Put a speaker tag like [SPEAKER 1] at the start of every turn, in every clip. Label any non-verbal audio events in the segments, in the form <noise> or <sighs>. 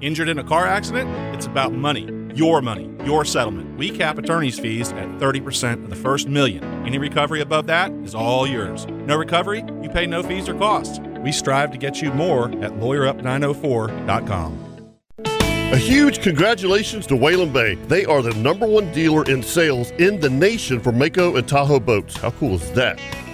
[SPEAKER 1] Injured in a car accident? It's about money. Your money, your settlement. We cap attorney's fees at 30% of the first million. Any recovery above that is all yours. No recovery? You pay no fees or costs. We strive to get you more at lawyerup904.com.
[SPEAKER 2] A huge congratulations to Whalen Bay. They are the number one dealer in sales in the nation for Mako and Tahoe boats. How cool is that?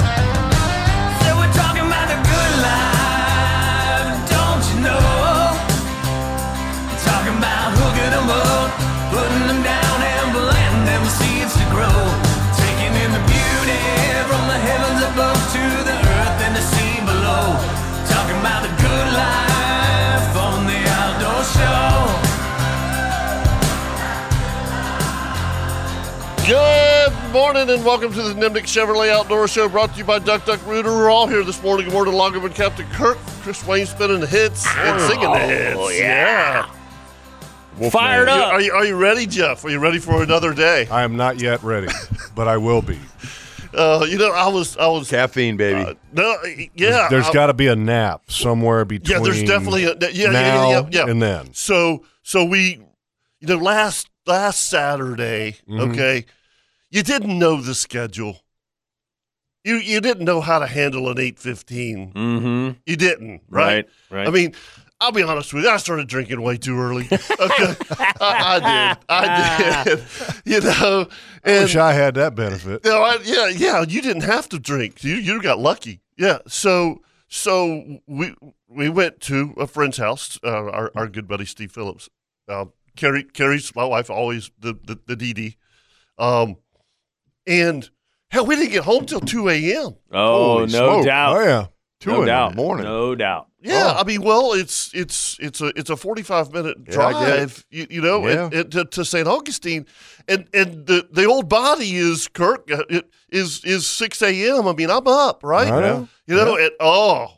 [SPEAKER 3] So we're talking about the good life, don't you know? Talking about hooking 'em up, putting them down and planting them seeds to grow. Taking in the beauty from the heavens above to the earth and the sea below. Talking about the good life on the outdoor show.
[SPEAKER 2] Good morning and welcome to the Nimnik Chevrolet Outdoor Show brought to you by Duck Duck Rooter. We're all here this morning. Good morning, Loggerman Captain Kirk, Chris Wayne spinning the hits and singing the hits. Oh,
[SPEAKER 3] Oh,
[SPEAKER 2] yeah.
[SPEAKER 4] Fired
[SPEAKER 2] You-
[SPEAKER 4] up.
[SPEAKER 2] Are you, are you ready, Jeff? Are you ready for another day?
[SPEAKER 5] I am not yet ready, but I will be.
[SPEAKER 2] <laughs> Uh, you know, I was, I was,
[SPEAKER 6] Caffeine, baby.
[SPEAKER 2] uh, no, yeah.
[SPEAKER 5] There's
[SPEAKER 2] I-
[SPEAKER 5] got to be a nap somewhere between.
[SPEAKER 2] yeah, there's definitely a, yeah, yeah, yeah,
[SPEAKER 5] now
[SPEAKER 2] yeah, yeah.
[SPEAKER 5] and then.
[SPEAKER 2] So, so we, you know, last, last Saturday,
[SPEAKER 5] Mm-hmm.
[SPEAKER 2] okay, you didn't know the schedule. You, you didn't know how to handle an 815.
[SPEAKER 6] mm-hmm.
[SPEAKER 2] You didn't, right?
[SPEAKER 6] Right, right.
[SPEAKER 2] I mean, I'll be honest with you. I started drinking way too
[SPEAKER 5] <laughs>
[SPEAKER 2] early. Okay, I, I did.
[SPEAKER 4] <laughs>
[SPEAKER 2] I did. <laughs> you know,
[SPEAKER 5] I
[SPEAKER 2] and
[SPEAKER 5] wish I had that benefit.
[SPEAKER 2] you know, I, yeah, yeah. You didn't have to drink. You you got lucky. Yeah. So so we we went to a friend's house. Uh, our our good buddy Steve Phillips. Um, Carrie Carrie's my wife. Always the the, the DD. Um, and hell, we didn't get home till two a.m.
[SPEAKER 6] Oh,
[SPEAKER 5] Holy
[SPEAKER 6] no
[SPEAKER 5] smoke.
[SPEAKER 6] doubt.
[SPEAKER 5] Oh yeah,
[SPEAKER 6] Two
[SPEAKER 5] in
[SPEAKER 6] no
[SPEAKER 5] the
[SPEAKER 6] doubt.
[SPEAKER 5] morning.
[SPEAKER 6] No doubt.
[SPEAKER 2] Yeah, I mean, well, it's it's it's a it's a forty five minute
[SPEAKER 6] Oh. Yeah, I get it.
[SPEAKER 2] drive, you, you know,
[SPEAKER 5] Yeah.
[SPEAKER 2] and, and to, to St. Augustine, and and the, the old body is Kirk uh, it is is six a.m. I mean, I'm up, right?
[SPEAKER 5] I know.
[SPEAKER 2] You know, and oh,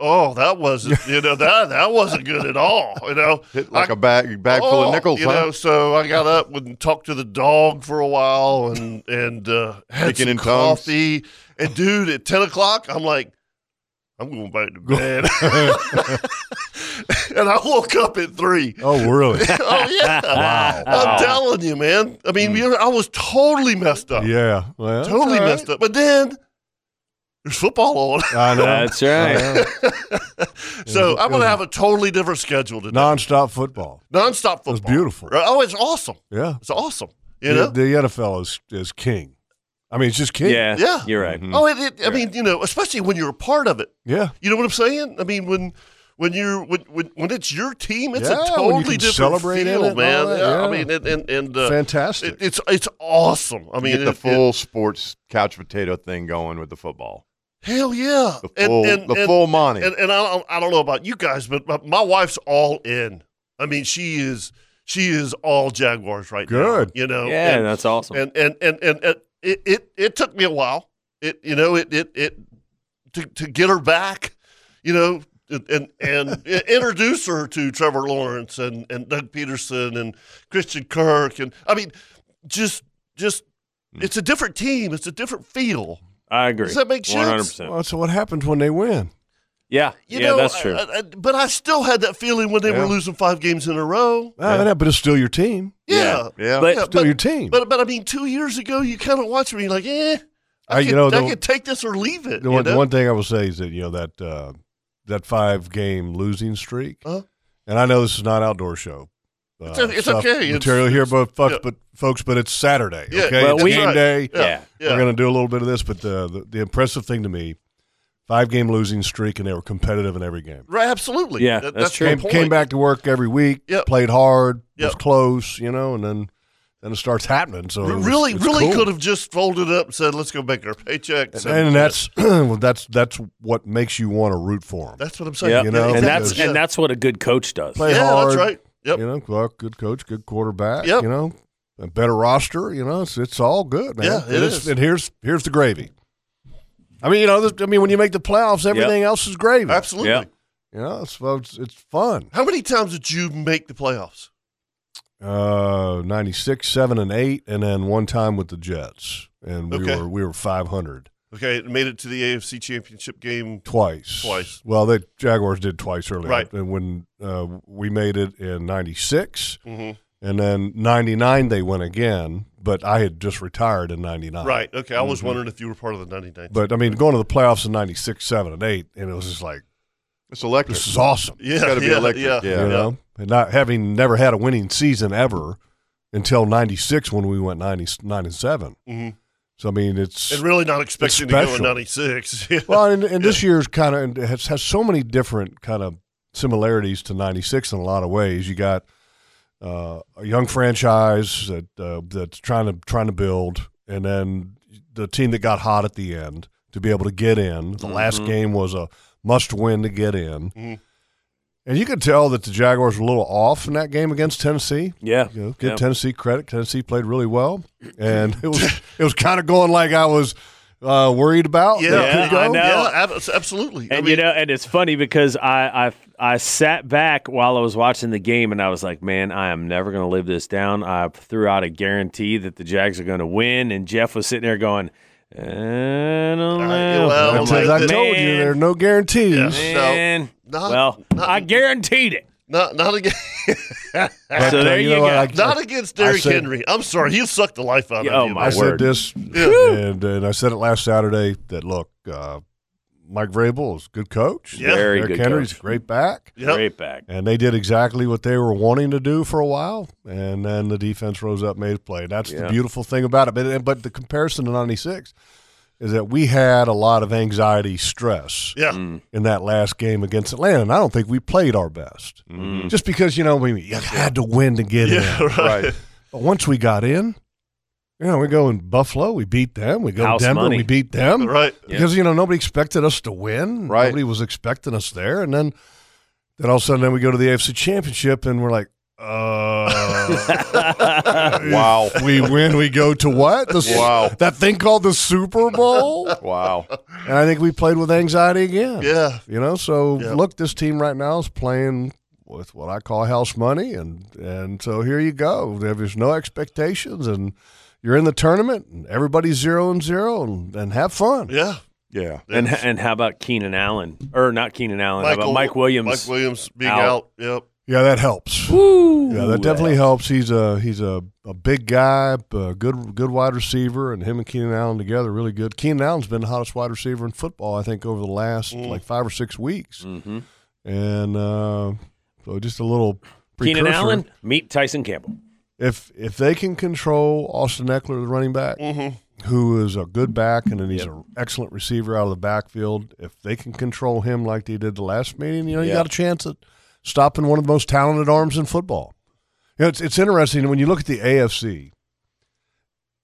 [SPEAKER 2] oh, that wasn't you know that that wasn't good at all. You know,
[SPEAKER 6] Hit like
[SPEAKER 2] a
[SPEAKER 6] a bag bag full of nickels,
[SPEAKER 2] Oh, You
[SPEAKER 6] huh?
[SPEAKER 2] know, so I got up and talked to the dog for a while, and and uh, had
[SPEAKER 6] Picking
[SPEAKER 2] some
[SPEAKER 6] in tongues.
[SPEAKER 2] coffee. And dude, at ten o'clock, I'm like, I'm going back
[SPEAKER 6] <laughs>
[SPEAKER 2] to bed, <laughs> and I woke up at three.
[SPEAKER 5] Oh really?
[SPEAKER 2] <laughs> Oh yeah, I'm telling you, man. I
[SPEAKER 6] Hmm.
[SPEAKER 2] mean, you know, I was totally messed up,
[SPEAKER 5] yeah. Well, that's
[SPEAKER 2] totally
[SPEAKER 5] all right.
[SPEAKER 2] messed up. But then there's football on,
[SPEAKER 5] I know.
[SPEAKER 6] That's right.
[SPEAKER 5] I know.
[SPEAKER 2] <laughs> so
[SPEAKER 5] it
[SPEAKER 2] I'm going to
[SPEAKER 5] was-
[SPEAKER 2] have a totally different schedule today.
[SPEAKER 5] Nonstop football.
[SPEAKER 2] Nonstop football.
[SPEAKER 5] was beautiful.
[SPEAKER 2] Oh, it's awesome.
[SPEAKER 5] Yeah.
[SPEAKER 2] It's awesome. You know.
[SPEAKER 5] the, the NFL is is king. I mean, it's just king.
[SPEAKER 6] Yeah.
[SPEAKER 2] Yeah.
[SPEAKER 6] You're right. Mm-hmm.
[SPEAKER 2] Oh, it, it, I mean, you know, especially when you're a part of it.
[SPEAKER 5] Yeah.
[SPEAKER 2] You know what I'm saying? I mean, when when you're when when, when it's your team, it's
[SPEAKER 5] Yeah, when
[SPEAKER 2] a
[SPEAKER 5] you
[SPEAKER 2] totally
[SPEAKER 5] can
[SPEAKER 2] different
[SPEAKER 5] celebrate in
[SPEAKER 2] feel,
[SPEAKER 5] it and
[SPEAKER 2] man.
[SPEAKER 5] all that,
[SPEAKER 2] Yeah, I
[SPEAKER 5] yeah.
[SPEAKER 2] mean, and and, and uh,
[SPEAKER 5] Fantastic.
[SPEAKER 2] it, it's it's awesome. I
[SPEAKER 6] I mean,
[SPEAKER 2] mean,
[SPEAKER 6] get the
[SPEAKER 2] it-
[SPEAKER 6] full sports couch potato thing going with the football.
[SPEAKER 2] it- hell yeah,
[SPEAKER 6] The full, the full Monty.
[SPEAKER 2] And, and I don't, I don't know about you guys, but my, my wife's all in. I mean, she is she is all Jaguars right now.
[SPEAKER 5] Good.
[SPEAKER 2] You know.
[SPEAKER 6] yeah,
[SPEAKER 2] and-
[SPEAKER 6] that's awesome.
[SPEAKER 2] and and and and, and it, it it took me a while. It you know it it it to to get her back, you know, and and, and <laughs> introduce her to Trevor Lawrence and and Doug Peterson and Christian Kirk and I mean, just just
[SPEAKER 6] Hmm.
[SPEAKER 2] it's a different team. It's a different feel.
[SPEAKER 6] I agree.
[SPEAKER 2] Does that make sense?
[SPEAKER 6] 100%.
[SPEAKER 5] Well, so what happens when they win?
[SPEAKER 6] yeah.
[SPEAKER 2] You
[SPEAKER 6] yeah,
[SPEAKER 2] know,
[SPEAKER 6] that's true.
[SPEAKER 2] I- I- but I still had that feeling when they were
[SPEAKER 5] Yeah.
[SPEAKER 2] losing five games in a row.
[SPEAKER 5] Ah,
[SPEAKER 6] Yeah.
[SPEAKER 5] yeah, but it's still your team.
[SPEAKER 2] Yeah.
[SPEAKER 6] yeah.
[SPEAKER 2] Yeah,
[SPEAKER 6] But
[SPEAKER 5] Still your team.
[SPEAKER 2] But but I mean, two years ago, you kind of watched me like, eh, I,
[SPEAKER 5] Uh,
[SPEAKER 2] could,
[SPEAKER 5] you know,
[SPEAKER 2] I
[SPEAKER 5] the-
[SPEAKER 2] <laughs> could take this or leave it.
[SPEAKER 5] The
[SPEAKER 2] you
[SPEAKER 5] one,
[SPEAKER 2] know?
[SPEAKER 5] one thing I will say is that you know that uh, that five game losing streak. And I know this is not outdoor show. uh,
[SPEAKER 2] Uh-huh. It's- it's
[SPEAKER 5] stuff,
[SPEAKER 2] okay. It's-
[SPEAKER 5] Material here, but folks,
[SPEAKER 2] yeah.
[SPEAKER 5] but folks, but it's Saturday.
[SPEAKER 2] Yeah,
[SPEAKER 5] okay,
[SPEAKER 2] Well,
[SPEAKER 5] it's
[SPEAKER 2] we-
[SPEAKER 5] game
[SPEAKER 2] Right.
[SPEAKER 5] day.
[SPEAKER 2] Yeah, Yeah. yeah.
[SPEAKER 5] we're going to do a little bit of this, but the, the the impressive thing to me, five game losing streak, and they were competitive in every game.
[SPEAKER 2] Right, absolutely.
[SPEAKER 5] Yeah,
[SPEAKER 2] That-
[SPEAKER 5] that's
[SPEAKER 2] my
[SPEAKER 5] Came,
[SPEAKER 2] point.
[SPEAKER 5] came back to work every week. Played hard. Was
[SPEAKER 2] Yep.
[SPEAKER 5] close. You know, and then then it starts happening. So it was-
[SPEAKER 2] really,
[SPEAKER 5] it's
[SPEAKER 2] really
[SPEAKER 5] cool.
[SPEAKER 2] could have just folded up and said, let's go make our paycheck.
[SPEAKER 5] And, and that's <clears throat> well, that's that's what makes you want to root for them.
[SPEAKER 2] That's what I'm saying.
[SPEAKER 5] You know,
[SPEAKER 7] and that's
[SPEAKER 5] because-
[SPEAKER 7] and that's what a good coach does.
[SPEAKER 5] play hard. You know, well, good coach, good quarterback.
[SPEAKER 7] Yep.
[SPEAKER 5] You know, a better roster. You know, it's, it's all good, man.
[SPEAKER 7] Yeah, it
[SPEAKER 5] And it's-
[SPEAKER 7] is.
[SPEAKER 5] And here's here's the gravy. I mean, you know, this, I mean, when you make the playoffs, everything else is gravy.
[SPEAKER 2] Absolutely. Yeah.
[SPEAKER 5] You know, it's well, it's, it's fun.
[SPEAKER 2] How many times did you make the playoffs?
[SPEAKER 5] Uh, ninety six, seven, and eight, and then one time with the Jets, and we
[SPEAKER 2] Okay.
[SPEAKER 5] were we were five hundred
[SPEAKER 2] Okay, it made it to the AFC Championship game
[SPEAKER 5] twice.
[SPEAKER 2] Twice.
[SPEAKER 5] Well, the Jaguars did twice earlier,
[SPEAKER 2] Right.
[SPEAKER 5] And when uh, we made it in ninety
[SPEAKER 2] Mhm.
[SPEAKER 5] And then 99, they went again, but I had just retired in 99.
[SPEAKER 2] Right. Okay, I was
[SPEAKER 5] Mhm.
[SPEAKER 2] wondering if you were part of the 99.
[SPEAKER 5] But I mean, going to the playoffs in 96, 7, and 8, and it was just like,
[SPEAKER 6] it's electric.
[SPEAKER 5] This is awesome.
[SPEAKER 2] Yeah, It's gotta be yeah, electric, yeah, yeah.
[SPEAKER 5] You know, and not having never had a winning season ever until 96 when we went 90, 9 and 7.
[SPEAKER 2] Mhm.
[SPEAKER 5] So, I mean, it's.
[SPEAKER 2] and really not expecting
[SPEAKER 5] it's
[SPEAKER 2] to go in
[SPEAKER 5] special.
[SPEAKER 2] 96. Yeah.
[SPEAKER 5] Well, and, and this year's kind of has, has so many different kind of similarities to '96 in a lot of ways. You got uh, a young franchise that uh, that's trying to trying to build, and then the team that got hot at the end to be able to get in. The last
[SPEAKER 7] Mm-hmm.
[SPEAKER 8] Mhm.
[SPEAKER 5] game was a must win to get in.
[SPEAKER 7] Mm.
[SPEAKER 5] And you could tell that the Jaguars were a little off in that game against Tennessee.
[SPEAKER 7] Yeah.
[SPEAKER 5] You know, give
[SPEAKER 7] Yeah.
[SPEAKER 5] Tennessee credit. Tennessee played really well,
[SPEAKER 7] <laughs>
[SPEAKER 5] and it was it was kind of going like I was uh, worried about.
[SPEAKER 2] yeah,
[SPEAKER 5] that it could go.
[SPEAKER 7] I know.
[SPEAKER 2] Yeah, Oh, ab- absolutely.
[SPEAKER 7] And you know, and it's funny because I, I I sat back while I was watching the game, and I was like, "Man, I am never going to live this down." I threw out a guarantee that the Jags are going to win, and Jeff was sitting there going, "I don't know."
[SPEAKER 5] Well,
[SPEAKER 7] I'm like,
[SPEAKER 5] I told you,
[SPEAKER 7] "Man,
[SPEAKER 5] there are no guarantees.
[SPEAKER 7] man, well, I guaranteed it.
[SPEAKER 2] Not, not again.
[SPEAKER 5] <laughs> But,
[SPEAKER 7] so
[SPEAKER 5] uh,
[SPEAKER 7] there
[SPEAKER 5] you
[SPEAKER 7] you, go.
[SPEAKER 5] know what, I-
[SPEAKER 2] Not against
[SPEAKER 5] I
[SPEAKER 2] Derrick
[SPEAKER 5] said-
[SPEAKER 2] Henry. I'm sorry, he sucked the life out
[SPEAKER 7] Yeah,
[SPEAKER 2] of
[SPEAKER 7] oh,
[SPEAKER 2] you.
[SPEAKER 7] my
[SPEAKER 5] I
[SPEAKER 7] word.
[SPEAKER 5] said this, and, and I said it last Saturday that look, uh, Mike Vrabel is a good coach.
[SPEAKER 7] Yeah. Very
[SPEAKER 5] Derrick
[SPEAKER 7] good
[SPEAKER 5] Henry's
[SPEAKER 7] coach.
[SPEAKER 5] a great back.
[SPEAKER 7] Yep. Great back.
[SPEAKER 5] And they did exactly what they were wanting to do for a while, and then the defense rose up, and made a play. That's
[SPEAKER 7] Yeah.
[SPEAKER 5] the beautiful thing about it. But but the comparison to '96 is that we had a lot of anxiety, stress,
[SPEAKER 2] yeah.
[SPEAKER 5] in that last game against Atlanta, and I don't think we played our best. Just because you know we you had to win to get
[SPEAKER 2] Mm-hmm. Yeah,
[SPEAKER 5] in,
[SPEAKER 2] <laughs> right.
[SPEAKER 5] But once we got in, you know we go in Buffalo, we beat them. We go
[SPEAKER 7] House
[SPEAKER 5] Denver,
[SPEAKER 7] money.
[SPEAKER 5] we beat them.
[SPEAKER 2] Right.
[SPEAKER 5] Because you know nobody expected us to win. Right. Nobody was expecting us there, and then then all of a sudden then we go to the AFC Championship, and we're like.
[SPEAKER 2] <laughs>
[SPEAKER 5] Uh,
[SPEAKER 6] Wow.
[SPEAKER 5] if We win. We go to what? The, s-
[SPEAKER 6] Wow.
[SPEAKER 5] That thing called the Super Bowl.
[SPEAKER 6] Wow.
[SPEAKER 5] And I think we played with anxiety again.
[SPEAKER 2] Yeah.
[SPEAKER 5] You know, so
[SPEAKER 2] Yeah.
[SPEAKER 5] look, this team right now is playing with what I call house money and and so here you go. There- There's no expectations and you're in the tournament and everybody's zero and zero and, and have fun.
[SPEAKER 2] Yeah.
[SPEAKER 6] Yeah.
[SPEAKER 7] And and how about Keenan Allen or not Keenan Allen? how
[SPEAKER 2] Michael-
[SPEAKER 7] about Mike Williams?
[SPEAKER 2] Mike Williams being out. Yep.
[SPEAKER 5] Yeah, that helps.
[SPEAKER 7] Woo.
[SPEAKER 5] Yeah, that definitely helps. He's a he's a, a big guy, a good good wide receiver, and him and Keenan Allen together really good. Keenan Allen's been the hottest wide receiver in football, I think, over the last
[SPEAKER 7] Mm.
[SPEAKER 5] like five or six weeks.
[SPEAKER 7] Mm-hmm.
[SPEAKER 5] And uh, so just a little precursor.
[SPEAKER 7] Keenan Allen meet Tyson Campbell.
[SPEAKER 5] If if they can control Austin Eckler, the running back,
[SPEAKER 2] Mm-hmm.
[SPEAKER 5] who is a good back, and then he's an excellent receiver out of the backfield, if they can control him like they did the last meeting, you know, you
[SPEAKER 7] Yeah.
[SPEAKER 5] got a chance at stopping one of the most talented arms in football. You know, it's it's interesting when you look at the AFC.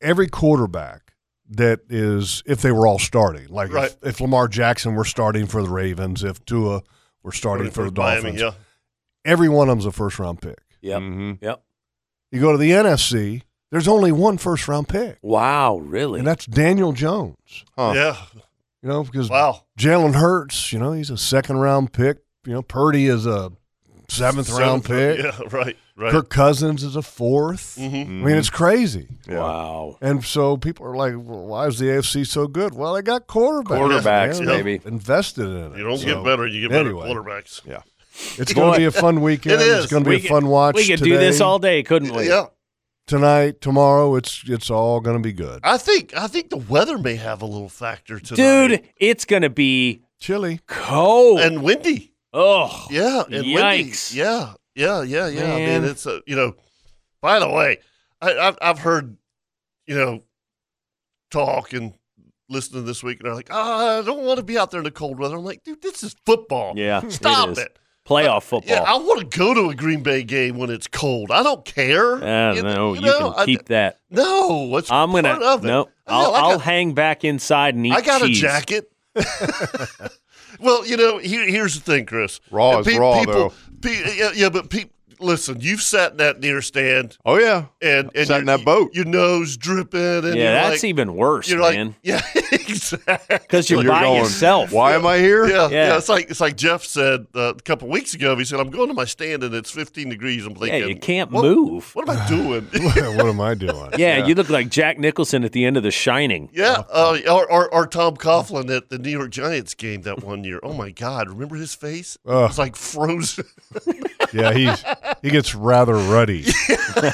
[SPEAKER 5] Every quarterback that is, if they were all starting, like
[SPEAKER 2] Right.
[SPEAKER 5] if, if Lamar Jackson were starting for the Ravens, if Tua were starting
[SPEAKER 2] Starting
[SPEAKER 5] for the
[SPEAKER 2] for Miami,
[SPEAKER 5] Dolphins,
[SPEAKER 2] yeah.
[SPEAKER 5] every one of them's a first round pick.
[SPEAKER 7] Yep.
[SPEAKER 2] Mm-hmm.
[SPEAKER 7] Yep.
[SPEAKER 5] You go to the NFC, there's only one first round pick,
[SPEAKER 7] Wow, really?
[SPEAKER 5] and that's Daniel Jones.
[SPEAKER 2] Yeah.
[SPEAKER 5] You know, because
[SPEAKER 2] Wow.
[SPEAKER 5] Jalen Hurts, you know, he's a second round pick. You know, Purdy is a seventh, round pick.
[SPEAKER 2] Yeah, <laughs> right. Right. Mm-hmm.
[SPEAKER 5] Kirk Cousins is a 4th I
[SPEAKER 6] Mm-hmm.
[SPEAKER 5] mean, it's crazy.
[SPEAKER 7] Wow.
[SPEAKER 5] And so people are like, well, why is the AFC so good? Well, they got quarterbacks.
[SPEAKER 6] Quarterbacks,
[SPEAKER 5] man.
[SPEAKER 6] baby.
[SPEAKER 5] They've Invested in it.
[SPEAKER 2] You don't
[SPEAKER 5] So,
[SPEAKER 2] get better, you get better
[SPEAKER 5] anyway.
[SPEAKER 2] quarterbacks.
[SPEAKER 6] Yeah.
[SPEAKER 5] It's going to be a fun weekend.
[SPEAKER 2] <laughs> It is.
[SPEAKER 5] It's going to be
[SPEAKER 7] We
[SPEAKER 5] a fun watch.
[SPEAKER 7] We could do
[SPEAKER 5] today,
[SPEAKER 7] this all day, couldn't we?
[SPEAKER 2] Yeah.
[SPEAKER 5] tonight, tomorrow. It's it's all going to be good.
[SPEAKER 2] I think I think the weather may have a little factor to
[SPEAKER 7] Dude, it's going to be
[SPEAKER 5] Chilly.
[SPEAKER 7] Cold.
[SPEAKER 2] And windy.
[SPEAKER 7] Oh.
[SPEAKER 2] Yeah. And
[SPEAKER 7] yikes.
[SPEAKER 2] windy. Yeah. Yeah. Yeah. Yeah. I
[SPEAKER 7] Man.
[SPEAKER 2] mean, it's a, you know, by the way, I, I've, I've heard, you know, talk and listening this week, and they're like, "Ah, I don't want to be out there in the cold weather. I'm like, dude, this is football.
[SPEAKER 7] Yeah.
[SPEAKER 2] Stop
[SPEAKER 7] is.
[SPEAKER 2] it.
[SPEAKER 7] Playoff football.
[SPEAKER 2] Yeah, I want to go to a Green Bay game when it's cold. I don't care.
[SPEAKER 7] Ah,
[SPEAKER 2] You-
[SPEAKER 7] no, you,
[SPEAKER 2] know, I-
[SPEAKER 7] can keep that.
[SPEAKER 2] No, it's
[SPEAKER 7] I'm gonna
[SPEAKER 2] part of it.
[SPEAKER 7] no.
[SPEAKER 2] I know,
[SPEAKER 7] I'll,
[SPEAKER 2] I
[SPEAKER 7] I'll
[SPEAKER 2] got-
[SPEAKER 7] hang back inside and eat
[SPEAKER 2] I got
[SPEAKER 7] cheese.
[SPEAKER 2] a jacket. <laughs> well, you know, here, here's the thing, Chris.
[SPEAKER 6] Raw is raw,
[SPEAKER 2] people, pe- yeah, yeah, but pe- listen, you've sat in that near stand
[SPEAKER 6] Oh yeah.
[SPEAKER 2] and, and
[SPEAKER 6] Sat in
[SPEAKER 2] your-
[SPEAKER 6] that boat.
[SPEAKER 2] your nose dripping, and
[SPEAKER 7] Yeah,
[SPEAKER 2] you're
[SPEAKER 7] that's
[SPEAKER 2] like,
[SPEAKER 7] even worse,
[SPEAKER 2] you're like,
[SPEAKER 7] man.
[SPEAKER 2] <laughs> yeah, exactly.
[SPEAKER 7] Because you're, by yourself.
[SPEAKER 6] Why am I here?
[SPEAKER 2] Yeah, yeah,
[SPEAKER 7] Yeah.
[SPEAKER 2] It's like it's like Jeff said uh, a couple weeks ago. He said, "I'm going to my stand and it's 15 degrees." I'm
[SPEAKER 7] Yeah,
[SPEAKER 2] thinking,
[SPEAKER 7] you can't
[SPEAKER 2] what,
[SPEAKER 7] move.
[SPEAKER 2] What am
[SPEAKER 7] <sighs>
[SPEAKER 2] I doing?
[SPEAKER 5] <laughs>
[SPEAKER 2] <laughs>
[SPEAKER 5] what am I doing?
[SPEAKER 7] Yeah, you look like Jack Nicholson at the end of The Shining.
[SPEAKER 2] Yeah, uh, or, or or Tom Coughlin at the New York Giants game that one year. Oh my God, remember his face?
[SPEAKER 5] Ugh.
[SPEAKER 2] It's like frozen. <laughs>
[SPEAKER 5] Yeah, he's he gets rather ruddy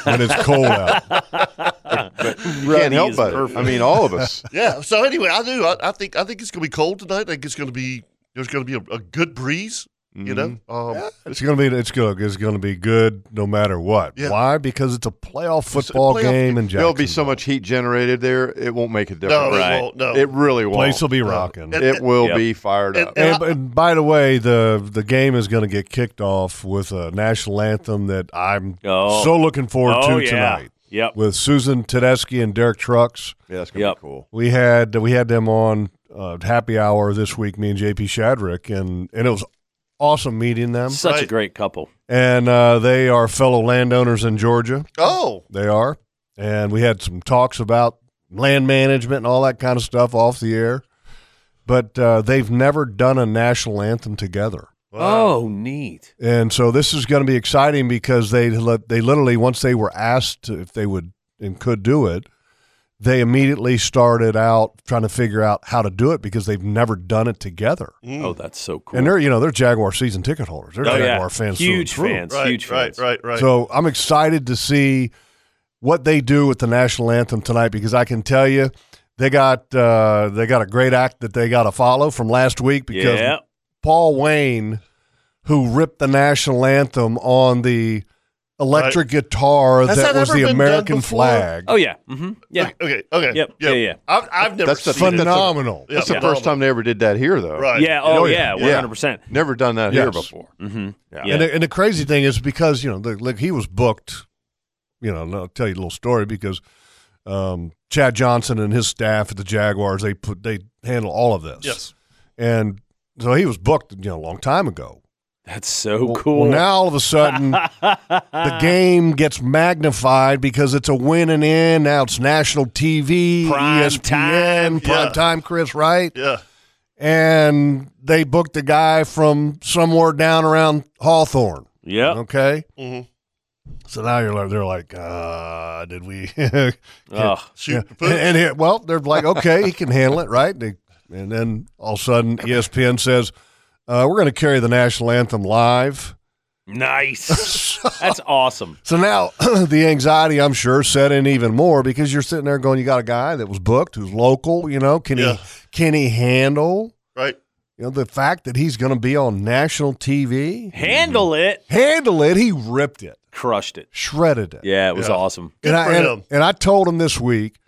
[SPEAKER 5] when it's cold out.
[SPEAKER 6] You can't
[SPEAKER 7] Ruddy
[SPEAKER 6] help
[SPEAKER 7] is
[SPEAKER 6] but. I mean, all of us.
[SPEAKER 2] <laughs> yeah. So anyway, I do. I, I think I think it's gonna be cold tonight. I think it's gonna be there's gonna be a, a good breeze. You know,
[SPEAKER 6] Mm-hmm.
[SPEAKER 7] Mm-hmm.
[SPEAKER 2] um,
[SPEAKER 5] It's gonna be it's gonna it's gonna be good no matter what.
[SPEAKER 2] Yeah.
[SPEAKER 5] Why? Because it's a playoff football
[SPEAKER 2] playoff
[SPEAKER 5] game, and
[SPEAKER 6] There'll be so much heat generated there, it won't make a
[SPEAKER 2] no,
[SPEAKER 6] difference.
[SPEAKER 2] it
[SPEAKER 7] Right.
[SPEAKER 2] won't, no.
[SPEAKER 6] It really won't.
[SPEAKER 5] place will be rocking.
[SPEAKER 2] and-
[SPEAKER 6] it will
[SPEAKER 7] Yep.
[SPEAKER 6] be fired
[SPEAKER 2] and-
[SPEAKER 6] up.
[SPEAKER 5] And, and by the way, the the game is going to get kicked off with a national anthem that I'm
[SPEAKER 7] Oh.
[SPEAKER 5] so looking forward
[SPEAKER 7] Oh,
[SPEAKER 5] to
[SPEAKER 7] yeah.
[SPEAKER 5] tonight.
[SPEAKER 7] Yep.
[SPEAKER 5] With Susan Tedeschi and Derek Trucks,
[SPEAKER 6] yeah, that's gonna
[SPEAKER 7] Yep.
[SPEAKER 6] be cool.
[SPEAKER 5] we had we had them on uh, happy hour this week. Me and JP Shadrick, and and it was awesome meeting them.
[SPEAKER 7] Such a
[SPEAKER 2] Right.
[SPEAKER 7] great couple.
[SPEAKER 5] And uh, they are fellow landowners in Georgia.
[SPEAKER 2] oh,
[SPEAKER 5] They are, and we had some talks about land management and all that kind of stuff off the air. But uh, they've never done a national anthem together.
[SPEAKER 7] Oh, neat.
[SPEAKER 5] And so this is going to be exciting because they let, they literally once they were asked to- if they would and could do it, they immediately started out trying to figure out how to do it because they've never done it together.
[SPEAKER 2] Mm.
[SPEAKER 7] Oh, that's so cool.
[SPEAKER 5] And they're you know they're Jaguar season ticket holders. They're
[SPEAKER 7] oh,
[SPEAKER 5] Jaguar
[SPEAKER 7] yeah.
[SPEAKER 5] fans, through and
[SPEAKER 7] huge
[SPEAKER 5] through.
[SPEAKER 7] fans.
[SPEAKER 2] right,
[SPEAKER 7] huge
[SPEAKER 2] right,
[SPEAKER 7] fans.
[SPEAKER 2] right, right.
[SPEAKER 5] So I'm excited to see what they do with the national anthem tonight because I can tell you they got uh, they got a great act that they got to follow from last week because
[SPEAKER 7] Yeah.
[SPEAKER 5] Paul Wayne, who ripped the national anthem on the electric guitar
[SPEAKER 2] Has
[SPEAKER 5] that,
[SPEAKER 2] that
[SPEAKER 5] was
[SPEAKER 2] ever
[SPEAKER 5] the
[SPEAKER 2] been done
[SPEAKER 5] American
[SPEAKER 2] before?
[SPEAKER 5] flag.
[SPEAKER 7] Oh, yeah. hmm Yeah.
[SPEAKER 2] okay, okay,
[SPEAKER 7] Yep. Yeah, yeah.
[SPEAKER 2] I've, I've never
[SPEAKER 6] That's the-
[SPEAKER 2] seen it.
[SPEAKER 5] Phenomenal.
[SPEAKER 2] Yeah,
[SPEAKER 6] That's the
[SPEAKER 2] phenomenal.
[SPEAKER 6] first time they ever did that here, though.
[SPEAKER 2] Right.
[SPEAKER 7] Yeah. Oh, yeah.
[SPEAKER 6] yeah.
[SPEAKER 7] 100%.
[SPEAKER 6] Never done that here
[SPEAKER 5] Yes.
[SPEAKER 6] before.
[SPEAKER 7] hmm
[SPEAKER 6] Yeah.
[SPEAKER 7] Yeah.
[SPEAKER 5] And, the, and the crazy thing is because you know, the, like he was booked. You know, and I'll tell you a little story because um, Chad Johnson and his staff at the Jaguars they put they handle all of this.
[SPEAKER 2] Yes.
[SPEAKER 5] and so he was booked you know a long time ago.
[SPEAKER 7] That's so
[SPEAKER 5] Well-
[SPEAKER 7] cool.
[SPEAKER 5] Well, now all of a sudden
[SPEAKER 7] <laughs>
[SPEAKER 5] the game gets magnified because it's a win and in. Now it's national E TV,
[SPEAKER 7] Prime
[SPEAKER 5] ESPN,
[SPEAKER 7] time.
[SPEAKER 5] prime
[SPEAKER 2] Yeah.
[SPEAKER 5] time. Chris, right?
[SPEAKER 2] Yeah.
[SPEAKER 5] And they booked a guy from somewhere down around Hawthorne. <laughs>
[SPEAKER 7] yep.
[SPEAKER 5] Okay.
[SPEAKER 2] Mhm.
[SPEAKER 5] So now you're like, they're like, uh, did we? <laughs>
[SPEAKER 7] Ugh.
[SPEAKER 2] Shoot.
[SPEAKER 5] Yeah.
[SPEAKER 2] the
[SPEAKER 5] And,
[SPEAKER 2] poop.
[SPEAKER 5] and it- well, they're like, okay, he can handle it, right? They, and then all of a sudden, E ESPN says, uh, we're going to carry the national anthem live. <laughs>
[SPEAKER 7] Nice. That's awesome.
[SPEAKER 5] So now <clears throat> the anxiety, I'm sure, set in even more because you're sitting there going, you got a guy that was booked, who's local, you know, can
[SPEAKER 2] Yeah.
[SPEAKER 5] he can he handle,
[SPEAKER 2] Right.
[SPEAKER 5] you know, the fact that he's going to be on national TV?
[SPEAKER 7] Handle it.
[SPEAKER 5] Handle it. He Mm-hmm. ripped it,
[SPEAKER 7] Crushed it.
[SPEAKER 5] shredded it.
[SPEAKER 7] Yeah, it was
[SPEAKER 2] Yeah.
[SPEAKER 7] awesome.
[SPEAKER 2] Good
[SPEAKER 5] and I
[SPEAKER 2] for
[SPEAKER 5] and,
[SPEAKER 2] him.
[SPEAKER 5] and I told him this week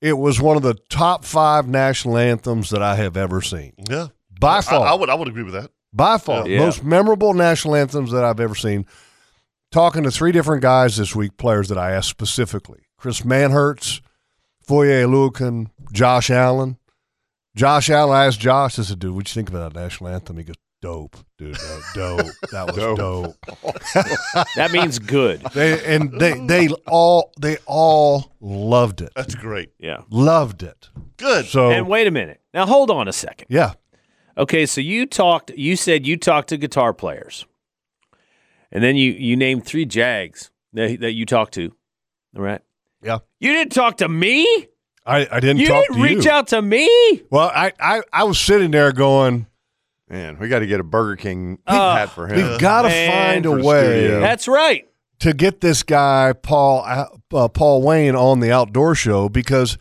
[SPEAKER 5] it was one of the top five national anthems that I have ever seen
[SPEAKER 2] Yeah.
[SPEAKER 5] by
[SPEAKER 2] I,
[SPEAKER 5] far.
[SPEAKER 2] I would. I would agree with that.
[SPEAKER 5] by far,
[SPEAKER 7] Yeah.
[SPEAKER 5] most memorable national anthems that I've ever seen. Talking to three different guys this week, players that I asked specifically: Chris Manhertz, Foye Lucan, Josh Allen. Josh Allen, I asked Josh, I said, "Dude, what you think about that national anthem?" He goes, "Dope, dude, that was dope. That was
[SPEAKER 6] Dope.
[SPEAKER 5] dope."
[SPEAKER 7] <laughs> That
[SPEAKER 5] <laughs>
[SPEAKER 7] means good.
[SPEAKER 5] They and they they all they all loved it,
[SPEAKER 2] That's great.
[SPEAKER 7] Yeah.
[SPEAKER 5] loved it.
[SPEAKER 2] Good.
[SPEAKER 5] So
[SPEAKER 7] And wait a minute. Now hold on a second.
[SPEAKER 5] yeah,
[SPEAKER 7] Okay, so you talked. You said you talked to guitar players, and then you you named three Jags that, that you talked to. All right.
[SPEAKER 5] Yeah.
[SPEAKER 7] You didn't talk to me.
[SPEAKER 5] I, I didn't
[SPEAKER 7] you
[SPEAKER 5] talk
[SPEAKER 7] didn't
[SPEAKER 5] to
[SPEAKER 7] reach
[SPEAKER 5] you.
[SPEAKER 7] out to me.
[SPEAKER 5] Well, I, I I was sitting there going,
[SPEAKER 6] Man, we got to get a Burger King
[SPEAKER 7] Oh.
[SPEAKER 6] hat for him.
[SPEAKER 5] we've got to
[SPEAKER 7] Man.
[SPEAKER 5] find a
[SPEAKER 6] For studio.
[SPEAKER 5] way
[SPEAKER 7] That's right.
[SPEAKER 5] to get this guy Paul uh, Paul Wayne on the outdoor show because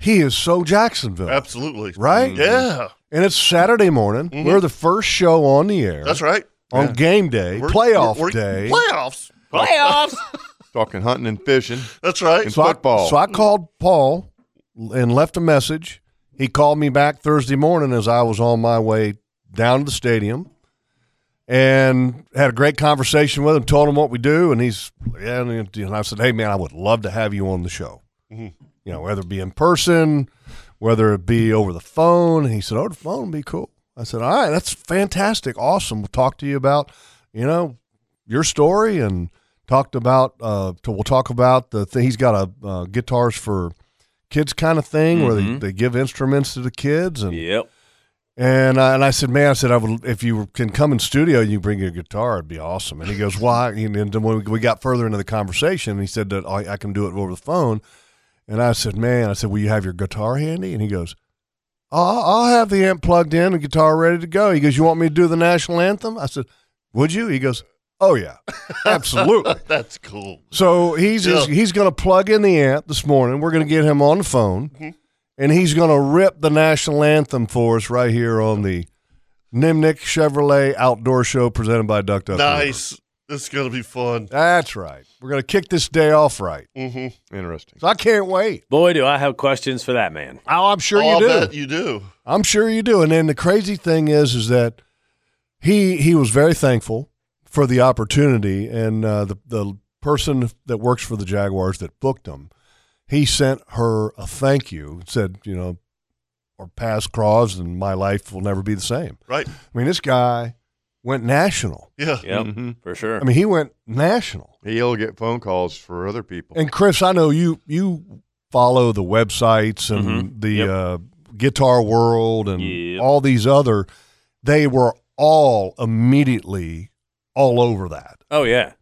[SPEAKER 5] he is so Jacksonville,
[SPEAKER 2] Absolutely.
[SPEAKER 5] right?
[SPEAKER 2] Mm-hmm. Yeah.
[SPEAKER 5] And it's Saturday morning.
[SPEAKER 2] Mhm.
[SPEAKER 5] We're the first show on the air.
[SPEAKER 2] That's right.
[SPEAKER 5] On
[SPEAKER 2] Yeah.
[SPEAKER 5] game day,
[SPEAKER 2] We're-
[SPEAKER 5] playoff
[SPEAKER 2] we're- we're-
[SPEAKER 5] day.
[SPEAKER 2] Playoffs.
[SPEAKER 7] Playoffs.
[SPEAKER 6] Talking hunting and fishing.
[SPEAKER 2] <laughs> That's right.
[SPEAKER 6] And
[SPEAKER 5] so
[SPEAKER 6] football.
[SPEAKER 5] I, so I called Paul and left a message. He called me back Thursday morning as I was on my way down to the stadium and had a great conversation with him, told him what we do. And he's, and, and I said, Hey, man, I would love to have you on the show.
[SPEAKER 2] Mhm.
[SPEAKER 5] You know, whether it be in person, whether it be over the phone. And he said, Oh, the phone would be cool. I said, All right, that's fantastic. Awesome. We'll talk to you about, you know, your story and talked about uh to, we'll talk about the thing he's got a uh, guitars for kids kind of thing where they,
[SPEAKER 7] Mhm.
[SPEAKER 5] they give instruments to the kids and
[SPEAKER 7] Yep.
[SPEAKER 5] and I, and I said man I said I would if you can come in studio and you bring your guitar it'd be awesome and he goes why and then when we got further into the conversation he said that I, I can do it over the phone and I said man I said will you have your guitar handy and he goes I'll, I'll have the amp plugged in and guitar ready to go he goes you want me to do the national anthem I said would you he goes oh yeah <laughs> <laughs> absolutely
[SPEAKER 2] <laughs> That's cool.
[SPEAKER 5] so he's
[SPEAKER 2] Yeah.
[SPEAKER 5] he's going to plug in the amp this morning. We're going to get him on the phone,
[SPEAKER 2] Mm-hmm.
[SPEAKER 5] and he's going to rip the national anthem for us right here on the Nimnik Chevrolet Outdoor Show presented by Ducked Up.
[SPEAKER 2] Nice. This is gonna be fun.
[SPEAKER 5] That's right. We're going to kick this day off right.
[SPEAKER 2] Mm-hmm.
[SPEAKER 6] Interesting.
[SPEAKER 5] So I can't wait.
[SPEAKER 7] Boy, do I have questions for that man.
[SPEAKER 5] Oh, I'm sure you
[SPEAKER 2] I'll
[SPEAKER 5] do.
[SPEAKER 2] bet you do.
[SPEAKER 5] I'm sure you do. And then the crazy thing is, is that he he was very thankful for the opportunity, and uh, the the person that works for the Jaguars that booked him, he sent her a thank you. Said you know, our paths crossed, and my life will never be the same.
[SPEAKER 2] Right.
[SPEAKER 5] I mean, this guy went national.
[SPEAKER 2] Yeah. Mm-hmm.
[SPEAKER 7] Yep.
[SPEAKER 6] Mhm.
[SPEAKER 7] For sure.
[SPEAKER 5] I mean, he went national.
[SPEAKER 6] He'll get phone calls for other people.
[SPEAKER 5] And Chris, I know you you follow the websites and
[SPEAKER 7] Mhm.
[SPEAKER 5] the
[SPEAKER 7] Yep.
[SPEAKER 5] uh, Guitar World and
[SPEAKER 7] Yep.
[SPEAKER 5] all these other. They were all immediately all over that.
[SPEAKER 7] oh yeah.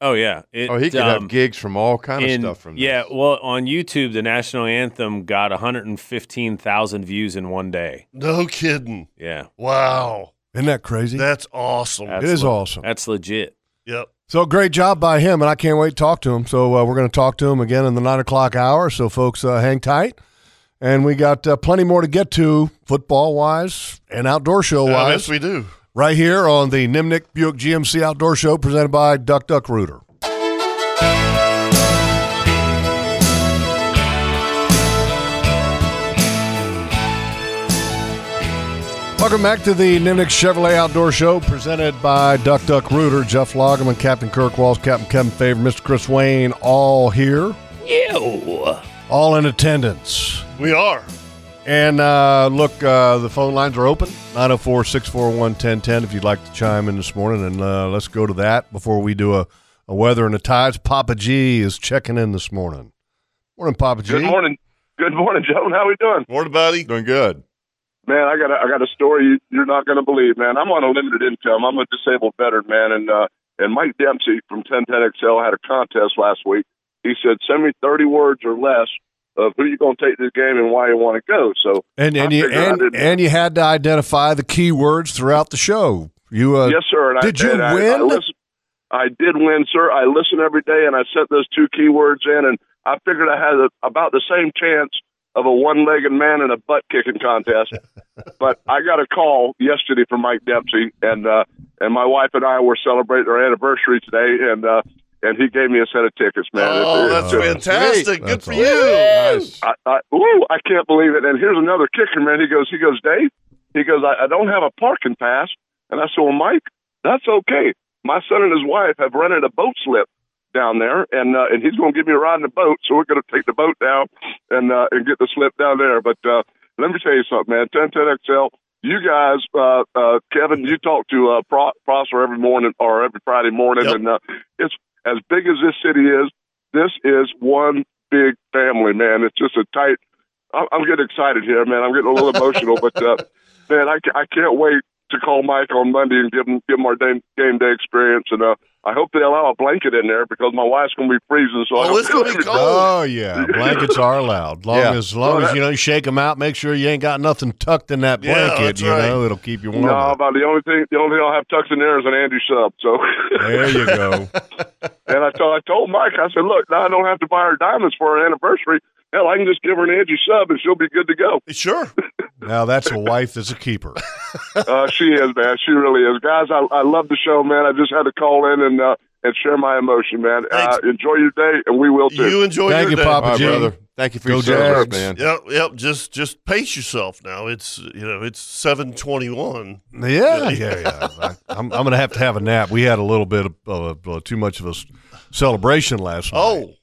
[SPEAKER 7] Oh yeah. It,
[SPEAKER 6] oh, he could
[SPEAKER 7] um,
[SPEAKER 6] have gigs from all kind of
[SPEAKER 7] in-
[SPEAKER 6] stuff from
[SPEAKER 7] yeah.
[SPEAKER 6] this.
[SPEAKER 7] Well, on YouTube, the national anthem got 115,000 views in one day.
[SPEAKER 2] No kidding.
[SPEAKER 7] Yeah,
[SPEAKER 2] Wow.
[SPEAKER 5] Isn't that crazy?
[SPEAKER 2] That's awesome.
[SPEAKER 5] it
[SPEAKER 7] That's
[SPEAKER 5] is
[SPEAKER 7] le-
[SPEAKER 5] awesome.
[SPEAKER 7] That's legit.
[SPEAKER 2] Yep.
[SPEAKER 5] So great job by him, and I can't wait to talk to him. So uh, we're going to talk to him again in the nine o'clock hour. So folks, uh, hang tight, and we got uh, plenty more to get to football wise and outdoor show
[SPEAKER 2] Oh,
[SPEAKER 5] wise.
[SPEAKER 2] yes, we do.
[SPEAKER 5] right here on the Nimnik Buick GMC Outdoor Show presented by Duck Duck Rooter. Welcome back to the Nimnik Chevrolet Outdoor Show presented by Duck Duck Rooter. Jeff Loggeman, Captain Kirk Walls, Captain Kevin Favor, Mr. Chris Wayne, all here,
[SPEAKER 7] Ew.
[SPEAKER 5] all in attendance.
[SPEAKER 2] We are.
[SPEAKER 5] And uh, look, uh, the phone lines are open 904 641 1010 if you'd like to chime in this morning. And uh, let's go to that before we do a, a weather and the tides. Papa G is checking in this morning. Morning, Papa G.
[SPEAKER 8] Good morning. Good morning, gentlemen. How we doing?
[SPEAKER 2] Morning, buddy.
[SPEAKER 6] Doing good.
[SPEAKER 8] Man, I got a, I got a story you, you're not going to believe, man. I'm on a limited income. I'm a disabled veteran, man, and uh, and Mike Dempsey from 1010XL had a contest last week. He said, "Send me 30 words or less of who you're going to take this game and why you want to go." So,
[SPEAKER 5] And, and,
[SPEAKER 8] I
[SPEAKER 5] you,
[SPEAKER 8] figured I
[SPEAKER 5] and,
[SPEAKER 8] didn't-
[SPEAKER 5] and you had to identify the key words throughout the show. You uh,
[SPEAKER 8] yes, sir. And
[SPEAKER 5] did
[SPEAKER 8] I,
[SPEAKER 5] you
[SPEAKER 8] and I- I,
[SPEAKER 5] win?
[SPEAKER 8] listen- I did win, sir. I listen every day, and I sent those two keywords in, and I figured I had a, about the same chance of a one-legged man in a butt-kicking contest. but I got a call yesterday from Mike Dempsey, and uh, and my wife and I were celebrating our anniversary today, and uh, and he gave me a set of tickets, man.
[SPEAKER 2] Oh,
[SPEAKER 8] It's-
[SPEAKER 2] that's
[SPEAKER 5] Oh,
[SPEAKER 2] fantastic.
[SPEAKER 5] great.
[SPEAKER 2] Good
[SPEAKER 5] That's
[SPEAKER 2] for
[SPEAKER 5] awesome.
[SPEAKER 2] you.
[SPEAKER 6] Nice.
[SPEAKER 8] I, I, ooh, I can't believe it. And here's another kicker, man. He goes, he goes, Dave. He goes, I, I don't have a parking pass. And I said, Well, Mike, that's okay. My son and his wife have rented a boat slip down there, and uh, and he's going to give me a ride in the boat. So we're going to take the boat down and uh, and get the slip down there. But uh, let me tell you something, man. 1010 XL. You guys, uh, uh, Kevin, you talk to uh, Pro- Prosser every morning or every Friday morning,
[SPEAKER 2] Yep.
[SPEAKER 8] and uh, it's as big as this city is. This is one big family, man. It's just a tight. I'm, I'm getting excited here, man. I'm getting a little emotional, but
[SPEAKER 2] <laughs>
[SPEAKER 8] uh, man, I, ca- I can't wait to call Mike on Monday and give him give him our game, game day experience. And uh, I hope they allow a blanket in there because my wife's gonna be freezing. So I
[SPEAKER 2] Oh,
[SPEAKER 8] hope
[SPEAKER 2] it's gonna be
[SPEAKER 8] <laughs> they-
[SPEAKER 2] cold.
[SPEAKER 5] Oh yeah, blankets are
[SPEAKER 8] <laughs>
[SPEAKER 5] loud. Long
[SPEAKER 6] Yeah.
[SPEAKER 5] as long as you know you shake them out, make sure you ain't got nothing tucked in that
[SPEAKER 2] Yeah,
[SPEAKER 5] blanket.
[SPEAKER 2] that's
[SPEAKER 5] you
[SPEAKER 2] right.
[SPEAKER 5] know it'll keep you warm.
[SPEAKER 8] No, about the only thing the only thing I'll have tucked in there is an Andy sub. So
[SPEAKER 5] there
[SPEAKER 8] <laughs>
[SPEAKER 5] you go.
[SPEAKER 8] and I told I told Mike, I said, look, now I don't have to buy her diamonds for her anniversary. Hell, I can just give her an Andy sub and she'll be good to go.
[SPEAKER 2] Sure.
[SPEAKER 5] Now that's a wife that's a keeper.
[SPEAKER 8] <laughs> uh, she is, man. She really is. Guys, I, I love the show, man. I just had to call in and uh, and share my emotion, man. Uh, enjoy your day, and we will too.
[SPEAKER 2] You enjoy
[SPEAKER 8] Thank
[SPEAKER 2] your
[SPEAKER 8] you,
[SPEAKER 2] day.
[SPEAKER 8] Papa
[SPEAKER 2] All right,
[SPEAKER 8] G.
[SPEAKER 2] brother. Thank you for
[SPEAKER 8] Go
[SPEAKER 2] your service,
[SPEAKER 8] Jags.
[SPEAKER 2] man. Yep, yep. Just just pace yourself now. It's you know it's seven twenty one.
[SPEAKER 5] Yeah, yeah, yeah. I, I'm, I'm going to have to have a nap. We had a little bit of uh, uh, too much of a s- celebration last night.
[SPEAKER 2] Oh.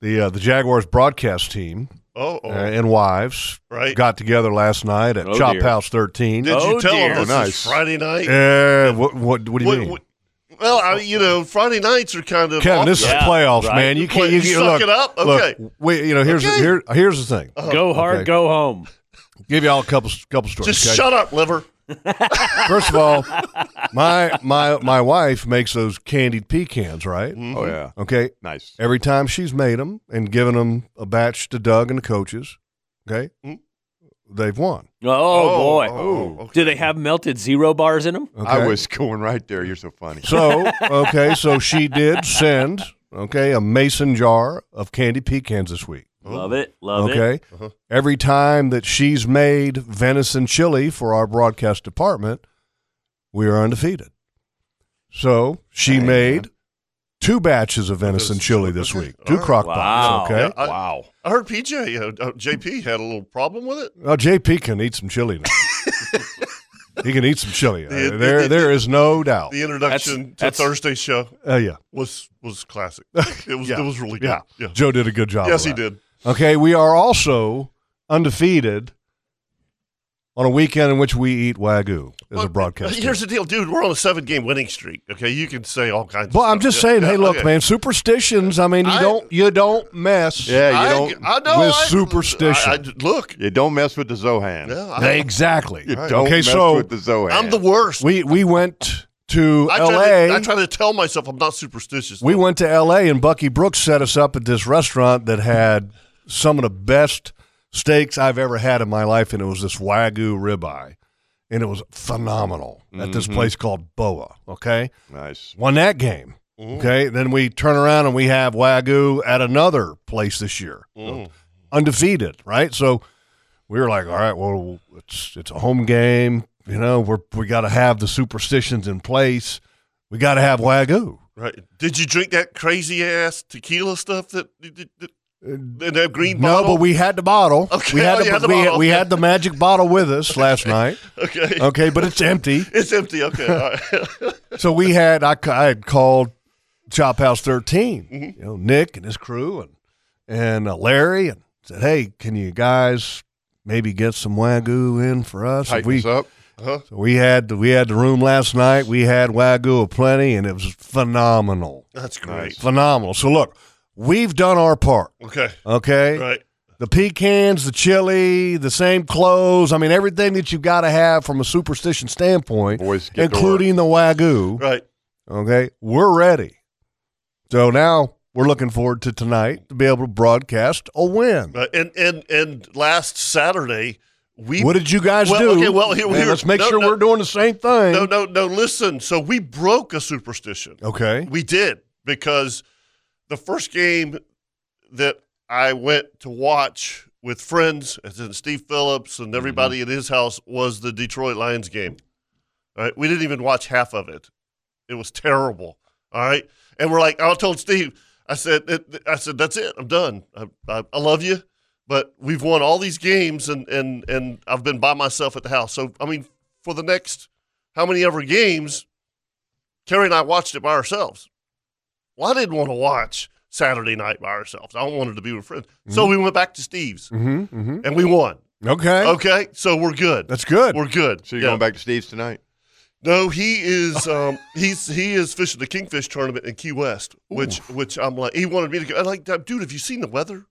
[SPEAKER 5] the uh, the Jaguars broadcast team.
[SPEAKER 2] Oh, oh.
[SPEAKER 5] uh, and wives
[SPEAKER 2] Right.
[SPEAKER 5] got together last night at
[SPEAKER 2] Oh,
[SPEAKER 5] Chop
[SPEAKER 2] dear.
[SPEAKER 5] House 13.
[SPEAKER 2] Did
[SPEAKER 7] Oh,
[SPEAKER 2] you tell them this is Friday night?
[SPEAKER 5] Uh, what, what what do you mean?
[SPEAKER 2] Well, I, you know, Friday nights are kind of
[SPEAKER 5] Kevin,
[SPEAKER 2] off-
[SPEAKER 5] this is playoffs, man. You can't you, look,
[SPEAKER 2] suck it up.
[SPEAKER 5] look,
[SPEAKER 2] Okay,
[SPEAKER 5] wait, you know, here's
[SPEAKER 2] Okay. Uh-huh.
[SPEAKER 5] here here's the thing.
[SPEAKER 7] Go hard, go home.
[SPEAKER 5] Give y'all a couple couple stories.
[SPEAKER 2] just
[SPEAKER 5] okay?
[SPEAKER 2] shut up, liver.
[SPEAKER 5] First of all, my my my wife makes those candied pecans, right?
[SPEAKER 2] Mhm. Oh, yeah.
[SPEAKER 5] Okay.
[SPEAKER 6] Nice.
[SPEAKER 5] Every time she's made them and given them a batch to Doug and the coaches, okay, they've won.
[SPEAKER 7] Oh, boy. Do they have melted zero bars in them?
[SPEAKER 5] Okay.
[SPEAKER 6] I was going right there. You're so funny.
[SPEAKER 5] So okay, so she did send okay a mason jar of candy pecans this week.
[SPEAKER 7] Love it. Love
[SPEAKER 5] okay,
[SPEAKER 7] it.
[SPEAKER 2] Uh-huh.
[SPEAKER 5] every time that she's made venison chili for our broadcast department, we are undefeated. So she made two batches of venison chili this week, two crock pots. Okay,
[SPEAKER 2] Yeah, I, wow. I heard PJ, uh, uh, JP had a little problem with it.
[SPEAKER 5] well, JP can eat some chili now.
[SPEAKER 2] <laughs>
[SPEAKER 5] he can eat some chili.
[SPEAKER 2] The-
[SPEAKER 5] Uh, there, there is no doubt.
[SPEAKER 2] The introduction
[SPEAKER 5] That's-
[SPEAKER 2] to Thursday's show,
[SPEAKER 5] Uh, yeah.
[SPEAKER 2] was was classic.
[SPEAKER 5] <laughs>
[SPEAKER 2] It was
[SPEAKER 5] Yeah.
[SPEAKER 2] it was really good.
[SPEAKER 5] Yeah.
[SPEAKER 2] Yeah,
[SPEAKER 5] Joe did a good job.
[SPEAKER 2] Yes,
[SPEAKER 5] of
[SPEAKER 2] he
[SPEAKER 5] that.
[SPEAKER 2] did.
[SPEAKER 5] Okay, we are also undefeated on a weekend in which we eat wagyu as a
[SPEAKER 2] Uh,
[SPEAKER 5] broadcast.
[SPEAKER 2] Here's the deal, dude. We're on a seven game winning streak. Okay, you can say all kinds.
[SPEAKER 5] Well,
[SPEAKER 2] of
[SPEAKER 5] I'm
[SPEAKER 2] stuff.
[SPEAKER 5] just
[SPEAKER 2] Yeah,
[SPEAKER 5] saying,
[SPEAKER 2] yeah,
[SPEAKER 5] hey, look,
[SPEAKER 2] okay.
[SPEAKER 5] man, superstitions. I mean, you
[SPEAKER 2] I-
[SPEAKER 5] don't you don't mess.
[SPEAKER 2] I- I know.
[SPEAKER 5] with
[SPEAKER 2] I-
[SPEAKER 5] superstition.
[SPEAKER 2] I- I- look,
[SPEAKER 6] You don't mess with the Zohan.
[SPEAKER 2] Yeah,
[SPEAKER 5] Yeah,
[SPEAKER 2] <laughs>
[SPEAKER 5] exactly.
[SPEAKER 6] You don't
[SPEAKER 5] okay,
[SPEAKER 6] mess
[SPEAKER 5] so
[SPEAKER 6] with the Zohan.
[SPEAKER 2] I'm the worst.
[SPEAKER 5] we we went to
[SPEAKER 2] I
[SPEAKER 5] L.A.
[SPEAKER 2] Try to, I try to tell myself I'm not superstitious.
[SPEAKER 5] We went to L.A. and Bucky Brooks set us up at this restaurant that had some of the best steaks I've ever had in my life, and it was this wagyu ribeye, and it was phenomenal at this
[SPEAKER 6] Mhm.
[SPEAKER 5] place called Boa. Okay,
[SPEAKER 6] nice.
[SPEAKER 5] Won that game.
[SPEAKER 6] Ooh.
[SPEAKER 5] Okay, then we turn around and we have wagyu at another place this year,
[SPEAKER 2] Mm.
[SPEAKER 5] undefeated. Right, so we were like, all right, well, it's it's a home game. You know, we're we got to have the superstitions in place. We got to have wagyu.
[SPEAKER 2] Right? Did you drink that crazy ass tequila stuff that? that, that in that green
[SPEAKER 5] No,
[SPEAKER 2] bottle?
[SPEAKER 5] but we had the bottle.
[SPEAKER 2] Okay,
[SPEAKER 5] we had
[SPEAKER 2] oh,
[SPEAKER 5] the,
[SPEAKER 2] you had the
[SPEAKER 5] we,
[SPEAKER 2] bottle,
[SPEAKER 5] we
[SPEAKER 2] okay.
[SPEAKER 5] had the magic bottle with us last night.
[SPEAKER 2] Okay.
[SPEAKER 5] Okay, but it's empty.
[SPEAKER 2] <laughs> It's empty. Okay. all right. <laughs>
[SPEAKER 5] So we had I, ca- I had called Chop House 13,
[SPEAKER 2] Mm-hmm.
[SPEAKER 5] you know, Nick and his crew and and uh, Larry and said, "Hey, can you guys maybe get some wagyu in for us?" If
[SPEAKER 6] Tighten us up. Uh-huh.
[SPEAKER 5] So we had the, we had the room last night. We had wagyu aplenty and it was phenomenal.
[SPEAKER 2] That's great.
[SPEAKER 5] Phenomenal. So look, we've done our part.
[SPEAKER 2] Okay.
[SPEAKER 5] Okay.
[SPEAKER 2] Right.
[SPEAKER 5] The pecans, the chili, the same clothes. I mean, everything that you've got to have from a superstition standpoint,
[SPEAKER 6] get to
[SPEAKER 5] including the wagyu.
[SPEAKER 2] Right.
[SPEAKER 5] Okay. We're ready. So now we're looking forward to tonight to be able to broadcast a win.
[SPEAKER 2] Right. Uh, And and and last Saturday we.
[SPEAKER 5] what did you guys
[SPEAKER 2] well,
[SPEAKER 5] do?
[SPEAKER 2] Okay. Well, here,
[SPEAKER 5] Man,
[SPEAKER 2] here-
[SPEAKER 5] let's make
[SPEAKER 2] no,
[SPEAKER 5] sure
[SPEAKER 2] no,
[SPEAKER 5] we're doing the same thing.
[SPEAKER 2] No, no, no. Listen. So we broke a superstition.
[SPEAKER 5] Okay.
[SPEAKER 2] We did because the first game that I went to watch with friends, as in Steve Phillips and everybody
[SPEAKER 5] Mm-hmm.
[SPEAKER 2] at his house, was the Detroit Lions game. All right. We didn't even watch half of it. It was terrible. All right. And we're like, I told Steve, I said, that- I said, that's it. I'm done. I, I, I love you, but we've won all these games, and and and I've been by myself at the house. So I mean, for the next how many ever games, Terry and I watched it by ourselves. Well, I didn't want to watch Saturday night by ourselves. I wanted to be with friends. So we went back to Steve's,
[SPEAKER 5] Mm-hmm, mm-hmm.
[SPEAKER 2] and we won.
[SPEAKER 5] Okay.
[SPEAKER 2] Okay, so we're good.
[SPEAKER 5] That's good.
[SPEAKER 2] We're good.
[SPEAKER 6] So you're going back to Steve's tonight?
[SPEAKER 2] No, he is um, <laughs> he's he is fishing the kingfish tournament in Key West, which which I'm like he wanted me to go. I'm like, dude, have you seen the weather?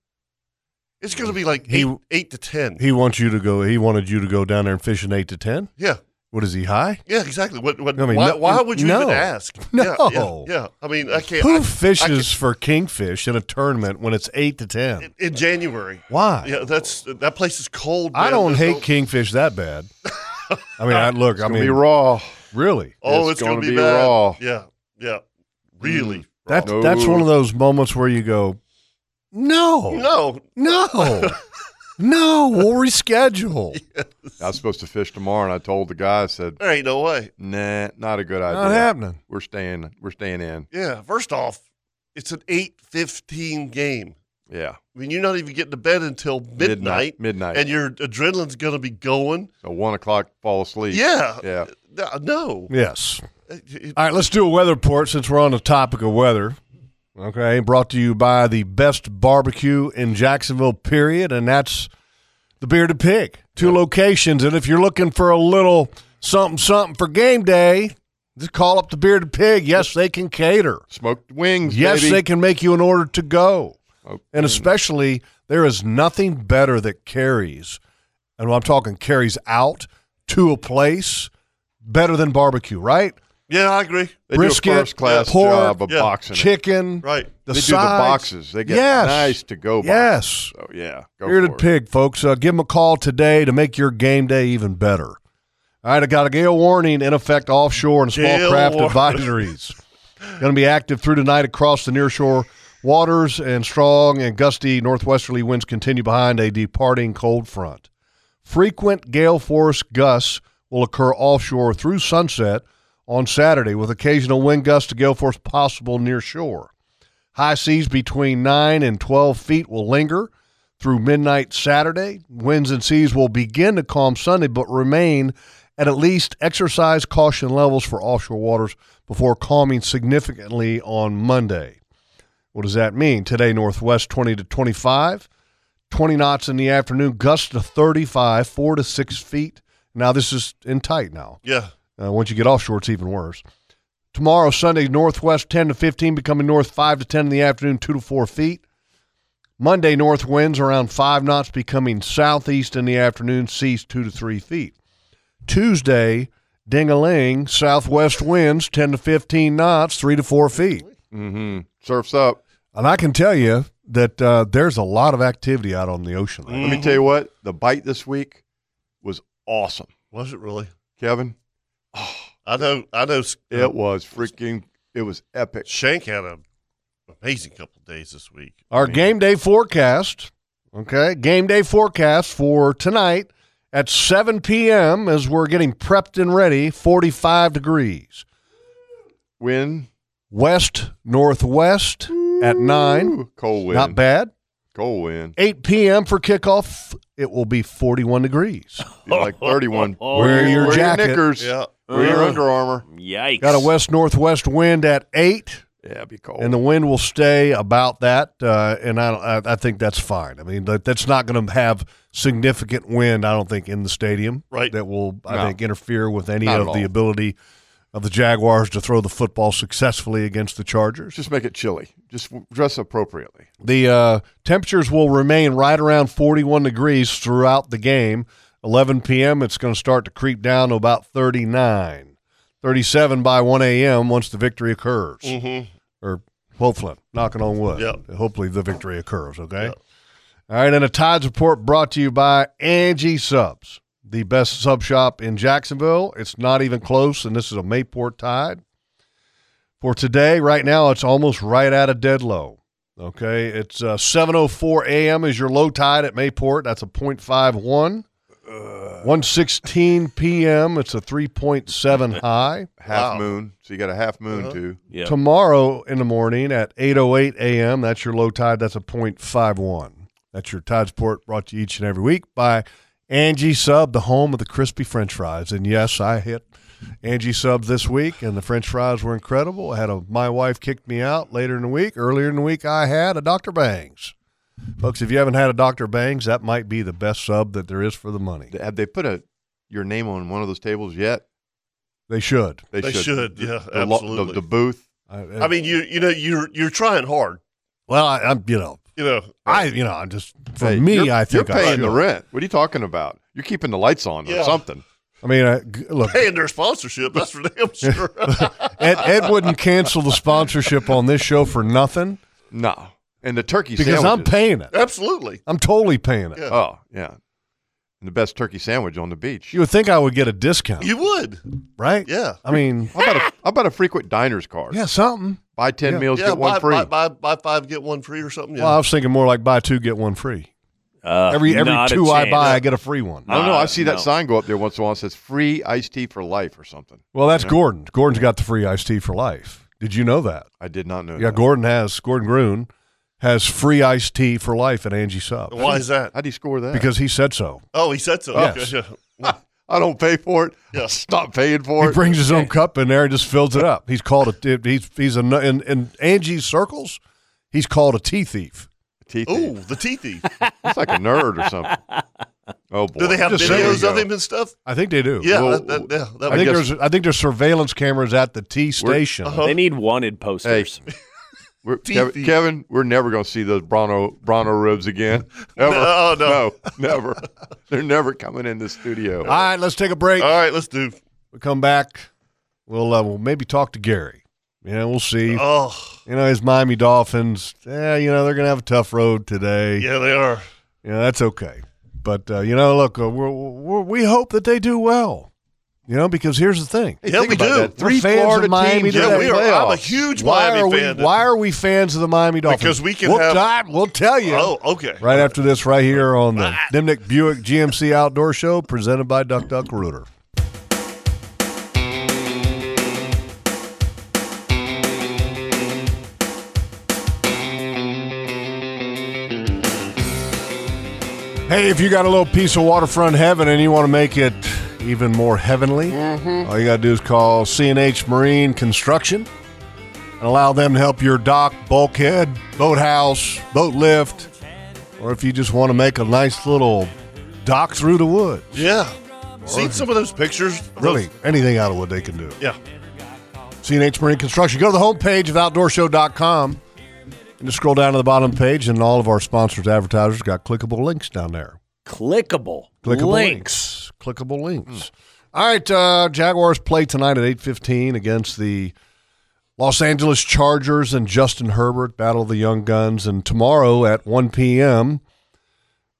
[SPEAKER 2] It's going to be like
[SPEAKER 5] He-
[SPEAKER 2] eight, eight to ten.
[SPEAKER 5] He wants you to go. He wanted you to go down there and fish an eight to ten.
[SPEAKER 2] Yeah.
[SPEAKER 5] What is he high?
[SPEAKER 2] Yeah, exactly. What, what,
[SPEAKER 5] I mean,
[SPEAKER 2] why,
[SPEAKER 5] no-
[SPEAKER 2] why would
[SPEAKER 5] <laughs>
[SPEAKER 2] you
[SPEAKER 5] no.
[SPEAKER 2] even ask? Yeah, yeah,
[SPEAKER 5] No.
[SPEAKER 2] yeah. I mean, I can't.
[SPEAKER 5] Who
[SPEAKER 2] I- I
[SPEAKER 5] fishes
[SPEAKER 2] can't-
[SPEAKER 5] for kingfish in a tournament when it's eight to ten?
[SPEAKER 2] in January?
[SPEAKER 5] Why?
[SPEAKER 2] Yeah, that's that place is cold.
[SPEAKER 5] I
[SPEAKER 2] man.
[SPEAKER 5] don't
[SPEAKER 2] There's
[SPEAKER 5] hate
[SPEAKER 2] no-
[SPEAKER 5] kingfish that bad. I
[SPEAKER 2] <laughs>
[SPEAKER 5] mean, I look. I
[SPEAKER 6] gonna
[SPEAKER 5] mean,
[SPEAKER 6] be raw.
[SPEAKER 5] Really?
[SPEAKER 2] Oh, it's, going to be, bad.
[SPEAKER 6] raw.
[SPEAKER 2] Yeah, yeah. Really.
[SPEAKER 5] Mm. That's
[SPEAKER 6] No.
[SPEAKER 5] that's one of those moments where you go, no,
[SPEAKER 2] <laughs> No.
[SPEAKER 5] no. No, we'll reschedule.
[SPEAKER 6] <laughs> I was supposed to fish tomorrow, and I told the guy, I said,
[SPEAKER 2] There ain't no way.
[SPEAKER 6] "Nah, not a good idea.
[SPEAKER 5] happening.
[SPEAKER 6] We're staying. We're staying in.
[SPEAKER 2] Yeah. First off, it's an eight fifteen game.
[SPEAKER 6] Yeah,
[SPEAKER 2] I mean, you're not even getting to bed until midnight.
[SPEAKER 6] Midnight, midnight.
[SPEAKER 2] And your adrenaline's going to be going.
[SPEAKER 6] so one o'clock, fall asleep.
[SPEAKER 2] Yeah.
[SPEAKER 6] yeah.
[SPEAKER 2] Uh,
[SPEAKER 6] Oh.
[SPEAKER 2] No.
[SPEAKER 5] Yes.
[SPEAKER 6] Uh,
[SPEAKER 2] It-
[SPEAKER 5] All right, let's do a weather report since we're on the topic of weather. Okay, brought to you by the best barbecue in Jacksonville, period, and that's the Bearded Pig. Two locations, and if you're looking for a little something something for game day, just call up the Bearded Pig. Yes, they can cater.
[SPEAKER 6] Smoked wings.
[SPEAKER 5] Yes,
[SPEAKER 6] baby.
[SPEAKER 5] they can make you an order to go. And especially, there is nothing better that carries, and when I'm talking carries out to a place, better than barbecue, right?
[SPEAKER 2] Yeah, I agree.
[SPEAKER 6] They
[SPEAKER 5] brisket,
[SPEAKER 6] do a first class
[SPEAKER 5] pork,
[SPEAKER 6] job of
[SPEAKER 2] yeah,
[SPEAKER 6] boxing. it.
[SPEAKER 5] Chicken,
[SPEAKER 2] Right.
[SPEAKER 5] The
[SPEAKER 6] they
[SPEAKER 5] sides.
[SPEAKER 6] do the boxes. They get
[SPEAKER 5] Yes.
[SPEAKER 6] nice to go. Boxes.
[SPEAKER 5] Yes.
[SPEAKER 6] So yeah, go
[SPEAKER 5] Bearded
[SPEAKER 6] for it.
[SPEAKER 5] Pig, folks. Uh, give them a call today to make your game day even better. All right, I got a gale warning in effect offshore and small
[SPEAKER 2] Gale
[SPEAKER 5] craft
[SPEAKER 2] warning.
[SPEAKER 5] advisories. <laughs> Going to be active through tonight across the nearshore waters, and strong and gusty northwesterly winds continue behind a departing cold front. Frequent gale force gusts will occur offshore through sunset on Saturday, with occasional wind gusts to gale force possible near shore. High seas between 9 and 12 feet will linger through midnight Saturday. Winds and seas will begin to calm Sunday, but remain at at least exercise caution levels for offshore waters before calming significantly on Monday. What does that mean? Today, northwest 20 to 25, 20 knots in the afternoon, gusts to 35, 4 to 6 feet. Now, this is in tight now.
[SPEAKER 2] Yeah.
[SPEAKER 5] Uh, once you get offshore, it's even worse. Tomorrow, Sunday, northwest 10 to 15, becoming north 5 to 10 in the afternoon, 2 to 4 feet. Monday, north winds around 5 knots, becoming southeast in the afternoon, seas 2 to 3 feet. Tuesday, ding a ling, southwest winds 10 to 15 knots, 3 to 4 feet.
[SPEAKER 6] Mm-hmm. Surfs up.
[SPEAKER 5] And I can tell you that uh, there's a lot of activity out on the ocean. right now.
[SPEAKER 6] Let me tell you what the bite this week was awesome,
[SPEAKER 2] Was it really? Oh,
[SPEAKER 6] Kevin.
[SPEAKER 2] I know. I know. S-
[SPEAKER 6] It was freaking. It was epic.
[SPEAKER 2] Shank had an amazing couple days this week.
[SPEAKER 5] Our game day forecast, okay, game day forecast for tonight at 7 p.m. as we're getting prepped and ready, 45 degrees.
[SPEAKER 6] Wind,
[SPEAKER 5] West northwest at 9,
[SPEAKER 6] cold wind,
[SPEAKER 5] not bad.
[SPEAKER 6] cold wind.
[SPEAKER 5] 8 p.m. for kickoff, it will be 41 degrees.
[SPEAKER 6] Be
[SPEAKER 2] <laughs>
[SPEAKER 6] like thirty-one.
[SPEAKER 5] Wear your
[SPEAKER 6] Wear
[SPEAKER 5] jacket. Uh-huh.
[SPEAKER 6] knickers.
[SPEAKER 2] Oh, Yeah.
[SPEAKER 6] Wear your Under Armour.
[SPEAKER 4] Yikes.
[SPEAKER 5] Got a west northwest wind at 8.
[SPEAKER 6] Yeah, it'd be cold.
[SPEAKER 5] and the wind will stay about that. Uh, and I, I, I think that's fine. I mean, that, that's not going to have significant wind. I don't think in the stadium,
[SPEAKER 2] Right.
[SPEAKER 5] That will, I
[SPEAKER 6] No.
[SPEAKER 5] think, interfere with any
[SPEAKER 6] Not
[SPEAKER 5] of
[SPEAKER 6] at
[SPEAKER 5] the
[SPEAKER 6] all.
[SPEAKER 5] ability of the Jaguars to throw the football successfully against the Chargers.
[SPEAKER 6] just make it chilly. Just w- dress appropriately.
[SPEAKER 5] The uh, temperatures will remain right around 41 degrees throughout the game. 11 p.m. It's going to start to creep down to about 39, 37 by 1 a.m. Once the victory occurs
[SPEAKER 2] Mm-hmm.
[SPEAKER 5] or hopefully, knocking on wood.
[SPEAKER 2] Yep.
[SPEAKER 5] Hopefully the victory occurs, okay? All right, and a Tides report brought to you by Angie Subs, the best sub shop in Jacksonville. It's not even close, and this is a Mayport Tide. For today, right now, it's almost right out of dead low. Okay, it's uh, 7.04 a.m. is your low tide at Mayport. That's a 0.51. 1.16 p.m., it's a 3.7 high.
[SPEAKER 6] Half
[SPEAKER 2] Wow. Uh-huh.
[SPEAKER 6] moon. So you got a half moon too.
[SPEAKER 4] Yep.
[SPEAKER 5] Tomorrow in the morning at 8.08 a.m., that's your low tide. That's a 0.51. That's your tide sport brought to you each and every week by Angie Sub, the home of the crispy french fries. And yes, I hit Angie Sub this week, and the french fries were incredible. I had a, my wife kicked me out later in the week. Earlier in the week, I had a Dr. Bangs. Folks, if you haven't had a Dr. Bangs, that might be the best sub that there is for the money.
[SPEAKER 6] Th- Have they put a your name on one of those tables yet?
[SPEAKER 5] They should.
[SPEAKER 2] They should, yeah,
[SPEAKER 6] the lo- the-
[SPEAKER 2] absolutely.
[SPEAKER 6] the booth.
[SPEAKER 5] I,
[SPEAKER 2] I mean, you you know you're you're trying hard.
[SPEAKER 5] well, I, I'm, you know,
[SPEAKER 2] You know.
[SPEAKER 5] I, you know, I'm just, for
[SPEAKER 6] Hey,
[SPEAKER 5] me,
[SPEAKER 6] you're-
[SPEAKER 5] I think
[SPEAKER 6] you're
[SPEAKER 5] I
[SPEAKER 6] paying
[SPEAKER 5] should.
[SPEAKER 6] the rent. What are you talking about? You're keeping the lights on
[SPEAKER 2] Yeah.
[SPEAKER 6] or something.
[SPEAKER 5] I mean, I, g- look,
[SPEAKER 2] Paying their sponsorship, that's for
[SPEAKER 5] <laughs>
[SPEAKER 2] damn sure.
[SPEAKER 5] Ed, Ed wouldn't cancel the sponsorship on this show for nothing
[SPEAKER 6] No. And the turkey
[SPEAKER 5] because I'm
[SPEAKER 6] sandwiches.
[SPEAKER 5] paying it.
[SPEAKER 2] Absolutely.
[SPEAKER 5] I'm totally paying it.
[SPEAKER 2] Yeah.
[SPEAKER 6] Oh yeah, and the best turkey sandwich on the beach.
[SPEAKER 5] You would think I would get a discount,
[SPEAKER 2] You would.
[SPEAKER 5] right?
[SPEAKER 2] Yeah.
[SPEAKER 6] <laughs>
[SPEAKER 5] I mean,
[SPEAKER 6] how, about a, how about a frequent diner's card?
[SPEAKER 5] yeah, something.
[SPEAKER 6] Buy ten
[SPEAKER 5] Yeah.
[SPEAKER 6] meals,
[SPEAKER 2] yeah,
[SPEAKER 6] get one
[SPEAKER 2] buy,
[SPEAKER 6] free.
[SPEAKER 2] Buy, buy, buy five, get one free or something. Yeah.
[SPEAKER 5] Well, I was thinking more like buy two get one free.
[SPEAKER 7] Uh,
[SPEAKER 5] Every- every
[SPEAKER 7] not a
[SPEAKER 5] two I
[SPEAKER 7] chance.
[SPEAKER 5] buy, I get a free one.
[SPEAKER 6] I don't know.
[SPEAKER 7] Nah,
[SPEAKER 6] I see that
[SPEAKER 7] uh, no.
[SPEAKER 6] sign go up there once in a while. It says free iced tea for life or something.
[SPEAKER 5] Well, that's
[SPEAKER 6] Yeah. <laughs>
[SPEAKER 5] Gordon. Gordon's got the free iced tea for life. Did you know that?
[SPEAKER 6] I did not know
[SPEAKER 5] Yeah,
[SPEAKER 6] that.
[SPEAKER 5] Gordon has. Gordon Groon has free iced tea for life at Angie Sub.
[SPEAKER 2] Why is that?
[SPEAKER 6] How'd he score that?
[SPEAKER 5] Because he said so.
[SPEAKER 2] Oh, he said so.
[SPEAKER 5] Yes.
[SPEAKER 2] Okay.
[SPEAKER 6] <laughs> I don't pay for it.
[SPEAKER 2] Yeah.
[SPEAKER 6] Stop paying for
[SPEAKER 5] He
[SPEAKER 6] it.
[SPEAKER 5] brings his own cup in there and just fills it up. He's called a he's he's a in, in Angie's circles. He's called a tea thief.
[SPEAKER 6] Teeth.
[SPEAKER 2] Ooh, the tea thief.
[SPEAKER 6] It's like a nerd or something. <laughs> Oh boy.
[SPEAKER 2] Do they have
[SPEAKER 5] Just saying.
[SPEAKER 2] videos of
[SPEAKER 6] There you
[SPEAKER 2] <laughs> him and stuff?
[SPEAKER 5] I think they do.
[SPEAKER 2] Yeah,
[SPEAKER 6] Well,
[SPEAKER 2] that, that, yeah, that
[SPEAKER 5] I
[SPEAKER 2] would-
[SPEAKER 5] think
[SPEAKER 6] guess-
[SPEAKER 5] there's I think there's surveillance cameras at the tea station.
[SPEAKER 2] uh-huh.
[SPEAKER 7] They need wanted posters.
[SPEAKER 6] <laughs> We're,
[SPEAKER 2] Teeth
[SPEAKER 6] Kevin,
[SPEAKER 2] thief.
[SPEAKER 6] Kevin, we're never going to see those Brono Brono ribs
[SPEAKER 5] <laughs>
[SPEAKER 6] again. Ever.
[SPEAKER 2] No, no.
[SPEAKER 6] never. <laughs> They're never coming in the studio.
[SPEAKER 5] All right, let's take a break.
[SPEAKER 2] All right, let's do.
[SPEAKER 5] We'll come back. We'll uh, we'll maybe talk to Gary. You know, we'll see.
[SPEAKER 2] Oh,
[SPEAKER 5] You know, his Miami Dolphins. Yeah, you know they're gonna have a tough road today.
[SPEAKER 2] yeah, they are.
[SPEAKER 5] Yeah, that's okay. But uh, you know, look, uh, we're, we're, we hope that they do well. You know, because here's the thing:
[SPEAKER 6] Hey,
[SPEAKER 2] Yeah,
[SPEAKER 6] think
[SPEAKER 2] we
[SPEAKER 6] about
[SPEAKER 2] do.
[SPEAKER 6] that.
[SPEAKER 5] We're
[SPEAKER 6] Three
[SPEAKER 5] fans of
[SPEAKER 6] Florida
[SPEAKER 5] Miami
[SPEAKER 6] teams
[SPEAKER 5] today.
[SPEAKER 6] in the
[SPEAKER 2] Yeah, we are. I'm a
[SPEAKER 6] playoffs.
[SPEAKER 2] huge
[SPEAKER 5] why
[SPEAKER 2] Miami
[SPEAKER 5] are
[SPEAKER 2] fan.
[SPEAKER 5] we why are we fans of the Miami Dolphins?
[SPEAKER 2] Because we can
[SPEAKER 5] we'll
[SPEAKER 2] have-
[SPEAKER 5] di- we'll tell you.
[SPEAKER 2] Oh, okay.
[SPEAKER 5] Right after this, right here on the Dimnick Buick GMC Outdoor Show, presented by Duck Duck Rooter. Hey, if you got a little piece of waterfront heaven and you want to make it even more heavenly, all you got to do is call CNH Marine Construction and allow them to help your dock, bulkhead, boathouse, boat lift, or if you just want to make a nice little dock through the woods.
[SPEAKER 2] Yeah. Seen some of those pictures? of
[SPEAKER 5] Really,
[SPEAKER 2] those-
[SPEAKER 5] anything out of wood they can do.
[SPEAKER 2] Yeah.
[SPEAKER 5] CNH Marine Construction. Go to the homepage of outdoorshow.com and just scroll down to the bottom of the page, and all of our sponsors, advertisers, got clickable links down there.
[SPEAKER 7] Clickable.
[SPEAKER 5] Clickable
[SPEAKER 7] links.
[SPEAKER 5] links. Clickable links. All right, uh, Jaguars play tonight at 8.15 against the Los Angeles Chargers and Justin Herbert, Battle of the Young Guns. And tomorrow at 1 p.m.,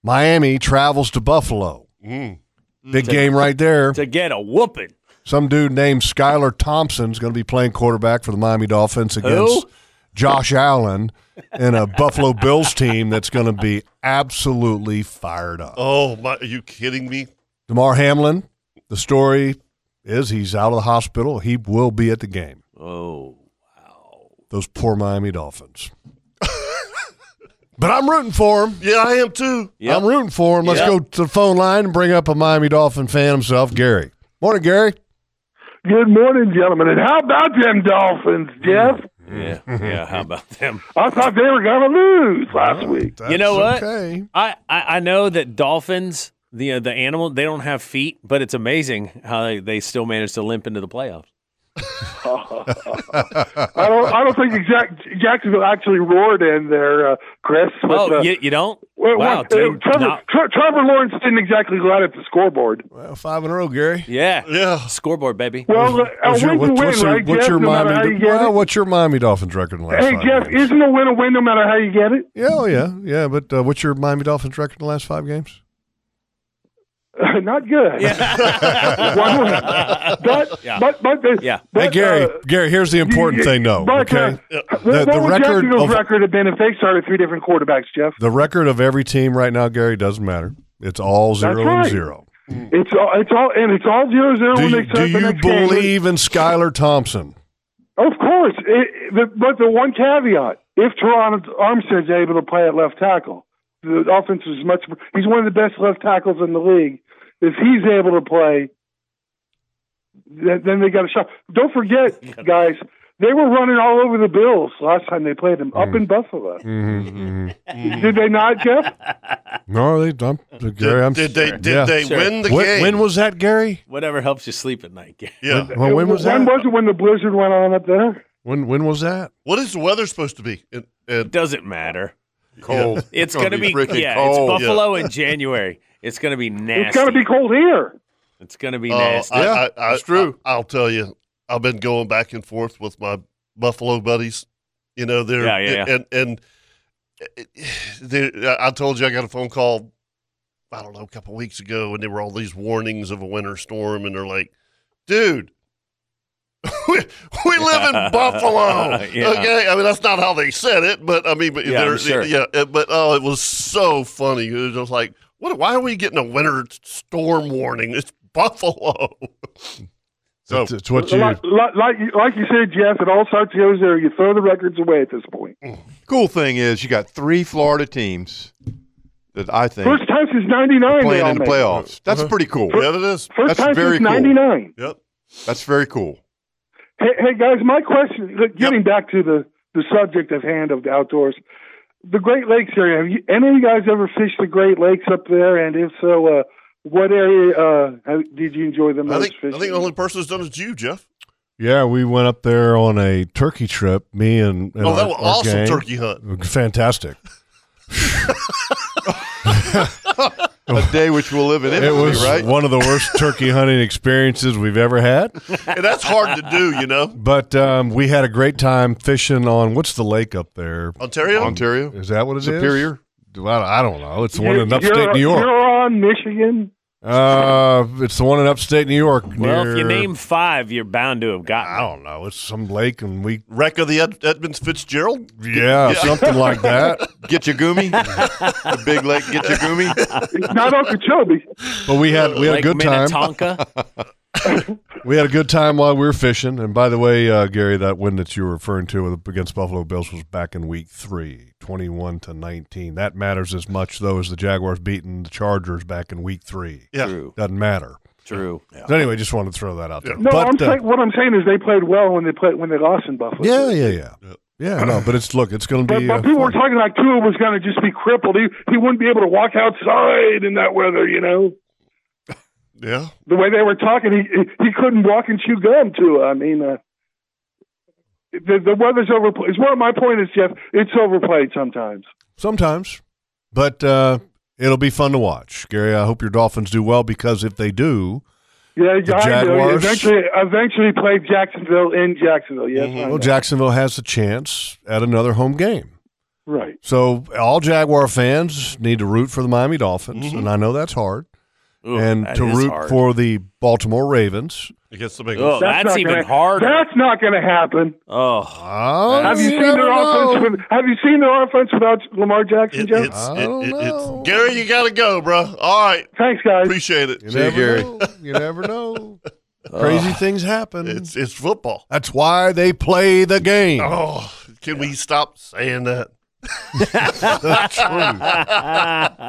[SPEAKER 5] Miami travels to Buffalo.
[SPEAKER 6] Mm.
[SPEAKER 2] Mm-hmm.
[SPEAKER 5] Big game right there.
[SPEAKER 7] To get a whooping.
[SPEAKER 5] Some dude named Skylar Thompson's going to be playing quarterback for the Miami Dolphins against Josh Allen and a Buffalo Bills team that's going to be absolutely fired up.
[SPEAKER 2] Oh, my, are you kidding me?
[SPEAKER 5] Damar Hamlin, the story is he's out of the hospital. He will be at the game.
[SPEAKER 7] Oh.
[SPEAKER 5] Those poor Miami Dolphins. <laughs> but I'm rooting for him.
[SPEAKER 2] Yeah, I am too.
[SPEAKER 7] Yep.
[SPEAKER 5] I'm rooting for him. Let's
[SPEAKER 7] Yep.
[SPEAKER 5] go to the phone line and bring up a Miami Dolphin fan himself, Gary. Morning, Gary.
[SPEAKER 9] Good morning, gentlemen. And how about them Dolphins, Jeff?
[SPEAKER 7] Yeah. Yeah. How about them?
[SPEAKER 9] I thought they were going to lose last week.
[SPEAKER 7] you know
[SPEAKER 5] That's
[SPEAKER 7] what?
[SPEAKER 5] Okay. <laughs>
[SPEAKER 7] I, I I know that dolphins, the uh, the animal, they don't have feet, but it's amazing how they, they still manage to limp into the playoffs.
[SPEAKER 9] <laughs> I don't. I don't think exact Jacksonville actually roared in there, uh, Chris. With,
[SPEAKER 7] Oh,
[SPEAKER 9] uh,
[SPEAKER 7] you, you don't?
[SPEAKER 9] well,
[SPEAKER 7] wow,
[SPEAKER 9] what-
[SPEAKER 7] dude.
[SPEAKER 9] uh, Trevor,
[SPEAKER 7] Nah.
[SPEAKER 9] Tre- Trevor Lawrence didn't exactly go out at the scoreboard.
[SPEAKER 5] Well, five in a row, Gary.
[SPEAKER 7] yeah.
[SPEAKER 2] Yeah.
[SPEAKER 7] Scoreboard, baby.
[SPEAKER 9] Well, uh, a
[SPEAKER 5] What's your-
[SPEAKER 9] win's
[SPEAKER 5] what-
[SPEAKER 9] a win,
[SPEAKER 5] what's your-
[SPEAKER 9] right,
[SPEAKER 5] what's
[SPEAKER 9] Jeff?
[SPEAKER 5] your
[SPEAKER 9] no matter
[SPEAKER 5] Miami-
[SPEAKER 9] how you get
[SPEAKER 5] well,
[SPEAKER 9] it.
[SPEAKER 5] what's your Miami Dolphins record in the last
[SPEAKER 9] Hey,
[SPEAKER 5] five
[SPEAKER 9] Jeff,
[SPEAKER 5] games?
[SPEAKER 9] isn't a win a win no matter how you get it?
[SPEAKER 5] yeah, oh, yeah, yeah. But uh, what's your Miami Dolphins record in the last five games?
[SPEAKER 9] Uh,
[SPEAKER 5] <laughs>
[SPEAKER 9] Not <laughs> good. <laughs> One win. But,
[SPEAKER 7] Yeah.
[SPEAKER 9] but, but, the-
[SPEAKER 7] Yeah.
[SPEAKER 9] but,
[SPEAKER 5] hey, Gary,
[SPEAKER 9] uh,
[SPEAKER 5] Gary, here's the important
[SPEAKER 9] you-
[SPEAKER 5] thing, though.
[SPEAKER 9] but, uh,
[SPEAKER 5] okay,
[SPEAKER 9] what,
[SPEAKER 5] The-
[SPEAKER 9] what
[SPEAKER 5] the
[SPEAKER 9] would
[SPEAKER 5] record
[SPEAKER 9] Jacksonville's
[SPEAKER 5] of-
[SPEAKER 9] record have been if they started three different quarterbacks, Jeff?
[SPEAKER 5] the record of every team right now, Gary, doesn't matter. It's all zero and
[SPEAKER 9] right.
[SPEAKER 5] zero.
[SPEAKER 9] It's all, it's all, and it's all zero zero
[SPEAKER 5] Do
[SPEAKER 9] when
[SPEAKER 5] you,
[SPEAKER 9] they
[SPEAKER 5] do
[SPEAKER 9] start the
[SPEAKER 5] you
[SPEAKER 9] next game.
[SPEAKER 5] believe in Skylar Thompson?
[SPEAKER 9] Of course, it, the, but the one caveat: if Toronto Armstead's able to play at left tackle, the offense is much. He's one of the best left tackles in the league. If he's able to play, then, then they got a shot. Don't forget, guys, they were running all over the Bills last time they played them
[SPEAKER 5] Hmm.
[SPEAKER 9] up in Buffalo. <laughs> Did they not, Jeff?
[SPEAKER 5] No, they. I'm, Gary, I'm,
[SPEAKER 2] did they- did they win the
[SPEAKER 5] when,
[SPEAKER 2] game?
[SPEAKER 5] When was that, Gary?
[SPEAKER 7] Whatever helps you sleep at night. Gary.
[SPEAKER 2] Yeah.
[SPEAKER 5] Well, when was that?
[SPEAKER 9] when was it when the blizzard went on up there?
[SPEAKER 5] when when was that?
[SPEAKER 2] What is the weather supposed to be? And, and
[SPEAKER 7] Doesn't matter.
[SPEAKER 6] Cold.
[SPEAKER 7] It's going to be,
[SPEAKER 6] freaking
[SPEAKER 7] yeah,
[SPEAKER 6] cold.
[SPEAKER 7] it's Buffalo in January. It's going to be nasty.
[SPEAKER 9] It's got to be cold here.
[SPEAKER 7] It's going to be
[SPEAKER 2] Oh,
[SPEAKER 7] nasty.
[SPEAKER 2] I, I, I,
[SPEAKER 6] it's true.
[SPEAKER 2] I, will tell you, I've been going back and forth with my Buffalo buddies. You know, they're
[SPEAKER 7] Yeah, yeah, yeah.
[SPEAKER 2] and and they, I told you I got a phone call. I don't know a couple weeks ago, and there were all these warnings of a winter storm, and they're like, "Dude, we live
[SPEAKER 5] <laughs>
[SPEAKER 2] in Buffalo.
[SPEAKER 6] Yeah.
[SPEAKER 2] Okay, I mean that's not how they said it, but I mean, but
[SPEAKER 6] Yeah, I'm
[SPEAKER 2] there-
[SPEAKER 6] sure.
[SPEAKER 2] yeah, uh, but oh, it was so funny. It was just like, what? Why are we getting a winter storm warning? It's Buffalo. so
[SPEAKER 5] it's, it's
[SPEAKER 9] like, like, like you- like you said, Jeff, it all starts goes there. You throw the records away at this point.
[SPEAKER 6] Cool thing is, you got three Florida teams that I think
[SPEAKER 9] First time since '99 they
[SPEAKER 6] playing
[SPEAKER 9] all
[SPEAKER 6] in the
[SPEAKER 9] made it.
[SPEAKER 6] playoffs. That's
[SPEAKER 5] Uh-huh.
[SPEAKER 6] pretty cool.
[SPEAKER 9] First- First
[SPEAKER 6] That's
[SPEAKER 9] time
[SPEAKER 6] very
[SPEAKER 9] since
[SPEAKER 6] cool.
[SPEAKER 9] '99.
[SPEAKER 2] Yep.
[SPEAKER 6] That's very cool.
[SPEAKER 9] Hey, hey guys, my question. Look, getting back to the the subject of hand of the outdoors, the Great Lakes area. Have you, any of you guys ever fished the Great Lakes up there? And if so, uh, what area uh, how, did you enjoy the most?
[SPEAKER 2] I think I
[SPEAKER 9] fishing?
[SPEAKER 2] think the only person who's done is you, Jeff.
[SPEAKER 5] Yeah, we went up there on a turkey trip. Me and, and
[SPEAKER 2] Oh, that
[SPEAKER 5] our-
[SPEAKER 2] was
[SPEAKER 5] our
[SPEAKER 2] awesome
[SPEAKER 5] gang.
[SPEAKER 2] turkey hunt.
[SPEAKER 5] Fantastic.
[SPEAKER 6] A day which we'll live in
[SPEAKER 5] It
[SPEAKER 6] infamy,
[SPEAKER 5] was
[SPEAKER 6] right?
[SPEAKER 5] one of the worst turkey hunting experiences we've ever had.
[SPEAKER 2] <laughs> And that's hard to do, you know.
[SPEAKER 5] But um, we had a great time fishing on what's the lake up there?
[SPEAKER 2] Ontario?
[SPEAKER 6] Ontario.
[SPEAKER 5] Is that what it is?
[SPEAKER 6] Superior?
[SPEAKER 5] Do I, I don't know. It's the one
[SPEAKER 9] You're-
[SPEAKER 5] in upstate
[SPEAKER 9] you're-
[SPEAKER 5] New York.
[SPEAKER 9] You're on Michigan.
[SPEAKER 5] Uh, it's the one in upstate New York.
[SPEAKER 7] Well, if you
[SPEAKER 5] near-
[SPEAKER 7] name five, you're bound to have gotten. I
[SPEAKER 5] don't know. It's some lake, and we
[SPEAKER 2] Wreck of the Ed- Edmonds Fitzgerald.
[SPEAKER 5] Yeah, something like
[SPEAKER 2] <laughs>
[SPEAKER 5] that.
[SPEAKER 6] Get your goomy. the big lake. Get your goomy.
[SPEAKER 9] It's not Okeechobee.
[SPEAKER 5] But we had we had a
[SPEAKER 7] Lake
[SPEAKER 5] good time.
[SPEAKER 7] Minnetonka.
[SPEAKER 5] <laughs> We had a good time while we were fishing. And by the way, uh, Gary, that win that you were referring to with- against Buffalo Bills was back in week three, 21 to 19. That matters as much, though, as the Jaguars beating the Chargers back in week three.
[SPEAKER 2] Yeah.
[SPEAKER 7] True.
[SPEAKER 5] Doesn't matter.
[SPEAKER 7] True.
[SPEAKER 5] So anyway, just wanted to throw that out there.
[SPEAKER 9] No,
[SPEAKER 5] But,
[SPEAKER 9] I'm
[SPEAKER 5] uh,
[SPEAKER 9] saying, what I'm saying is they played well when they played when they lost in Buffalo.
[SPEAKER 5] yeah, yeah, yeah. Yeah, no, but it's look, it's going to
[SPEAKER 9] But,
[SPEAKER 5] be.
[SPEAKER 9] but
[SPEAKER 5] uh,
[SPEAKER 9] people were
[SPEAKER 5] fun.
[SPEAKER 9] talking like Tua was going to just be crippled. He he wouldn't be able to walk outside in that weather. You know,
[SPEAKER 2] Yeah.
[SPEAKER 9] the way they were talking, he he couldn't walk and chew gum. Tua. I mean, uh, the the weather's overplayed. It's what my point is, Jeff. It's overplayed sometimes.
[SPEAKER 5] Sometimes, but uh, it'll be fun to watch, Gary. I hope your Dolphins do well because if they do,
[SPEAKER 9] Yeah,
[SPEAKER 5] The
[SPEAKER 9] I know.
[SPEAKER 5] Jaguars?
[SPEAKER 9] Eventually, eventually played Jacksonville in Jacksonville. Yes, I know.
[SPEAKER 5] Mm-hmm. well, Jacksonville has a chance at another home game.
[SPEAKER 9] right.
[SPEAKER 5] So all Jaguar fans need to root for the Miami Dolphins,
[SPEAKER 2] Mm-hmm.
[SPEAKER 5] and I know that's hard.
[SPEAKER 7] Ooh,
[SPEAKER 5] and
[SPEAKER 7] that
[SPEAKER 5] to
[SPEAKER 7] is
[SPEAKER 5] root
[SPEAKER 7] hard.
[SPEAKER 5] for the Baltimore Ravens.
[SPEAKER 2] Against the big.
[SPEAKER 7] Oh, that's,
[SPEAKER 9] not
[SPEAKER 7] even
[SPEAKER 9] gonna-
[SPEAKER 7] harder.
[SPEAKER 9] That's not going to happen.
[SPEAKER 7] oh,
[SPEAKER 5] Oh,
[SPEAKER 9] Have you, seen
[SPEAKER 5] never
[SPEAKER 9] their
[SPEAKER 5] know.
[SPEAKER 9] offense? With, have you seen their offense without Lamar Jackson,
[SPEAKER 2] It,
[SPEAKER 9] Jeff?
[SPEAKER 2] it's, Mm-hmm.
[SPEAKER 5] I
[SPEAKER 2] it,
[SPEAKER 5] don't
[SPEAKER 2] it-
[SPEAKER 5] know.
[SPEAKER 2] it's Gary. You gotta go, bro. All right.
[SPEAKER 9] Thanks, guys.
[SPEAKER 2] Appreciate it.
[SPEAKER 5] You
[SPEAKER 6] See you,
[SPEAKER 5] never
[SPEAKER 6] Gary.
[SPEAKER 5] know. You never
[SPEAKER 7] <laughs>
[SPEAKER 5] know. Crazy things happen.
[SPEAKER 2] It's it's football.
[SPEAKER 5] that's why they play the game.
[SPEAKER 2] Oh, can we stop
[SPEAKER 7] <laughs>
[SPEAKER 2] saying that?
[SPEAKER 5] That's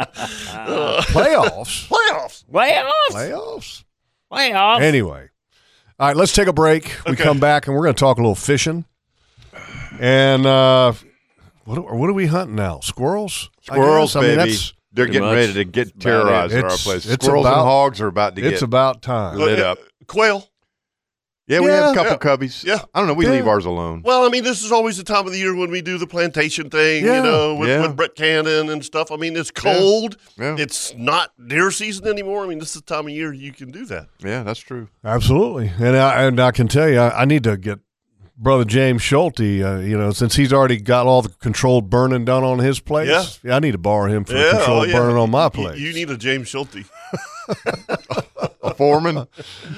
[SPEAKER 5] true. <laughs>
[SPEAKER 2] Uh,
[SPEAKER 5] Playoffs.
[SPEAKER 2] Playoffs.
[SPEAKER 7] playoffs.
[SPEAKER 5] Playoffs.
[SPEAKER 7] Playoffs.
[SPEAKER 5] Anyway, all right, let's take a break. We
[SPEAKER 2] Okay.
[SPEAKER 5] come back and we're going to talk a little fishing. And uh, what, are- what are we hunting now? Squirrels? I
[SPEAKER 6] Squirrels,
[SPEAKER 5] guess? I mean,
[SPEAKER 6] baby.
[SPEAKER 5] that's-
[SPEAKER 6] They're
[SPEAKER 7] Pretty
[SPEAKER 6] getting
[SPEAKER 7] much.
[SPEAKER 6] ready to get
[SPEAKER 7] That's about it.
[SPEAKER 6] terrorized at our
[SPEAKER 5] It's-
[SPEAKER 6] place.
[SPEAKER 5] it's
[SPEAKER 6] Squirrels
[SPEAKER 5] about-
[SPEAKER 6] and hogs are about to
[SPEAKER 5] it's
[SPEAKER 6] get.
[SPEAKER 5] about time.
[SPEAKER 6] Lit
[SPEAKER 2] Uh,
[SPEAKER 6] up.
[SPEAKER 2] Quail.
[SPEAKER 6] yeah, we have a
[SPEAKER 5] Yeah.
[SPEAKER 6] couple cubbies.
[SPEAKER 2] Yeah.
[SPEAKER 6] I don't know. We
[SPEAKER 5] Yeah.
[SPEAKER 6] leave ours alone.
[SPEAKER 2] Well, I mean, this is always the time of the year when we do the plantation thing,
[SPEAKER 5] Yeah.
[SPEAKER 2] you know, with,
[SPEAKER 6] Yeah.
[SPEAKER 2] with Brett Cannon and stuff. I mean, it's cold.
[SPEAKER 6] Yeah.
[SPEAKER 2] It's not deer season anymore. I mean, this is the time of year you can do that.
[SPEAKER 6] Yeah, that's true.
[SPEAKER 5] Absolutely, and I and I can tell you, I, I need to get brother James Schulte. Uh, you know, since he's already got all the controlled burning done on his place,
[SPEAKER 2] Yeah.
[SPEAKER 5] I need to borrow him for
[SPEAKER 2] Yeah, oh,
[SPEAKER 5] controlled
[SPEAKER 2] yeah.
[SPEAKER 5] burning on my
[SPEAKER 2] You,
[SPEAKER 5] place.
[SPEAKER 2] you need a James
[SPEAKER 5] <laughs>
[SPEAKER 2] Schulte.
[SPEAKER 6] A foreman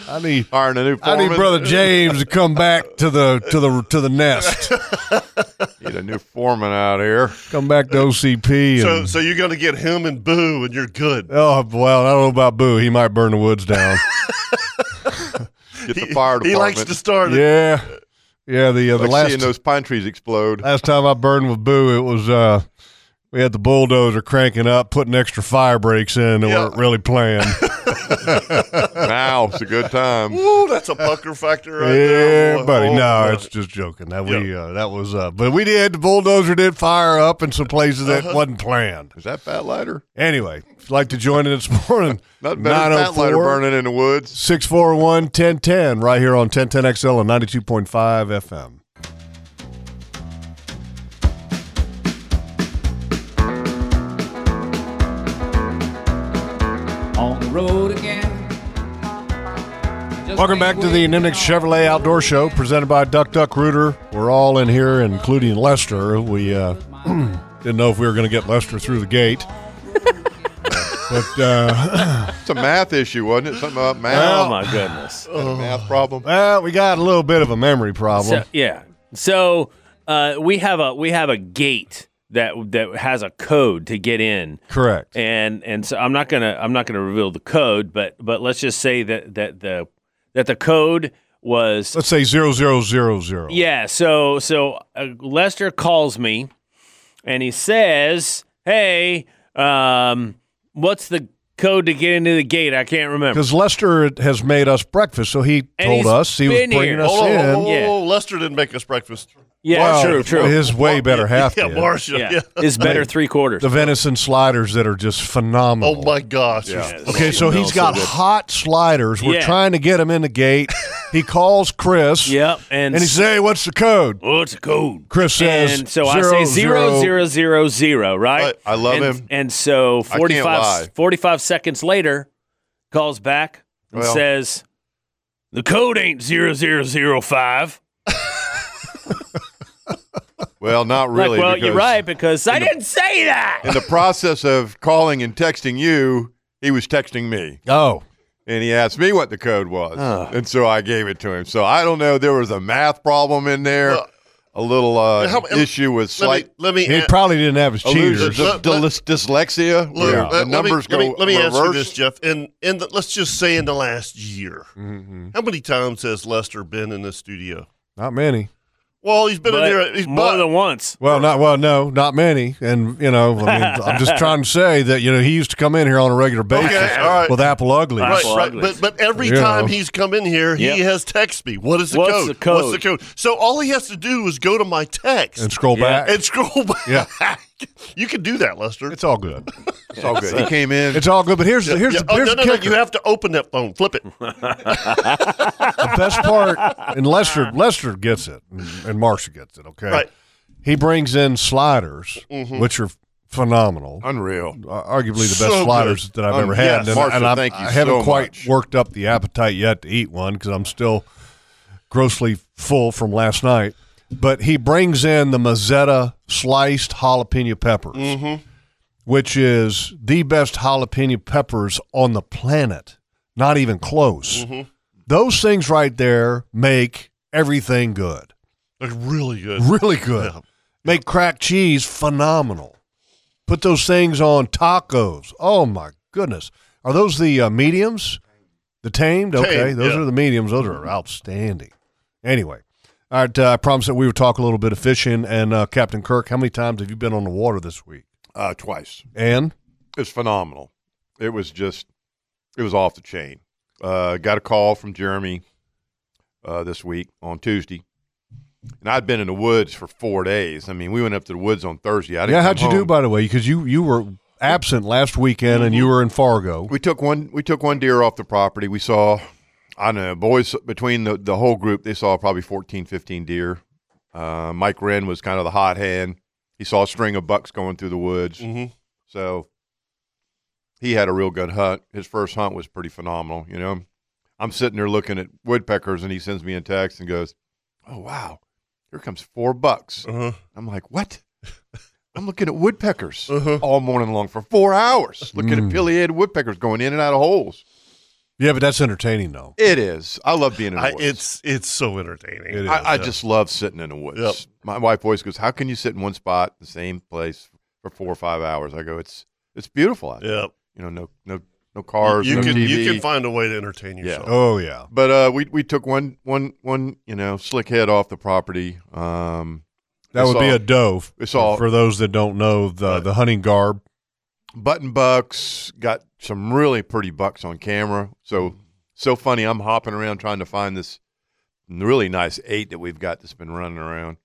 [SPEAKER 5] I need.
[SPEAKER 6] hiring a new
[SPEAKER 5] I
[SPEAKER 6] foreman.
[SPEAKER 5] need brother James to come back to the to the to the nest.
[SPEAKER 6] <laughs> Need a new foreman out here.
[SPEAKER 5] Come back to OCP.
[SPEAKER 2] So,
[SPEAKER 5] And,
[SPEAKER 2] so you're going to get him and Boo, and you're good.
[SPEAKER 5] oh well, I don't know about Boo. He might burn the woods
[SPEAKER 2] <laughs>
[SPEAKER 5] down.
[SPEAKER 6] Get the fire department.
[SPEAKER 2] He likes to start it.
[SPEAKER 5] yeah, yeah. The uh, the
[SPEAKER 6] Like seeing
[SPEAKER 5] last
[SPEAKER 6] those pine trees
[SPEAKER 2] <laughs>
[SPEAKER 6] explode.
[SPEAKER 5] last time I burned with Boo, it was uh, we had the bulldozer cranking up, putting extra fire brakes in that
[SPEAKER 2] Yeah.
[SPEAKER 5] weren't really
[SPEAKER 2] <laughs>
[SPEAKER 5] playing.
[SPEAKER 6] now it's a good
[SPEAKER 5] <laughs>
[SPEAKER 6] time.
[SPEAKER 2] Ooh, that's a pucker factor right there.
[SPEAKER 5] yeah,
[SPEAKER 2] boy.
[SPEAKER 5] buddy.
[SPEAKER 2] Oh,
[SPEAKER 5] no,
[SPEAKER 2] boy.
[SPEAKER 5] it's just joking. That we uh, that was uh, but we did the bulldozer did fire up in some places that wasn't planned.
[SPEAKER 6] Uh-huh. Is that fat lighter?
[SPEAKER 5] Anyway, if you'd like to join in this <laughs> morning,
[SPEAKER 6] Nothing better than fat lighter
[SPEAKER 5] 904
[SPEAKER 6] burning in the woods.
[SPEAKER 5] 641 1010 right here on 1010XL and 92.5 FM.
[SPEAKER 3] On the road again. Just
[SPEAKER 5] Welcome back
[SPEAKER 3] can't
[SPEAKER 5] to the
[SPEAKER 3] wait
[SPEAKER 5] Nimnik Chevrolet Outdoor Show presented by Duck Duck Rooter. We're all in here, including <clears throat> Lester. We uh, didn't know if we were going to get Lester through the gate. <laughs> But uh, <clears throat>
[SPEAKER 6] it's a math issue, wasn't it? Something about math.
[SPEAKER 5] Well-
[SPEAKER 7] goodness.
[SPEAKER 6] a math problem.
[SPEAKER 5] Oh. well, we got a little bit of a memory problem.
[SPEAKER 7] So, yeah. So uh, we have a we have a gate that that has a code to get in.
[SPEAKER 5] Correct.
[SPEAKER 7] And and so I'm not gonna I'm not gonna reveal the code, but but let's just say that that the that the code was
[SPEAKER 5] Let's say zero zero zero zero.
[SPEAKER 7] yeah. So so uh, Lester calls me, and he says, "Hey, um, what's the code to get into the gate? I can't remember."
[SPEAKER 5] Because Lester has made us breakfast, so he
[SPEAKER 7] And
[SPEAKER 5] told
[SPEAKER 7] he's
[SPEAKER 5] us he was
[SPEAKER 7] been
[SPEAKER 5] bringing
[SPEAKER 7] here.
[SPEAKER 5] us
[SPEAKER 7] Hold on,
[SPEAKER 5] in.
[SPEAKER 7] hold on,
[SPEAKER 2] Oh,
[SPEAKER 7] Yeah.
[SPEAKER 2] Lester didn't make us breakfast.
[SPEAKER 7] Yeah,
[SPEAKER 5] Well,
[SPEAKER 7] true, true.
[SPEAKER 5] His way better half.
[SPEAKER 2] Yeah,
[SPEAKER 5] did.
[SPEAKER 2] Marcia. Yeah.
[SPEAKER 7] It's better three quarters.
[SPEAKER 5] The venison sliders that are just phenomenal.
[SPEAKER 2] Oh my gosh.
[SPEAKER 5] Okay, so he's got hot sliders. We're
[SPEAKER 7] Yeah.
[SPEAKER 5] trying to get him in the gate.
[SPEAKER 2] <laughs>
[SPEAKER 5] he calls Chris.
[SPEAKER 7] Yep, and,
[SPEAKER 5] And he says, "Hey, what's the code?"
[SPEAKER 7] What's the code?
[SPEAKER 5] Chris says,
[SPEAKER 7] and so I
[SPEAKER 5] zero,
[SPEAKER 7] say zero
[SPEAKER 5] zero.
[SPEAKER 7] zero zero zero, right?
[SPEAKER 6] I, I love
[SPEAKER 7] and,
[SPEAKER 6] him.
[SPEAKER 7] And so
[SPEAKER 6] can't
[SPEAKER 7] 45,
[SPEAKER 6] lie.
[SPEAKER 7] 45 seconds later, calls back and
[SPEAKER 6] Well.
[SPEAKER 7] says, "The code ain't zero zero zero five.
[SPEAKER 6] Well, not
[SPEAKER 7] like,
[SPEAKER 6] really.
[SPEAKER 7] well, you're
[SPEAKER 6] because
[SPEAKER 7] right because I didn't say that.
[SPEAKER 6] In the process of calling and texting you, he was texting me,
[SPEAKER 5] Oh,
[SPEAKER 6] and he asked me what the code was,
[SPEAKER 7] Oh.
[SPEAKER 6] and so I gave it to him. So I don't know. There was a math problem in there,
[SPEAKER 2] Well,
[SPEAKER 6] a little uh,
[SPEAKER 2] how-
[SPEAKER 6] issue with
[SPEAKER 2] Let
[SPEAKER 6] slight
[SPEAKER 2] me, let me
[SPEAKER 5] he
[SPEAKER 2] a-
[SPEAKER 5] probably didn't have his
[SPEAKER 6] illusion,
[SPEAKER 5] cheaters.
[SPEAKER 2] Let-
[SPEAKER 6] dys- dys- dyslexia.
[SPEAKER 2] let-
[SPEAKER 6] where
[SPEAKER 2] let-
[SPEAKER 6] The
[SPEAKER 2] let me-
[SPEAKER 6] numbers
[SPEAKER 2] let me,
[SPEAKER 6] go.
[SPEAKER 2] Let me ask you
[SPEAKER 6] reverse.
[SPEAKER 2] this, Jeff. In in the, let's just say in the last year,
[SPEAKER 5] Mm-hmm.
[SPEAKER 2] how many times has Lester been in the studio?
[SPEAKER 5] Not many.
[SPEAKER 2] Well, he's been
[SPEAKER 7] But
[SPEAKER 2] in there. He's
[SPEAKER 7] more
[SPEAKER 2] but-
[SPEAKER 7] than once.
[SPEAKER 5] Well, not well, no, not many. And you know, I mean, I'm just trying to say that you know he used to come in here on a regular basis
[SPEAKER 2] Okay, all right.
[SPEAKER 5] with apple uglies.
[SPEAKER 2] Right,
[SPEAKER 7] Apple
[SPEAKER 2] right.
[SPEAKER 7] uglies.
[SPEAKER 2] But but every
[SPEAKER 5] You
[SPEAKER 2] time
[SPEAKER 5] know.
[SPEAKER 2] he's come in here, he
[SPEAKER 7] Yep.
[SPEAKER 2] has texted me. What is the
[SPEAKER 7] What's
[SPEAKER 2] code?
[SPEAKER 7] the code?
[SPEAKER 2] What's the code? So all he has to do is go to my text
[SPEAKER 5] And scroll
[SPEAKER 7] Yeah.
[SPEAKER 5] back.
[SPEAKER 2] and scroll back. <laughs>
[SPEAKER 5] Yeah.
[SPEAKER 2] you can do that, Lester.
[SPEAKER 5] It's all good.
[SPEAKER 6] It's all good. He came in.
[SPEAKER 5] It's all good. But here's the here's
[SPEAKER 2] Yeah.
[SPEAKER 5] the,
[SPEAKER 2] Oh,
[SPEAKER 5] here's
[SPEAKER 2] no, no,
[SPEAKER 5] the
[SPEAKER 2] no,
[SPEAKER 5] kicker.
[SPEAKER 2] you have to open that phone.
[SPEAKER 5] <laughs>
[SPEAKER 2] Flip it. Mm-hmm.
[SPEAKER 5] the best part, and Lester Lester gets it, and, and Marcia gets it. Okay,
[SPEAKER 2] Right.
[SPEAKER 5] He brings in sliders, which are phenomenal.
[SPEAKER 6] Mm-hmm. Unreal.
[SPEAKER 5] Ar- arguably the best
[SPEAKER 2] So good.
[SPEAKER 5] sliders that I've
[SPEAKER 6] Um,
[SPEAKER 5] ever had,
[SPEAKER 2] yes,
[SPEAKER 5] and,
[SPEAKER 6] Marshall,
[SPEAKER 5] and I'm-
[SPEAKER 6] thank you
[SPEAKER 5] I haven't
[SPEAKER 6] so
[SPEAKER 5] quite
[SPEAKER 6] much.
[SPEAKER 5] worked up the appetite yet to eat one because I'm still grossly full from last night. But he brings in the Mazetta sliced jalapeno peppers,
[SPEAKER 6] Mm-hmm.
[SPEAKER 5] which is the best jalapeno peppers on the planet. Not even close.
[SPEAKER 6] Mm-hmm.
[SPEAKER 5] Those things right there make everything good
[SPEAKER 2] Like, really good.
[SPEAKER 5] really good. Make cracked cheese phenomenal. Put those things on tacos. Oh my goodness, are those the uh, mediums? The tamed? Okay,
[SPEAKER 2] Tamed,
[SPEAKER 5] those
[SPEAKER 2] yeah.
[SPEAKER 5] are the mediums. Those are outstanding. Anyway, all right. Uh, I promised that we would talk a little bit of fishing and uh, Captain Kirk. How many times have you been on the water this week?
[SPEAKER 6] Uh, twice.
[SPEAKER 5] And
[SPEAKER 6] It's phenomenal. It was just, it was off the chain. Uh, got a call from Jeremy uh, this week on Tuesday, and I'd been in the woods for four days. I mean, we went up to the woods on Thursday. I didn't
[SPEAKER 5] yeah,
[SPEAKER 6] come
[SPEAKER 5] how'd you do
[SPEAKER 6] home.
[SPEAKER 5] by the way? Because you you were absent last weekend and you were in Fargo.
[SPEAKER 6] we took one. We took one deer off the property. We saw, I don't know, boys between the the whole group, they saw probably 14, 15 deer. Uh, Mike Wren was kind of the hot hand. He saw a string of bucks going through the woods.
[SPEAKER 2] Mhm.
[SPEAKER 6] So he had a real good hunt. His first hunt was pretty phenomenal, you know. I'm sitting there looking at woodpeckers and he sends me a text and goes, "Oh wow. Here comes four bucks."
[SPEAKER 2] Uh-huh.
[SPEAKER 6] I'm like, "What?" I'm looking at woodpeckers
[SPEAKER 2] Uh-huh.
[SPEAKER 6] all morning long for 4 hours, looking
[SPEAKER 5] Hmm. Mm.
[SPEAKER 6] at pileated woodpeckers going in and out of holes.
[SPEAKER 5] Yeah, but that's entertaining though.
[SPEAKER 6] It is. I love being in the
[SPEAKER 2] I,
[SPEAKER 6] woods.
[SPEAKER 2] it's it's so entertaining.
[SPEAKER 5] It is.
[SPEAKER 6] I, I just love sitting in the woods.
[SPEAKER 2] Yep.
[SPEAKER 6] My wife always goes, "How can you sit in one spot, the same place for 4 or 5 hours?" I go, "It's it's beautiful out there."
[SPEAKER 2] Yeah.
[SPEAKER 6] you know, no no no cars,
[SPEAKER 2] you
[SPEAKER 6] no
[SPEAKER 2] can
[SPEAKER 6] TV.
[SPEAKER 2] you can find a way to entertain yourself.
[SPEAKER 5] Oh yeah.
[SPEAKER 6] but uh, we we took one one one you know slick head off the property. Um,
[SPEAKER 5] That
[SPEAKER 6] It's
[SPEAKER 5] would be
[SPEAKER 6] all-
[SPEAKER 5] a dove.
[SPEAKER 6] it's all-
[SPEAKER 5] for those that don't know the the hunting garb.
[SPEAKER 6] button bucks got some really pretty bucks on camera. So
[SPEAKER 5] Mm-hmm.
[SPEAKER 6] so funny. I'm hopping around trying to find this really nice eight that we've got that's been running around.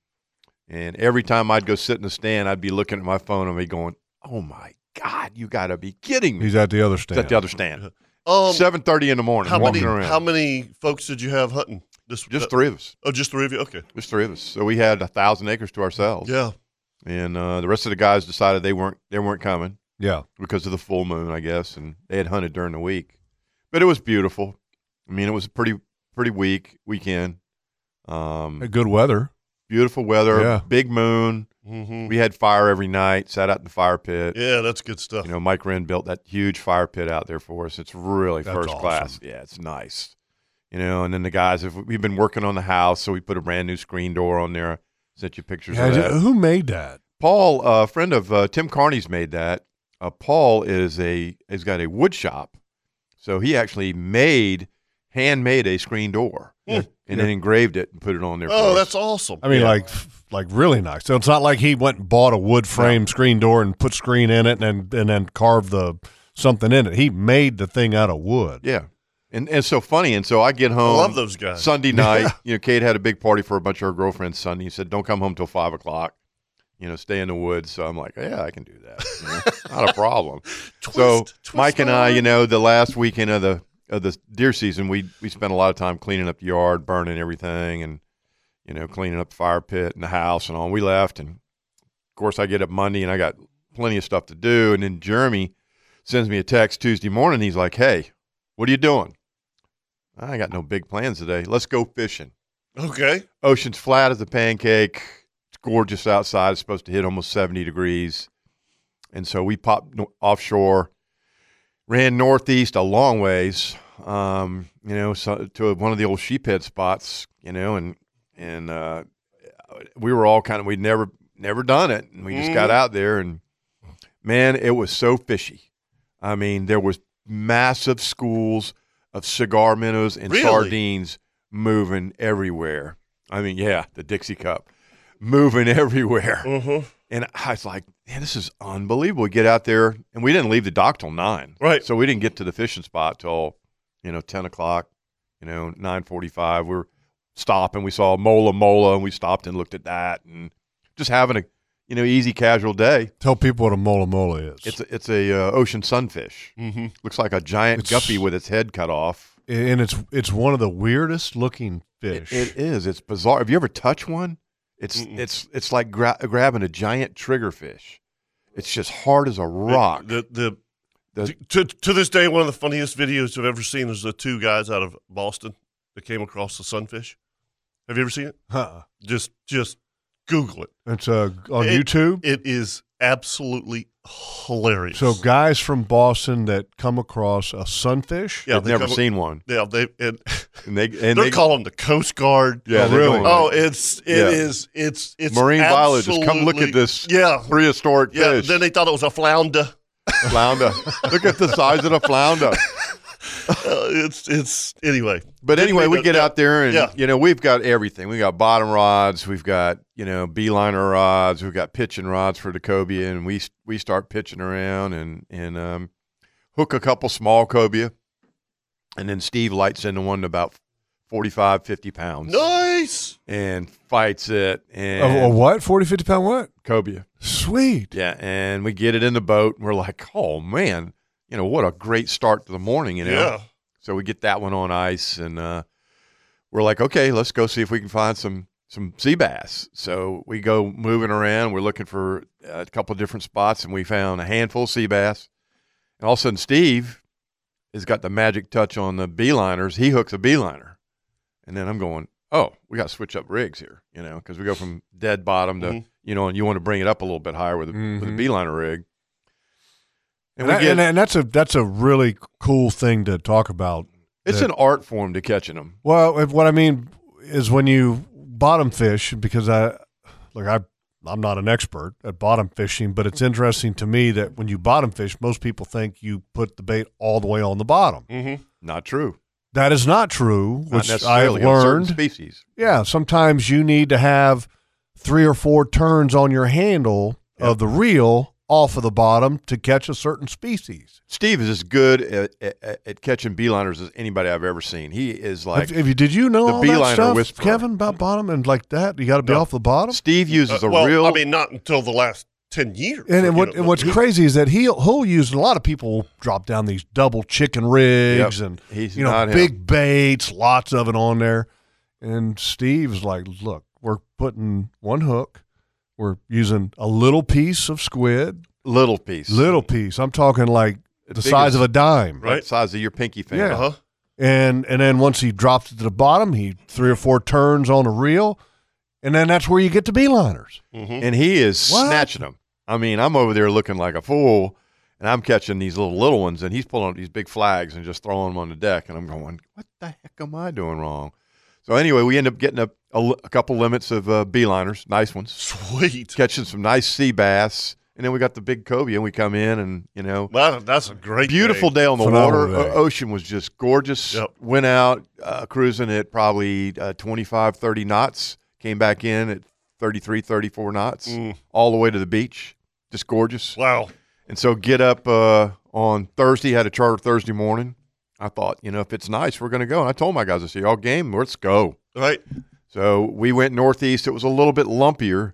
[SPEAKER 6] And every time I'd go sit in the stand, I'd be looking at my phone and be going, "Oh my God, you got to be kidding me!"
[SPEAKER 5] He's at the other
[SPEAKER 6] It's
[SPEAKER 5] stand.
[SPEAKER 6] at the other
[SPEAKER 5] <laughs>
[SPEAKER 6] stand,
[SPEAKER 2] Um,
[SPEAKER 6] seven thirty in the morning,
[SPEAKER 2] how
[SPEAKER 6] walking
[SPEAKER 2] many
[SPEAKER 6] around.
[SPEAKER 2] how many folks did you have hunting? This
[SPEAKER 6] just
[SPEAKER 2] that-
[SPEAKER 6] three of us.
[SPEAKER 2] Oh, just three of you. Okay.
[SPEAKER 6] Just three of us. So we had a thousand acres to ourselves.
[SPEAKER 2] Yeah.
[SPEAKER 6] and uh, the rest of the guys decided they weren't they weren't coming
[SPEAKER 5] yeah.
[SPEAKER 6] because of the full moon, I guess, and they had hunted during the week. But it was beautiful. I mean, it was a pretty pretty week weekend. Um,
[SPEAKER 5] Good weather.
[SPEAKER 6] beautiful weather,
[SPEAKER 5] Yeah.
[SPEAKER 6] big moon.
[SPEAKER 2] Mhm.
[SPEAKER 6] We had fire every night. Sat out in the fire pit.
[SPEAKER 2] Yeah, that's good stuff.
[SPEAKER 6] You know, Mike Wren built that huge fire pit out there for us. It's really
[SPEAKER 2] That's
[SPEAKER 6] first
[SPEAKER 2] awesome.
[SPEAKER 6] class. Yeah, it's nice. You know, and then the guys have we've been working on the house, so we put a brand new screen door on there. Sent you pictures
[SPEAKER 5] Yeah,
[SPEAKER 6] of that.
[SPEAKER 5] who made that?
[SPEAKER 6] Paul, a friend of uh, Tim Carney's, made that. Uh, Paul is a has got a wood shop, so he actually made handmade a screen door
[SPEAKER 2] Hmm.
[SPEAKER 6] and then engraved it and put it on there.
[SPEAKER 2] Oh,
[SPEAKER 6] for us.
[SPEAKER 2] that's awesome.
[SPEAKER 5] I mean,
[SPEAKER 6] Yeah.
[SPEAKER 5] like, like really nice. So it's not like he went and bought a wood frame screen door and put screen in it, and and then carved the something in it. He made the thing out of wood.
[SPEAKER 6] Yeah. And, and it's so funny. And so I get home.
[SPEAKER 2] love those guys. <laughs>
[SPEAKER 6] Sunday night, you know, Kate had a big party for a bunch of her girlfriends Sunday. He said, don't come home till five o'clock. You know, stay in the woods. So I'm like, yeah, I can do that. you
[SPEAKER 2] <laughs>
[SPEAKER 6] know, <laughs> not a problem. so Mike and I, you know, the last weekend of the of the deer season, we we spent a lot of time cleaning up the yard, burning everything, and you know, cleaning up the fire pit and the house and all. We left, and of course, I get up Monday and I got plenty of stuff to do. And then Jeremy sends me a text Tuesday morning. He's like, "Hey, what are you doing? I got no big plans today. Let's go fishing.
[SPEAKER 2] Okay.
[SPEAKER 6] Ocean's flat as a pancake. It's gorgeous outside. It's supposed to hit almost 70 degrees. And so we popped no- offshore, ran northeast a long ways, um, you know, so, to one of the old sheephead spots, you know, and, and, uh, we were all kind of, we'd never, never done it. And we just got
[SPEAKER 2] Mhm.
[SPEAKER 6] out there and man, it was so fishy. I mean, there was massive schools of cigar minnows and
[SPEAKER 2] Really?
[SPEAKER 6] sardines moving everywhere. I mean, yeah, the Dixie Cup moving <laughs> everywhere.
[SPEAKER 2] Mm-hmm.
[SPEAKER 6] And I was like, man, this is unbelievable. We get out there, and we didn't leave the dock till nine. Right. So we didn't get to the fishing spot till, you know, ten o'clock. You know, nine forty-five. We were stopping. We saw mola mola, and we stopped and looked at that, and just having a, you know, easy casual day.
[SPEAKER 5] Tell people what a mola mola is.
[SPEAKER 6] It's a, it's a uh, ocean sunfish.
[SPEAKER 2] Mm-hmm.
[SPEAKER 6] Looks like a giant guppy with its head cut off.
[SPEAKER 5] and it's it's one of the weirdest looking fish.
[SPEAKER 6] It is. It's bizarre. Have you ever touched one? It's it's it's like gra- grabbing a giant triggerfish. It's just hard as a rock.
[SPEAKER 2] The, the,
[SPEAKER 6] The-
[SPEAKER 2] to, to this day, one of the funniest videos I've ever seen is the two guys out of Boston that came across the sunfish. Have you ever seen it?
[SPEAKER 5] Huh.
[SPEAKER 2] Just just Google it.
[SPEAKER 5] It's uh, on
[SPEAKER 2] It-
[SPEAKER 5] YouTube.
[SPEAKER 2] It is absolutely hilarious.
[SPEAKER 5] So guys from Boston that come across a sunfish.
[SPEAKER 2] Yeah,
[SPEAKER 6] They've
[SPEAKER 2] they
[SPEAKER 6] never
[SPEAKER 2] come-
[SPEAKER 6] seen one.
[SPEAKER 2] Yeah, they and,
[SPEAKER 6] <laughs> And they- and
[SPEAKER 2] <laughs> they're
[SPEAKER 6] they-
[SPEAKER 2] calling the Coast Guard.
[SPEAKER 6] Yeah, Oh, they're really? going-
[SPEAKER 2] Oh, it's it
[SPEAKER 6] Yeah.
[SPEAKER 2] is it's it's
[SPEAKER 6] Marine biologists, come look
[SPEAKER 2] absolutely-
[SPEAKER 6] at this
[SPEAKER 2] Yeah,
[SPEAKER 6] prehistoric
[SPEAKER 2] yeah.
[SPEAKER 6] fish.
[SPEAKER 2] Then they thought it was a flounder.
[SPEAKER 6] flounder.
[SPEAKER 2] <laughs>
[SPEAKER 6] look at the size of the flounder.
[SPEAKER 2] Uh, it's it's anyway.
[SPEAKER 6] But
[SPEAKER 2] Didn't
[SPEAKER 6] anyway,
[SPEAKER 2] mean
[SPEAKER 6] we
[SPEAKER 2] to-
[SPEAKER 6] get out there and
[SPEAKER 2] Yeah.
[SPEAKER 6] you know we've got everything. We got bottom rods, we've got you know beeliner rods, we've got pitching rods for the cobia, and we we start pitching around and and um, hook a couple small cobia, and then Steve lights into one about 45, 50 pounds
[SPEAKER 2] Nice.
[SPEAKER 6] and fights it
[SPEAKER 5] A, a
[SPEAKER 6] and
[SPEAKER 5] what? 40, 50 pound what?
[SPEAKER 6] cobia.
[SPEAKER 5] Sweet.
[SPEAKER 6] Yeah, and we get it in the boat, and we're like, oh man, you know what a great start to the morning, you know.
[SPEAKER 2] Yeah.
[SPEAKER 6] So we get that one on ice, and uh, we're like, okay, let's go see if we can find some some sea bass. So we go moving around. We're looking for uh, a couple of different spots, and we found a handful of sea bass. And all of a sudden, Steve has got the magic touch on the beeliners. He hooks a beeliner, and then I'm going, oh, we got to switch up rigs here, you know, because we go from dead bottom to
[SPEAKER 5] Mm-hmm.
[SPEAKER 2] Mhm.
[SPEAKER 6] you know, and you want to bring it up a little bit higher with a with a
[SPEAKER 5] Mhm.
[SPEAKER 6] beeliner rig.
[SPEAKER 5] And, that- and, and that's a that's a really cool thing to talk about.
[SPEAKER 6] It's
[SPEAKER 5] that-
[SPEAKER 6] an art form to catching them.
[SPEAKER 5] Well, if- what I mean is when you bottom fish, because I look, I I'm not an expert at bottom fishing, but it's interesting to me that when you bottom fish, most people think you put the bait all the way on the bottom.
[SPEAKER 2] Mm-hmm.
[SPEAKER 6] Not true.
[SPEAKER 5] That is not
[SPEAKER 6] Not
[SPEAKER 5] true, which I have
[SPEAKER 6] necessarily on certain
[SPEAKER 5] learned.
[SPEAKER 6] species.
[SPEAKER 5] Yeah, sometimes you need to have three or four turns on your handle of the reel off of the bottom to catch a certain species.
[SPEAKER 6] Steve is as good at, at, at catching beeliners as anybody I've ever seen. He is like
[SPEAKER 5] Have- have you- did you know
[SPEAKER 6] the
[SPEAKER 5] all
[SPEAKER 6] beeliner
[SPEAKER 5] that stuff,
[SPEAKER 6] whisperer.
[SPEAKER 5] Kevin, about bottom and like that? You got to be
[SPEAKER 2] No.
[SPEAKER 5] off the bottom.
[SPEAKER 6] Steve uses
[SPEAKER 2] Uh,
[SPEAKER 6] a
[SPEAKER 2] well,
[SPEAKER 6] real.
[SPEAKER 2] I mean, not until the last ten years.
[SPEAKER 5] And,
[SPEAKER 2] you
[SPEAKER 5] and what
[SPEAKER 2] know,
[SPEAKER 5] and what's
[SPEAKER 2] he-
[SPEAKER 5] crazy is that he'll he'll use and a lot of people will drop down these double chicken rigs and
[SPEAKER 6] he's
[SPEAKER 5] you know
[SPEAKER 6] not him.
[SPEAKER 5] big baits, lots of it on there. And Steve's like, look, we're putting one hook, we're using a little piece of squid,
[SPEAKER 6] little piece,
[SPEAKER 5] little piece. I'm talking like the
[SPEAKER 6] Biggest-
[SPEAKER 5] size of a dime,
[SPEAKER 6] right? size of your pinky finger.
[SPEAKER 5] Yeah.
[SPEAKER 2] Uh-huh.
[SPEAKER 5] And and then once he drops it to the bottom, he three or four turns on a reel, and then that's where you get to be liners.
[SPEAKER 6] and he is
[SPEAKER 5] What?
[SPEAKER 6] snatching them. I mean, I'm over there looking like a fool, and I'm catching these little little ones, and he's pulling up these big flags and just throwing them on the deck, and I'm going, "What the heck am I doing wrong?" So anyway, we end up getting a, a li- a couple limits of uh, beeliners, nice ones,
[SPEAKER 2] sweet,
[SPEAKER 6] catching some nice sea bass, and then we got the big cobia, and we come in, and you know,
[SPEAKER 2] that's a great,
[SPEAKER 6] beautiful
[SPEAKER 2] day. Uh,
[SPEAKER 6] day, on the
[SPEAKER 2] Phenomenal
[SPEAKER 6] water.
[SPEAKER 2] day.
[SPEAKER 6] O- ocean was just gorgeous. Went out uh, cruising at probably uh, 25, 30 knots. Came back in at 33, 34 knots, all the way to the beach. Just gorgeous.
[SPEAKER 2] Mm. Wow.
[SPEAKER 6] And so get up uh, on Thursday, had a charter Thursday morning. I thought, you know, if it's nice, we're going to go. And I told my guys, I said, y'all game, let's go.
[SPEAKER 2] uh, Right.
[SPEAKER 6] So we went northeast. It was a little bit lumpier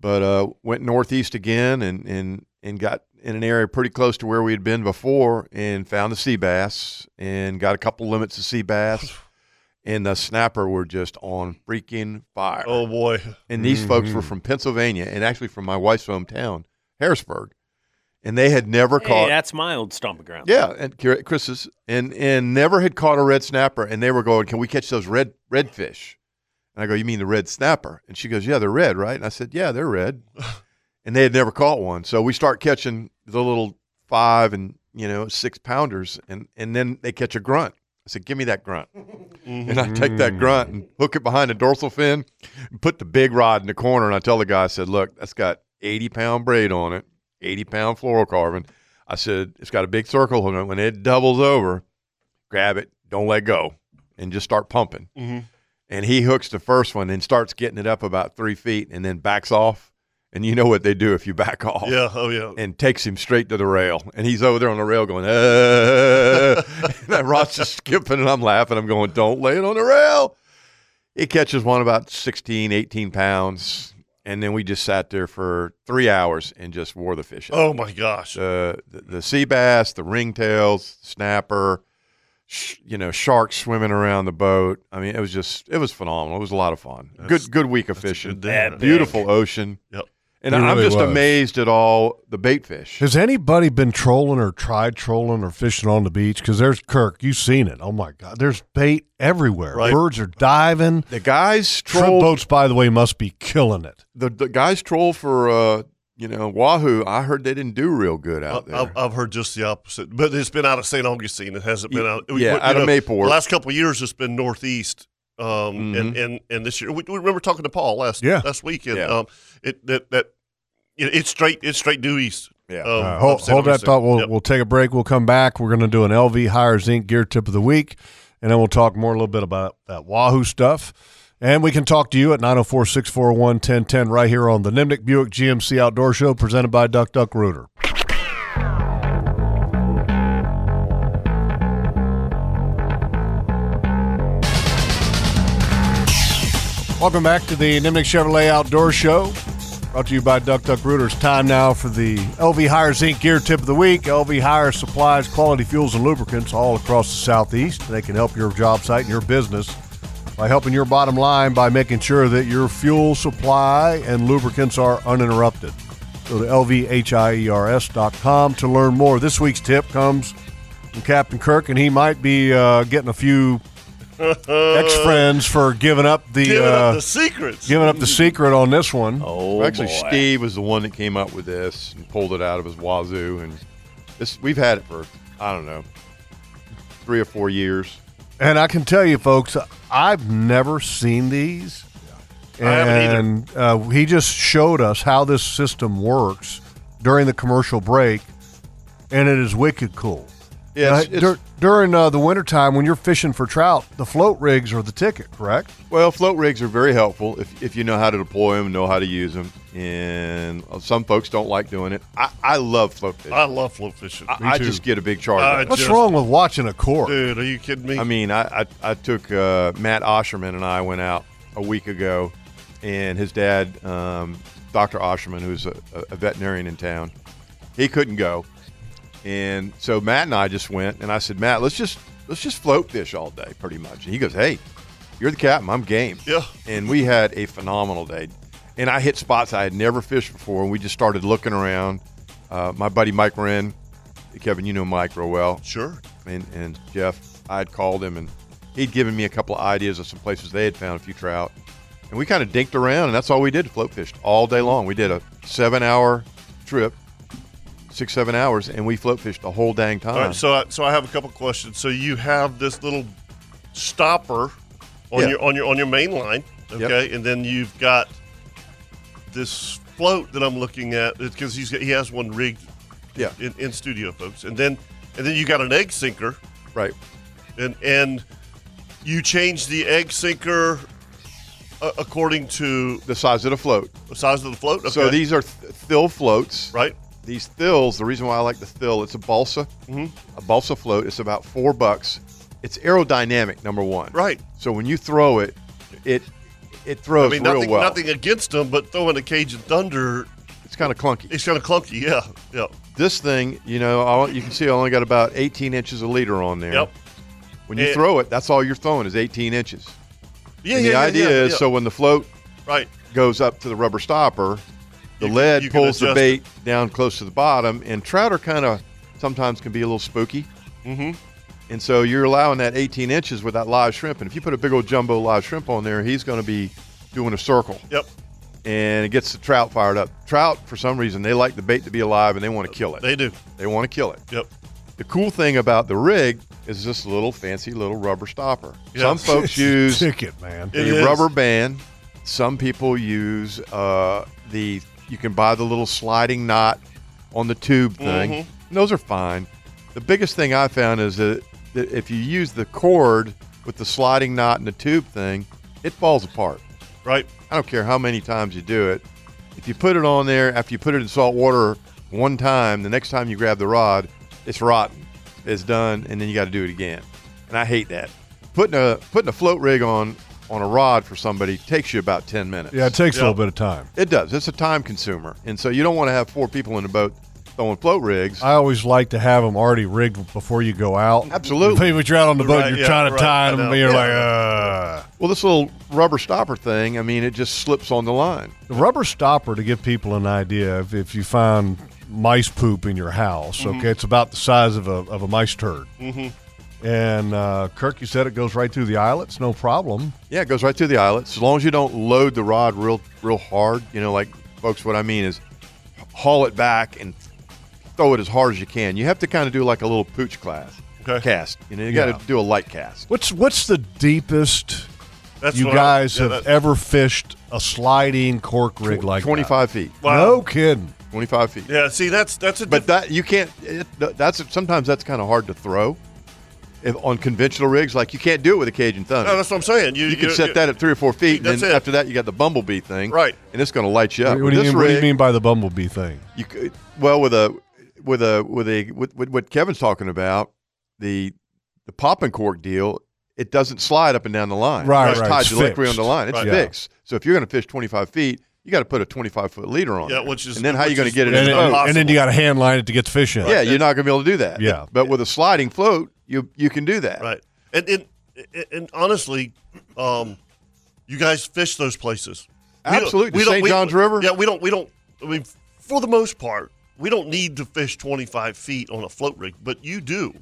[SPEAKER 6] but uh, went northeast again and, and and got in an area pretty close to where we had been before and found the sea bass and got a couple limits of sea
[SPEAKER 2] <laughs>
[SPEAKER 6] bass and the snapper were just on freaking fire.
[SPEAKER 2] Oh boy!
[SPEAKER 6] And these folks were
[SPEAKER 2] Mhm.
[SPEAKER 6] from Pennsylvania and actually from my wife's hometown, Harrisburg, and they had never
[SPEAKER 7] Hey,
[SPEAKER 6] caught.
[SPEAKER 7] that's my old stomping ground.
[SPEAKER 6] Yeah, and Kira- Chris's and and never had caught a red snapper, and they were going, "Can we catch those red redfish?" And I go, "You mean the red snapper?" And she goes, "Yeah, they're red, right?" And I said, "Yeah, they're red," and they had never caught one. So we start catching the little five and you know six pounders, and and then they catch a grunt. I said, "Give me that grunt,"
[SPEAKER 5] Mm-hmm.
[SPEAKER 6] and I take
[SPEAKER 3] Mm-hmm.
[SPEAKER 6] that grunt and hook it behind the dorsal fin, and put the big rod in the corner, and I tell the guy, I said, "Look, that's got 80 pound braid on it, 80 pound fluorocarbon." I said, "It's got a big circle on it. When it doubles over, grab it, don't let go, and just start pumping."
[SPEAKER 2] Mhm.
[SPEAKER 6] And he hooks the first one and starts getting it up about three feet, and then backs off. And you know what they do if you back off?
[SPEAKER 2] Yeah, oh yeah.
[SPEAKER 6] And takes him straight to the rail, and he's over there on the rail going, "Uh," <laughs> and Ross just skipping, and I'm laughing. I'm going, "Don't lay it on the rail." He catches one about 16, 18 pounds. And then we just sat there for three hours and just wore the fish.
[SPEAKER 2] Oh, my gosh.
[SPEAKER 6] Uh, the, the sea bass, the ringtails, snapper, sh- you know, sharks swimming around the boat. I mean, it was just, it was phenomenal. It was a lot of fun. good, good week of fishing.
[SPEAKER 2] day.
[SPEAKER 6] Beautiful ocean.
[SPEAKER 2] Yep.
[SPEAKER 6] And
[SPEAKER 5] It
[SPEAKER 6] I'm
[SPEAKER 5] really
[SPEAKER 6] just
[SPEAKER 5] was.
[SPEAKER 6] amazed at all the bait fish.
[SPEAKER 5] Has anybody been trolling or tried trolling or fishing on the beach? Because there's Kirk, you've seen it. Oh my God, there's bait everywhere.
[SPEAKER 6] Right.
[SPEAKER 5] Birds are diving.
[SPEAKER 6] The guys
[SPEAKER 5] troll
[SPEAKER 6] trolled-
[SPEAKER 5] boats, by the way, must be killing it.
[SPEAKER 6] The, the guys troll for, uh, you know, Wahoo. I heard they didn't do real good out there.
[SPEAKER 2] I've, I've heard just the opposite, but it's been out of St. Augustine. It hasn't been
[SPEAKER 6] Y-
[SPEAKER 2] out.
[SPEAKER 6] yeah,
[SPEAKER 2] you
[SPEAKER 6] out of Mayport. Mm-hmm.
[SPEAKER 2] The last couple of years, it's been northeast. Um, and, and and this year, we, we remember talking to Paul last
[SPEAKER 5] Yeah.
[SPEAKER 2] last weekend. Um, it that that it, it's straight it's straight due east.
[SPEAKER 6] Yeah,
[SPEAKER 2] um,
[SPEAKER 5] Uh, hold,
[SPEAKER 2] of St.
[SPEAKER 5] hold that
[SPEAKER 2] Augustine.
[SPEAKER 5] thought. We'll, we'll take a break. We'll come back. We're going to do an LV Higher Zinc Gear Tip of the Week, and then we'll talk more a little bit about that Wahoo stuff. And we can talk to you at 904 641 1010 right here on the Nimnik Buick GMC Outdoor Show presented by Duck Duck Rooter. Welcome back to the Nimnik Chevrolet Outdoor Show. Brought to you by Duck Duck Rooters. Time now for the LV Hire Zinc Gear Tip of the Week. LV Hire supplies quality fuels and lubricants all across the Southeast. They can help your job site and your business by helping your bottom line by making sure that your fuel supply and lubricants are uninterrupted. Go to E lvhiers.com to learn more. This week's tip comes from Captain Kirk, and he might be uh, getting a few ex friends for giving up the
[SPEAKER 2] Giving up
[SPEAKER 5] uh,
[SPEAKER 2] the secrets.
[SPEAKER 5] Giving up the secret on this one.
[SPEAKER 7] Oh,
[SPEAKER 6] actually, Steve was the one that came up with this and pulled it out of his wazoo, and this we've had it for I don't know three or four years.
[SPEAKER 5] And I can tell you, folks, I've never seen these.
[SPEAKER 6] I haven't
[SPEAKER 5] And uh, he just showed us how this system works during the commercial break, and it is wicked cool.
[SPEAKER 6] Yeah,
[SPEAKER 5] Now,
[SPEAKER 6] it's- it's-
[SPEAKER 5] dur- during uh, the wintertime, when you're fishing for trout, the float rigs are the ticket, correct?
[SPEAKER 6] Well, float rigs are very helpful if, if you know how to deploy them, know how to use them, and uh, some folks don't like doing it. I, I love float fishing.
[SPEAKER 2] I love float fishing.
[SPEAKER 6] I, I just get a big charge. out of it.
[SPEAKER 5] What's wrong with watching a cork?
[SPEAKER 2] Dude, are you kidding me?
[SPEAKER 6] I mean, I I, I took uh, Matt Osherman and I went out a week ago, and his dad, um, Doctor Osherman, who's a, a veterinarian in town, he couldn't go, and so Matt and I just went, and I said, Matt, let's just let's just float fish all day, pretty much. And he goes, Hey, you're the captain, I'm game. Yeah. And we had a phenomenal day, and I hit spots I had never fished before, and we just started looking around. Uh, my buddy Mike Wren, Kevin, you know Mike real well.
[SPEAKER 2] Sure.
[SPEAKER 6] And and Jeff, I had called him and he'd given me a couple of ideas of some places they had found a few trout. And we kind of dinked around, and that's all we did float fished all day long. We did a seven hour trip, six, seven hours, and we float fished the whole dang time.
[SPEAKER 2] All right, so I, so I have a couple questions. So you have this little stopper on
[SPEAKER 6] Yeah.
[SPEAKER 2] your on your on your main line, okay, and then you've got this float that I'm looking at because he's he has one rigged,
[SPEAKER 6] yeah,
[SPEAKER 2] in, in studio, folks, and then and then you got an egg sinker,
[SPEAKER 6] right,
[SPEAKER 2] and and you change the egg sinker uh, according to
[SPEAKER 6] the size of the float.
[SPEAKER 2] the size of the float. Okay.
[SPEAKER 6] So these are th- thill floats.
[SPEAKER 2] Right.
[SPEAKER 6] These thills, the reason why I like the thill, it's a balsa,
[SPEAKER 2] Mhm.
[SPEAKER 6] a balsa float. It's about four bucks. It's aerodynamic, number one.
[SPEAKER 2] Right.
[SPEAKER 6] So when you throw it, it it throws
[SPEAKER 2] I mean,
[SPEAKER 6] real
[SPEAKER 2] nothing,
[SPEAKER 6] well.
[SPEAKER 2] nothing against them, but throwing a cage of thunder,
[SPEAKER 6] it's kind of clunky.
[SPEAKER 2] It's kind of clunky, yeah, yeah.
[SPEAKER 6] This thing, you know, I, you can see I only got about 18 inches of leader on there.
[SPEAKER 2] Yep.
[SPEAKER 6] When you
[SPEAKER 2] And-
[SPEAKER 6] throw it, that's all you're throwing is 18 inches.
[SPEAKER 2] Yeah,
[SPEAKER 6] and
[SPEAKER 2] yeah,
[SPEAKER 6] The
[SPEAKER 2] yeah,
[SPEAKER 6] idea
[SPEAKER 2] yeah,
[SPEAKER 6] is
[SPEAKER 2] yeah.
[SPEAKER 6] so when the float
[SPEAKER 2] right
[SPEAKER 6] goes up to the rubber stopper, the lead
[SPEAKER 2] you can
[SPEAKER 6] pulls the
[SPEAKER 2] adjust it.
[SPEAKER 6] bait down close to the bottom, and trout are kind of sometimes can be a little spooky.
[SPEAKER 2] Mm-hmm.
[SPEAKER 6] And so you're allowing that 18 inches with that live shrimp. And if you put a big old jumbo live shrimp on there, he's going to be doing a circle.
[SPEAKER 2] Yep.
[SPEAKER 6] And it gets the trout fired up. Trout, for some reason, they like the bait to be alive and they want to kill it.
[SPEAKER 2] They do.
[SPEAKER 6] They want to kill it.
[SPEAKER 2] Yep.
[SPEAKER 6] The cool thing about the rig is this little fancy little rubber stopper.
[SPEAKER 5] Yeah.
[SPEAKER 6] Some
[SPEAKER 5] <laughs>
[SPEAKER 6] folks use
[SPEAKER 5] Ticket, man. It
[SPEAKER 6] a
[SPEAKER 5] is.
[SPEAKER 6] rubber band. Some people use uh, the you can buy the little sliding knot on the tube
[SPEAKER 5] Mm-hmm.
[SPEAKER 6] thing.
[SPEAKER 2] Mhm.
[SPEAKER 6] And those are fine. The biggest thing I found is that, that if you use the cord with the sliding knot and the tube thing, it falls apart.
[SPEAKER 2] Right.
[SPEAKER 6] I don't care how many times you do it. If you put it on there after you put it in salt water one time, the next time you grab the rod, it's rotten. It's done, and then you got to do it again. And I hate that. Putting a putting a float rig on on a rod for somebody takes you about ten minutes.
[SPEAKER 5] Yeah, it takes a little bit of time.
[SPEAKER 6] It does. It's a time consumer, and so you don't want to have four people in a boat throwing float rigs.
[SPEAKER 5] I always like to have them already rigged before you go out.
[SPEAKER 6] Absolutely.
[SPEAKER 5] People, you're out on the boat,
[SPEAKER 6] Right,
[SPEAKER 5] you're
[SPEAKER 6] yeah,
[SPEAKER 5] trying to
[SPEAKER 6] right, I
[SPEAKER 5] tie them,
[SPEAKER 6] know.
[SPEAKER 5] and you're
[SPEAKER 6] Yeah.
[SPEAKER 5] like, uh.
[SPEAKER 6] Well, this little rubber stopper thing. I mean, it just slips on the line.
[SPEAKER 5] The rubber stopper, to give people an idea, if, if you find mice poop in your house,
[SPEAKER 6] Mm-hmm.
[SPEAKER 2] Mhm.
[SPEAKER 5] okay, it's about the size of a, of a mice turd.
[SPEAKER 2] Mm-hmm.
[SPEAKER 5] And uh, Kirk, you said it goes right through the eyelets, no problem.
[SPEAKER 6] Yeah, it goes right through the eyelets. As long as you don't load the rod real, real hard, you know, like folks, what I mean is haul it back and throw it as hard as you can. You have to kind of do like a little pooch class cast. You know, you got
[SPEAKER 5] Yeah.
[SPEAKER 6] to do a light cast.
[SPEAKER 5] What's what's the deepest
[SPEAKER 6] That's
[SPEAKER 5] you
[SPEAKER 6] what I-
[SPEAKER 5] guys
[SPEAKER 6] yeah,
[SPEAKER 5] have
[SPEAKER 6] that-
[SPEAKER 5] ever fished a sliding cork rig like that?
[SPEAKER 6] 25 feet.
[SPEAKER 5] No kidding.
[SPEAKER 6] 25 feet.
[SPEAKER 2] Yeah, see, that's that's a.
[SPEAKER 6] But that you can't. It, that's sometimes that's kind of hard to throw. If, on conventional rigs, like you can't do it with a Cajun thunder.
[SPEAKER 2] No, that's what I'm saying. You-
[SPEAKER 6] you can
[SPEAKER 2] you-
[SPEAKER 6] set
[SPEAKER 2] you-
[SPEAKER 6] that at three or four feet, and
[SPEAKER 2] That's
[SPEAKER 6] then
[SPEAKER 2] it.
[SPEAKER 6] after that, you got the bumblebee thing,
[SPEAKER 2] Right.
[SPEAKER 6] And it's going to light you up.
[SPEAKER 5] What,
[SPEAKER 6] With
[SPEAKER 5] do you
[SPEAKER 6] this
[SPEAKER 5] mean, what do you
[SPEAKER 6] rig-
[SPEAKER 5] mean by the bumblebee thing?
[SPEAKER 6] You could well with a with a with a with, with what Kevin's talking about the the popping cork deal. It doesn't slide up and down the line.
[SPEAKER 5] Right,
[SPEAKER 6] it's
[SPEAKER 5] right,
[SPEAKER 6] tied
[SPEAKER 5] it's
[SPEAKER 6] directly
[SPEAKER 5] fixed.
[SPEAKER 6] on the line. It's
[SPEAKER 5] Right. Yeah.
[SPEAKER 6] fixed. So if you're going to fish 25 feet, you got to put a 25 foot leader on.
[SPEAKER 2] Yeah,
[SPEAKER 6] there.
[SPEAKER 2] which is-
[SPEAKER 6] and then how you
[SPEAKER 2] which
[SPEAKER 6] going to
[SPEAKER 2] is-
[SPEAKER 6] get it?
[SPEAKER 5] and,
[SPEAKER 6] in
[SPEAKER 5] then-
[SPEAKER 6] the boat?
[SPEAKER 5] and then you got to hand line it to get the fish in.
[SPEAKER 6] Yeah, you're not going to be able to do that.
[SPEAKER 5] Yeah.
[SPEAKER 6] but with a sliding float, you you can do that.
[SPEAKER 2] Right. And and, and- and honestly, um, you guys fish those places. We don't-
[SPEAKER 6] Absolutely. St. John's River?
[SPEAKER 2] Yeah, we don't. We don't. I mean, for the most part, we don't need to fish 25 feet on a float rig, but you do.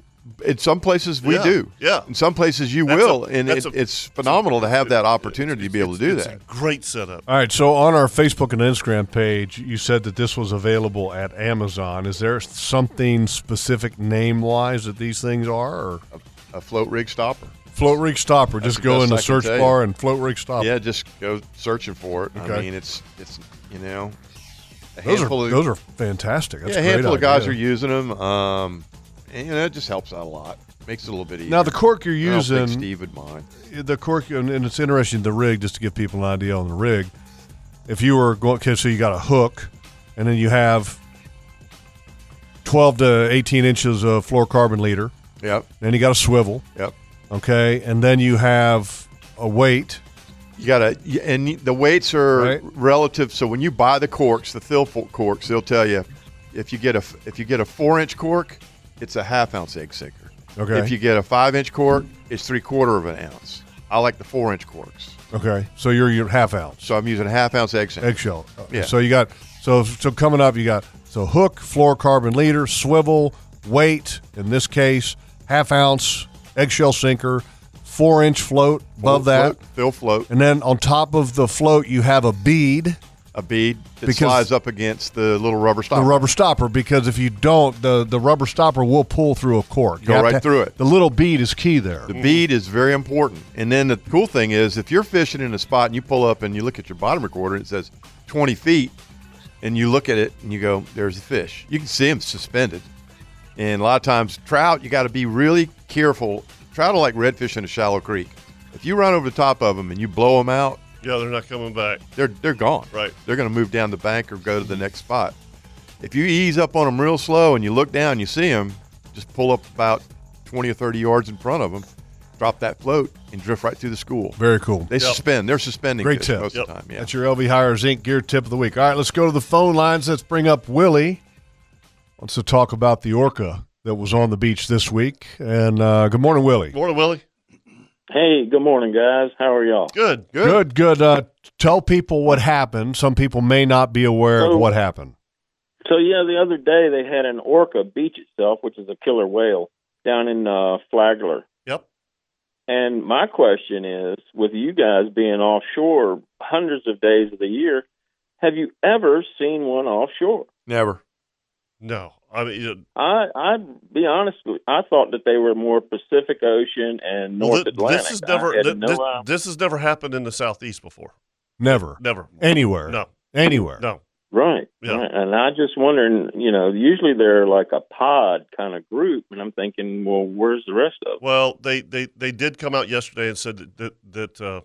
[SPEAKER 6] In some places we
[SPEAKER 2] Yeah,
[SPEAKER 6] do.
[SPEAKER 2] yeah.
[SPEAKER 6] In some places you
[SPEAKER 2] That's
[SPEAKER 6] will,
[SPEAKER 2] a-
[SPEAKER 6] and
[SPEAKER 2] that's
[SPEAKER 6] it,
[SPEAKER 2] a-
[SPEAKER 6] it's phenomenal to have that opportunity to be able to do
[SPEAKER 2] it's
[SPEAKER 6] that.
[SPEAKER 2] a great setup.
[SPEAKER 5] All right. So on our Facebook and Instagram page, you said that this was available at Amazon. Is there something specific name wise that these things are? Or?
[SPEAKER 6] A float rig stopper.
[SPEAKER 5] Float rig stopper.
[SPEAKER 6] That's
[SPEAKER 5] Just go
[SPEAKER 6] best
[SPEAKER 5] in the
[SPEAKER 6] I can
[SPEAKER 5] search
[SPEAKER 6] tell you.
[SPEAKER 5] bar and float rig stopper.
[SPEAKER 6] Yeah, just go searching for it. I
[SPEAKER 5] Okay.
[SPEAKER 6] mean, it's it's you know, a
[SPEAKER 5] Those are
[SPEAKER 6] handful of,
[SPEAKER 5] those are fantastic. That's
[SPEAKER 6] yeah, a
[SPEAKER 5] a great
[SPEAKER 6] handful of guys
[SPEAKER 5] idea.
[SPEAKER 6] are using them. Um, and you know, it just helps out a lot. Makes it a little bit easier.
[SPEAKER 5] Now, the cork you're
[SPEAKER 6] I don't think
[SPEAKER 5] using-
[SPEAKER 6] Steve would mind.
[SPEAKER 5] the cork, and, and it's interesting. The rig, just to give people an idea on the rig, if you were going, okay, so you got a hook, and then you have twelve to eighteen inches of fluorocarbon leader.
[SPEAKER 6] Yep.
[SPEAKER 5] Then you got a swivel.
[SPEAKER 6] Yep.
[SPEAKER 5] Okay, and then you have a weight.
[SPEAKER 6] You gotta, y- and y- the weights are relative. So when you buy the corks, the thill fo- corks, they'll tell you if you get a f- if you get a four inch cork, it's a half ounce egg sinker.
[SPEAKER 5] Okay.
[SPEAKER 6] If you get a five inch cork, it's three quarter of an ounce. I like the four inch corks.
[SPEAKER 5] Okay, so you're your half ounce
[SPEAKER 6] So I'm using a half ounce egg sinker.
[SPEAKER 5] eggshell.
[SPEAKER 6] Yeah.
[SPEAKER 5] So you got so so coming up, you got so hook, fluorocarbon leader, swivel, weight. In this case, half ounce eggshell sinker, four inch float above that.
[SPEAKER 6] They'll float.
[SPEAKER 5] And then on top of the float, you have a bead.
[SPEAKER 6] A bead It slides up against the little rubber stopper.
[SPEAKER 5] The rubber stopper, because if you don't, the, the rubber stopper will pull through a cork. You
[SPEAKER 6] Go
[SPEAKER 5] have
[SPEAKER 6] right
[SPEAKER 5] to-
[SPEAKER 6] through it.
[SPEAKER 5] The little bead is key there.
[SPEAKER 6] The bead is very important. And then the cool thing is, if you're fishing in a spot and you pull up and you look at your bottom recorder, and it says 20 feet, and you look at it and you go, "There's a fish." You can see him suspended. And a lot of times, trout, you got to be really careful. Trout are like redfish in a shallow creek. If you run over the top of them and you blow them out,
[SPEAKER 2] Yeah, they're not coming back.
[SPEAKER 6] they're they're gone. Right. They're going to move down the bank or go to the next spot. If you ease up on them real slow and you look down, you see them, just pull up about 20 or 30 yards in front of them, drop that float, and drift right through the school.
[SPEAKER 5] Very cool.
[SPEAKER 6] They
[SPEAKER 5] Yep.
[SPEAKER 6] suspend. They're suspending
[SPEAKER 5] Great
[SPEAKER 6] fish
[SPEAKER 5] tip.
[SPEAKER 6] most of the time. Yeah.
[SPEAKER 5] That's your LV Hires Inc. gear tip of the week. All right, let's go to the phone lines. Let's bring up Willie. Wants to talk about the orca that was on the beach this week. And uh, good morning, Willie.
[SPEAKER 2] Morning, Willie.
[SPEAKER 10] Hey, good morning, guys. How are y'all?
[SPEAKER 2] Good,
[SPEAKER 5] Good, good. Uh, tell people what happened. Some people may not be aware
[SPEAKER 10] So-
[SPEAKER 5] of what happened.
[SPEAKER 10] So yeah, the other day they had an orca beach itself, which is a killer whale, down in uh, Flagler.
[SPEAKER 2] Yep.
[SPEAKER 10] And my question is, with you guys being offshore hundreds of days of the year, have you ever seen one offshore?
[SPEAKER 6] Never.
[SPEAKER 2] No, I mean, you know,
[SPEAKER 10] I I be honest, with you, I thought that they were more Pacific Ocean and North
[SPEAKER 2] well, thi-
[SPEAKER 10] Atlantic.
[SPEAKER 2] This has
[SPEAKER 10] I
[SPEAKER 2] never
[SPEAKER 10] had
[SPEAKER 2] thi-
[SPEAKER 10] no uh,
[SPEAKER 2] this,
[SPEAKER 10] idea.
[SPEAKER 2] this has never happened in the southeast before.
[SPEAKER 5] Never.
[SPEAKER 2] Never.
[SPEAKER 5] Anywhere.
[SPEAKER 2] No.
[SPEAKER 5] Anywhere.
[SPEAKER 2] No.
[SPEAKER 10] Right. right. And I just wondering, you know, usually they're like a pod kind of group, and I'm thinking, well, where's the rest of them?
[SPEAKER 2] Well, they, they, they did come out yesterday and said that that, that uh,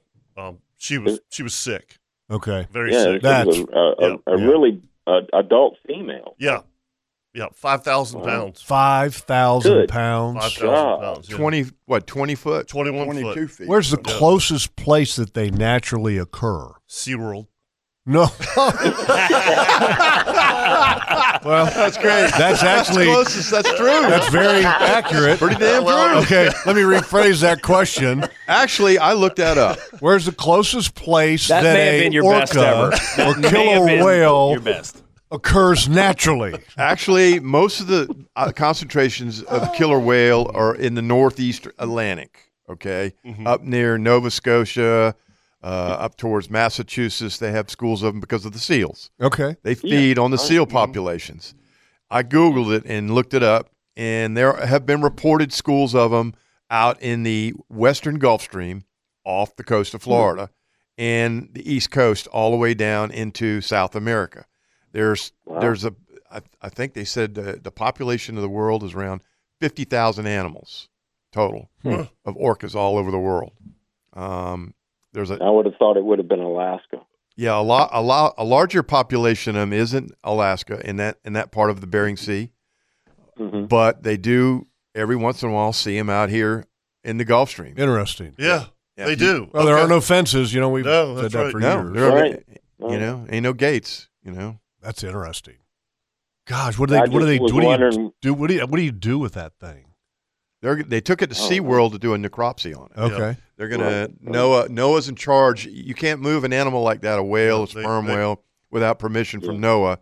[SPEAKER 2] um, she was she was sick.
[SPEAKER 5] Okay.
[SPEAKER 2] Very
[SPEAKER 10] yeah,
[SPEAKER 2] sick.
[SPEAKER 10] this is a, a, a, a really uh, adult female.
[SPEAKER 2] Yeah. Yeah. Five thousand
[SPEAKER 6] Uh-huh.
[SPEAKER 2] pounds.
[SPEAKER 5] 5,000
[SPEAKER 2] Good.
[SPEAKER 5] pounds.
[SPEAKER 2] 5,000 pounds. yeah.
[SPEAKER 6] 20, what, 20 foot?
[SPEAKER 2] 21 22
[SPEAKER 6] feet.
[SPEAKER 5] Where's the
[SPEAKER 2] Yeah.
[SPEAKER 5] closest place that they naturally occur?
[SPEAKER 2] SeaWorld. <laughs>
[SPEAKER 5] No. <laughs> well,
[SPEAKER 6] that's great.
[SPEAKER 5] That's actually
[SPEAKER 6] closest. That's true.
[SPEAKER 5] That's very
[SPEAKER 2] <laughs>
[SPEAKER 5] accurate.
[SPEAKER 6] Pretty damn true.
[SPEAKER 5] Okay, let me rephrase that question.
[SPEAKER 6] Actually, I looked that up.
[SPEAKER 5] Where's the closest place
[SPEAKER 7] That
[SPEAKER 5] that,
[SPEAKER 7] may have
[SPEAKER 5] a
[SPEAKER 7] been your
[SPEAKER 5] orca
[SPEAKER 7] best ever.
[SPEAKER 5] or
[SPEAKER 7] That may
[SPEAKER 5] killer
[SPEAKER 7] have been
[SPEAKER 5] whale
[SPEAKER 7] your best.
[SPEAKER 5] occurs naturally?
[SPEAKER 6] Actually, most of the uh, concentrations of killer whale are in the northeast Atlantic. Okay, up near Nova Scotia, uh, up towards Massachusetts, they have schools of them because of the seals.
[SPEAKER 5] Okay.
[SPEAKER 6] They feed on the seal populations. I googled it and looked it up, and there have been reported schools of them out in the western Gulf Stream, off the coast of Florida, and the east coast, all the way down into South America. There's there's a I, I think they said the, the population of the world is around fifty thousand animals total
[SPEAKER 10] Hmm.
[SPEAKER 6] of orcas all over the world. Um, there's a
[SPEAKER 10] I would have thought it would have been Alaska.
[SPEAKER 6] yeah, a lot, a lot, a larger population of 'em is in Alaska in that in that part of the Bering Sea, but they do every once in a while see them out here in the Gulf Stream.
[SPEAKER 5] Interesting.
[SPEAKER 2] Yeah, they do.
[SPEAKER 5] Well, there are no fences. You know, we've
[SPEAKER 2] No,
[SPEAKER 5] said
[SPEAKER 2] that's
[SPEAKER 5] that
[SPEAKER 2] right.
[SPEAKER 5] for
[SPEAKER 6] No,
[SPEAKER 5] years.
[SPEAKER 6] there are- you know, ain't no gates. You know,
[SPEAKER 5] That's interesting. Gosh, what do they?
[SPEAKER 6] I
[SPEAKER 5] What do
[SPEAKER 6] just
[SPEAKER 5] they?
[SPEAKER 6] was
[SPEAKER 5] What do you
[SPEAKER 6] wondering-
[SPEAKER 5] do? What do you? What do you do with that thing?
[SPEAKER 6] They're, they took it to SeaWorld to do a necropsy on it.
[SPEAKER 5] Okay.
[SPEAKER 6] They're gonna
[SPEAKER 5] Right.
[SPEAKER 6] Noah. Noah's in charge. You can't move an animal like that, a whale, a sperm
[SPEAKER 5] they-
[SPEAKER 6] whale, without permission from Noah.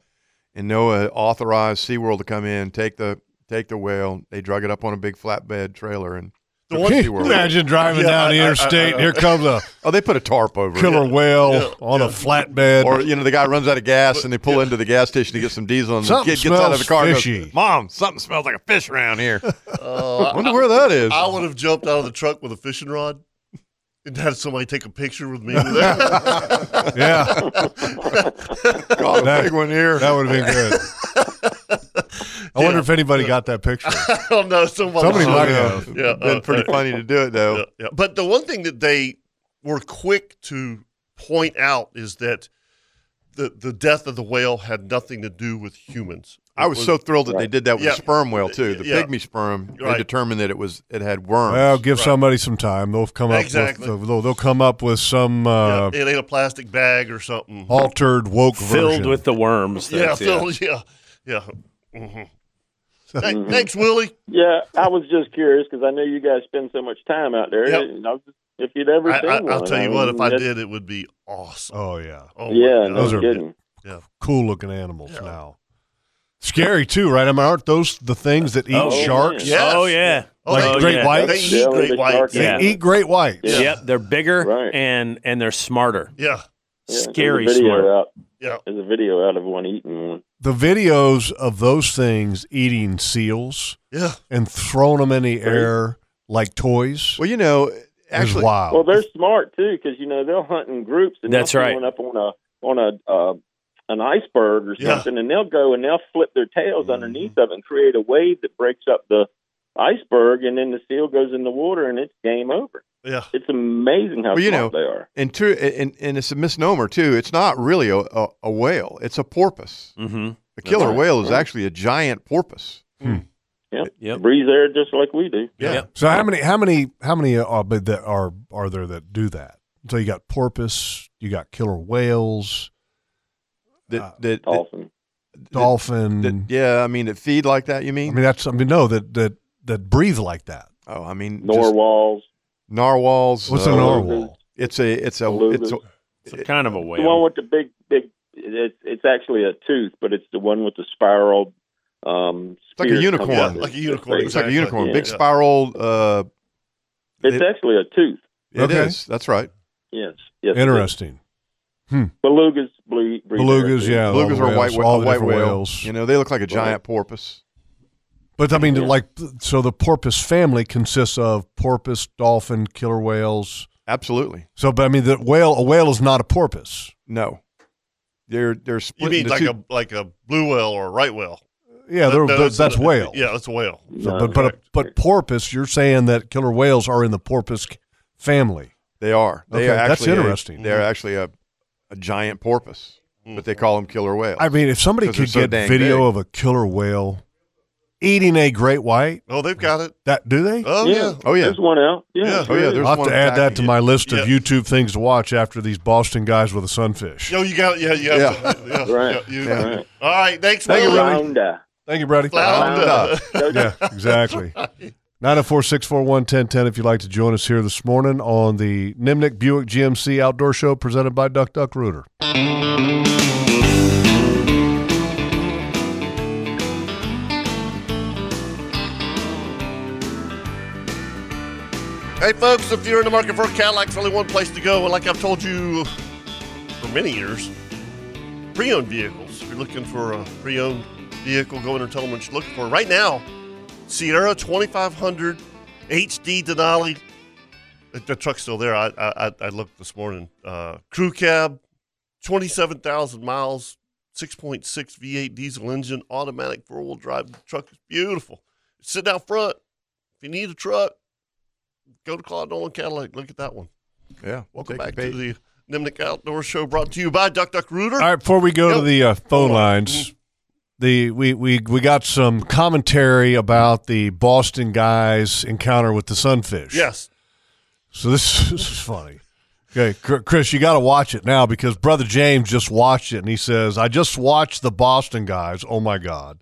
[SPEAKER 6] And Noah authorized SeaWorld to come in, take the take the whale. They drug it up on a big flatbed trailer and
[SPEAKER 2] The
[SPEAKER 6] took
[SPEAKER 2] one-
[SPEAKER 6] it to SeaWorld.
[SPEAKER 5] Imagine driving
[SPEAKER 6] Yeah,
[SPEAKER 5] down the
[SPEAKER 6] I- I- I-
[SPEAKER 5] interstate. and here comes a
[SPEAKER 6] Oh, they put a tarp over it.
[SPEAKER 5] killer
[SPEAKER 6] Yeah.
[SPEAKER 5] whale
[SPEAKER 6] Yeah,
[SPEAKER 5] on a flatbed.
[SPEAKER 6] Or you know, the guy runs out of gas and they pull into the gas station to get some diesel, and
[SPEAKER 5] Something
[SPEAKER 6] the kid gets out of the
[SPEAKER 5] smells
[SPEAKER 6] car. and goes,
[SPEAKER 5] fishy.
[SPEAKER 6] Mom, something smells like a fish around here.
[SPEAKER 2] <laughs> Uh,
[SPEAKER 6] Wonder where that is.
[SPEAKER 2] I would have jumped out of the truck with a fishing rod and had somebody take a picture with me.
[SPEAKER 5] <laughs>
[SPEAKER 2] yeah.
[SPEAKER 6] <laughs>
[SPEAKER 2] <laughs>
[SPEAKER 6] Got a big one here.
[SPEAKER 5] That would have been
[SPEAKER 6] <laughs>
[SPEAKER 5] good. I wonder if anybody got
[SPEAKER 6] <laughs>
[SPEAKER 5] that picture.
[SPEAKER 2] <laughs> I don't know. Somebody,
[SPEAKER 5] Somebody might
[SPEAKER 2] Yeah.
[SPEAKER 5] have.
[SPEAKER 2] Yeah, uh,
[SPEAKER 6] Been <laughs> pretty funny to do it, though.
[SPEAKER 2] Yeah, yeah. But the one thing that they were quick to point out is that the the death of the whale had nothing to do with humans.
[SPEAKER 6] I was so thrilled that they did that with
[SPEAKER 2] Yeah.
[SPEAKER 6] the sperm whale too. The
[SPEAKER 2] Yeah.
[SPEAKER 6] pygmy sperm. They
[SPEAKER 2] Right.
[SPEAKER 6] determined that it was it had worms.
[SPEAKER 5] Well, give somebody some time. They'll come up
[SPEAKER 2] Exactly.
[SPEAKER 5] with they'll, they'll come up with some uh,
[SPEAKER 2] it ate a plastic bag or something.
[SPEAKER 5] altered woke
[SPEAKER 7] Filled
[SPEAKER 5] version.
[SPEAKER 7] with the worms.
[SPEAKER 2] Yeah,
[SPEAKER 7] that's it.
[SPEAKER 2] Phil, yeah, yeah. Mhm. Hey, Thanks, Willie.
[SPEAKER 10] Mm-hmm. Yeah, I was just curious because I know you guys spend so much time out there.
[SPEAKER 2] Yep.
[SPEAKER 10] and I was just- if you'd ever
[SPEAKER 2] I,
[SPEAKER 10] seen
[SPEAKER 2] I,
[SPEAKER 10] one,
[SPEAKER 2] I'll tell you what.
[SPEAKER 10] mean,
[SPEAKER 2] If I
[SPEAKER 10] that's-
[SPEAKER 2] did, it would be awesome.
[SPEAKER 5] Oh yeah.
[SPEAKER 2] Oh my
[SPEAKER 10] yeah,
[SPEAKER 2] God.
[SPEAKER 10] no
[SPEAKER 5] Those are
[SPEAKER 10] kidding.
[SPEAKER 5] cool looking animals now. Scary too, right? I mean, aren't those the things that eat
[SPEAKER 7] Oh,
[SPEAKER 5] sharks?
[SPEAKER 7] yeah. Yes. Oh, yeah.
[SPEAKER 5] like
[SPEAKER 7] Oh,
[SPEAKER 5] great
[SPEAKER 7] yeah.
[SPEAKER 5] whites.
[SPEAKER 7] They eat Yeah, great the whites. sharks.
[SPEAKER 5] They
[SPEAKER 7] Yeah.
[SPEAKER 5] eat great whites.
[SPEAKER 7] Yep, they're bigger and and they're smarter.
[SPEAKER 2] Yeah,
[SPEAKER 7] scary
[SPEAKER 10] there's a video
[SPEAKER 7] smart.
[SPEAKER 10] Out.
[SPEAKER 2] Yeah,
[SPEAKER 10] there's a video out of one eating one.
[SPEAKER 5] The videos of those things eating seals,
[SPEAKER 2] yeah,
[SPEAKER 5] and throwing them in the air like toys.
[SPEAKER 6] Well, you know,
[SPEAKER 5] actually, wild.
[SPEAKER 10] Well, they're smart too because you know they'll hunt in groups and
[SPEAKER 5] That's
[SPEAKER 10] they'll
[SPEAKER 5] right.
[SPEAKER 10] throw it up on a on a uh, an iceberg or
[SPEAKER 5] Yeah.
[SPEAKER 10] something, and they'll go and they'll flip their tails
[SPEAKER 5] Mm-hmm.
[SPEAKER 10] underneath of it and create a wave that breaks up the iceberg, and then the seal goes in the water and it's game over.
[SPEAKER 2] Yeah,
[SPEAKER 10] it's amazing how
[SPEAKER 6] Well, you know,
[SPEAKER 10] smart they are.
[SPEAKER 6] and two, and, and it's a misnomer too. It's not really a, a, a whale; it's a porpoise.
[SPEAKER 7] Mm-hmm.
[SPEAKER 6] A killer
[SPEAKER 10] right,
[SPEAKER 6] whale is
[SPEAKER 10] right.
[SPEAKER 6] actually a giant porpoise.
[SPEAKER 10] Yeah, yep. breathe air just like we do.
[SPEAKER 6] Yeah.
[SPEAKER 5] So how many? How many? How many are but that are are there that do that? So you got porpoise, you got killer whales,
[SPEAKER 6] That,
[SPEAKER 5] Ah.
[SPEAKER 6] that,
[SPEAKER 10] dolphin.
[SPEAKER 5] dolphin.
[SPEAKER 6] yeah, I mean, that feed like that. You
[SPEAKER 5] I
[SPEAKER 6] mean?
[SPEAKER 5] mean, that's I mean no that that that breathe like that.
[SPEAKER 6] Oh, I mean,
[SPEAKER 10] Narwhals.
[SPEAKER 6] Narwhals. uh,
[SPEAKER 5] What's a narwhal?
[SPEAKER 6] It's a. It's a. It's a.
[SPEAKER 10] Belugas.
[SPEAKER 7] It's a kind of a
[SPEAKER 10] The one with the big, big. It's it's actually a tooth, but it's the one with the spiral. Um,
[SPEAKER 6] It's like a
[SPEAKER 10] spear
[SPEAKER 6] unicorn.
[SPEAKER 10] coming out of
[SPEAKER 6] Like a
[SPEAKER 10] its
[SPEAKER 6] unicorn.
[SPEAKER 10] face.
[SPEAKER 6] It's like a unicorn.
[SPEAKER 10] Yeah.
[SPEAKER 6] Big spiral. Uh,
[SPEAKER 10] It's actually a tooth.
[SPEAKER 6] It
[SPEAKER 10] Okay.
[SPEAKER 6] is. That's right.
[SPEAKER 10] Yes. Yes. it is.
[SPEAKER 5] Interesting.
[SPEAKER 10] Belugas. Ble- breathe
[SPEAKER 5] Belugas,
[SPEAKER 10] air.
[SPEAKER 5] yeah,
[SPEAKER 6] Belugas
[SPEAKER 5] all
[SPEAKER 6] are
[SPEAKER 5] the
[SPEAKER 6] white,
[SPEAKER 5] whales, all
[SPEAKER 6] whale,
[SPEAKER 5] the
[SPEAKER 6] white
[SPEAKER 5] different
[SPEAKER 6] whale.
[SPEAKER 5] whales.
[SPEAKER 6] You know, they look like a giant porpoise.
[SPEAKER 5] But I mean,
[SPEAKER 6] Yeah.
[SPEAKER 5] like, so the porpoise family consists of porpoise, dolphin, killer whales.
[SPEAKER 6] Absolutely.
[SPEAKER 5] So, but I mean, the whale a whale is not a porpoise.
[SPEAKER 6] No, they're they're split.
[SPEAKER 2] You mean
[SPEAKER 5] into
[SPEAKER 2] like
[SPEAKER 5] two-
[SPEAKER 2] a like a blue whale or a right whale?
[SPEAKER 5] Yeah,
[SPEAKER 2] That-
[SPEAKER 5] they're,
[SPEAKER 2] that-
[SPEAKER 5] that's, that's whale.
[SPEAKER 2] Yeah, that's a whale.
[SPEAKER 5] So, but but, but porpoise, you're saying that killer whales are in the porpoise c- family.
[SPEAKER 6] They are. They
[SPEAKER 5] Okay,
[SPEAKER 6] are
[SPEAKER 5] that's
[SPEAKER 6] actually a-
[SPEAKER 5] interesting. Mm-hmm.
[SPEAKER 6] they're actually a, a giant porpoise, but they call them killer whales.
[SPEAKER 5] I mean, if somebody
[SPEAKER 6] 'Cause they're
[SPEAKER 5] could
[SPEAKER 6] so
[SPEAKER 5] get
[SPEAKER 6] dang
[SPEAKER 5] video
[SPEAKER 6] big.
[SPEAKER 5] of a killer whale eating a great white,
[SPEAKER 2] Oh, they've got it.
[SPEAKER 5] that do they?
[SPEAKER 2] Oh yeah.
[SPEAKER 10] There's one out. Yeah.
[SPEAKER 6] Oh, yeah, there's
[SPEAKER 5] I'll have
[SPEAKER 6] one
[SPEAKER 5] to add that to
[SPEAKER 6] attacking
[SPEAKER 5] my
[SPEAKER 6] it.
[SPEAKER 5] list of
[SPEAKER 6] Yeah.
[SPEAKER 5] YouTube things to watch after these Boston guys with a sunfish.
[SPEAKER 2] Yo, you got it. Yeah, you have to- yeah.
[SPEAKER 10] Right.
[SPEAKER 2] yeah, you-
[SPEAKER 5] Yeah.
[SPEAKER 2] All right. Thanks,
[SPEAKER 5] Thank you,
[SPEAKER 2] Willie.
[SPEAKER 5] Brody. Thank you, Brody.
[SPEAKER 2] Flounder.
[SPEAKER 5] yeah, exactly.
[SPEAKER 2] <laughs>
[SPEAKER 5] 904 641 1010 if you'd like to join us here this morning on the Nimnik Buick GMC Outdoor Show presented by Duck Duck Rooter.
[SPEAKER 2] Hey, folks, if you're in the market for a Cadillac, there's only one place to go. And like I've told you for many years, pre owned vehicles. If you're looking for a pre owned vehicle, go in and tell them what you're looking for. Right now, Sierra 2500 HD Denali. The- The truck's still there. I I, I- I looked this morning. Uh, crew cab, 27,000 miles, 6.6 V8 diesel engine, automatic four wheel drive. The truck is beautiful. Sit down front. If you need a truck, go to Claude Nolan Cadillac. Look at that one.
[SPEAKER 6] Yeah.
[SPEAKER 2] Welcome back to the Nimnik Outdoor Show brought to you by Duck Duck Rooter.
[SPEAKER 5] All right, before we go to the uh, phone lines, the we, we, we got some commentary about the Boston guys' encounter with the sunfish.
[SPEAKER 2] Yes.
[SPEAKER 5] So this, <laughs> this is funny. Okay, Cr- Chris, you got to watch it now because Brother James just watched it and he says, I just watched the Boston guys. Oh my
[SPEAKER 2] <laughs>
[SPEAKER 5] God.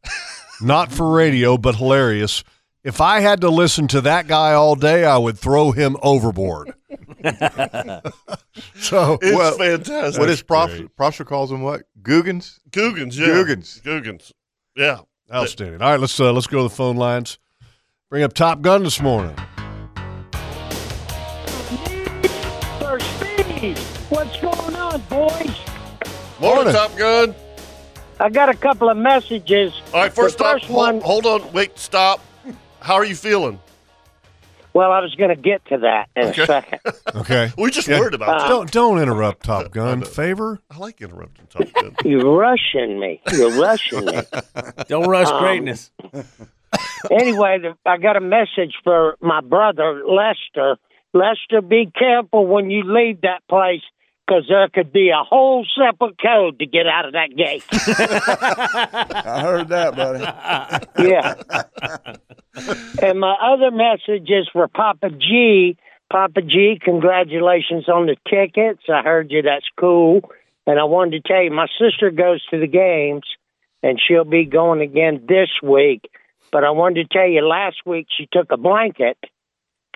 [SPEAKER 5] Not for radio, but hilarious. If I had to listen to that guy all day, I would throw him
[SPEAKER 2] <laughs>
[SPEAKER 5] overboard.
[SPEAKER 6] <laughs>
[SPEAKER 5] so
[SPEAKER 2] It's fantastic.
[SPEAKER 6] What is prof,
[SPEAKER 2] Great.
[SPEAKER 6] Prosser calls them? What Googans?
[SPEAKER 2] Googans. Yeah.
[SPEAKER 6] Googans.
[SPEAKER 2] Googans. Yeah.
[SPEAKER 5] Outstanding. All right, let's uh, let's go to the phone lines. Bring up Top Gun this morning.
[SPEAKER 11] Sir Steve, what's going on, boys?
[SPEAKER 2] Morning, Top Gun.
[SPEAKER 11] I got a couple of messages.
[SPEAKER 2] All right, first,
[SPEAKER 11] the
[SPEAKER 2] off,
[SPEAKER 11] first
[SPEAKER 2] hol-
[SPEAKER 11] one.
[SPEAKER 2] hold on. Wait, stop. How are you feeling?
[SPEAKER 11] Well, I was going to get to that in
[SPEAKER 2] Okay.
[SPEAKER 11] a second.
[SPEAKER 5] Okay.
[SPEAKER 2] We just worried about you.
[SPEAKER 5] Don't don't interrupt Top Gun. Favor?
[SPEAKER 2] <laughs> I like interrupting Top Gun.
[SPEAKER 11] You're rushing me. You're rushing me.
[SPEAKER 7] <laughs> Don't rush
[SPEAKER 11] Um,
[SPEAKER 7] greatness.
[SPEAKER 11] <laughs> anyway, the, I got a message for my brother Lester. Lester, be careful when you leave that place because there could be a whole separate code to get out of that
[SPEAKER 7] <laughs>
[SPEAKER 11] gate.
[SPEAKER 12] I heard that, buddy.
[SPEAKER 11] yeah.
[SPEAKER 2] <laughs>
[SPEAKER 11] and my other message is for Papa G. Papa G, congratulations on the tickets. I heard you. That's cool. And I wanted to tell you, my sister goes to the games, and she'll be going again this week. But I wanted to tell you, last week she took a blanket,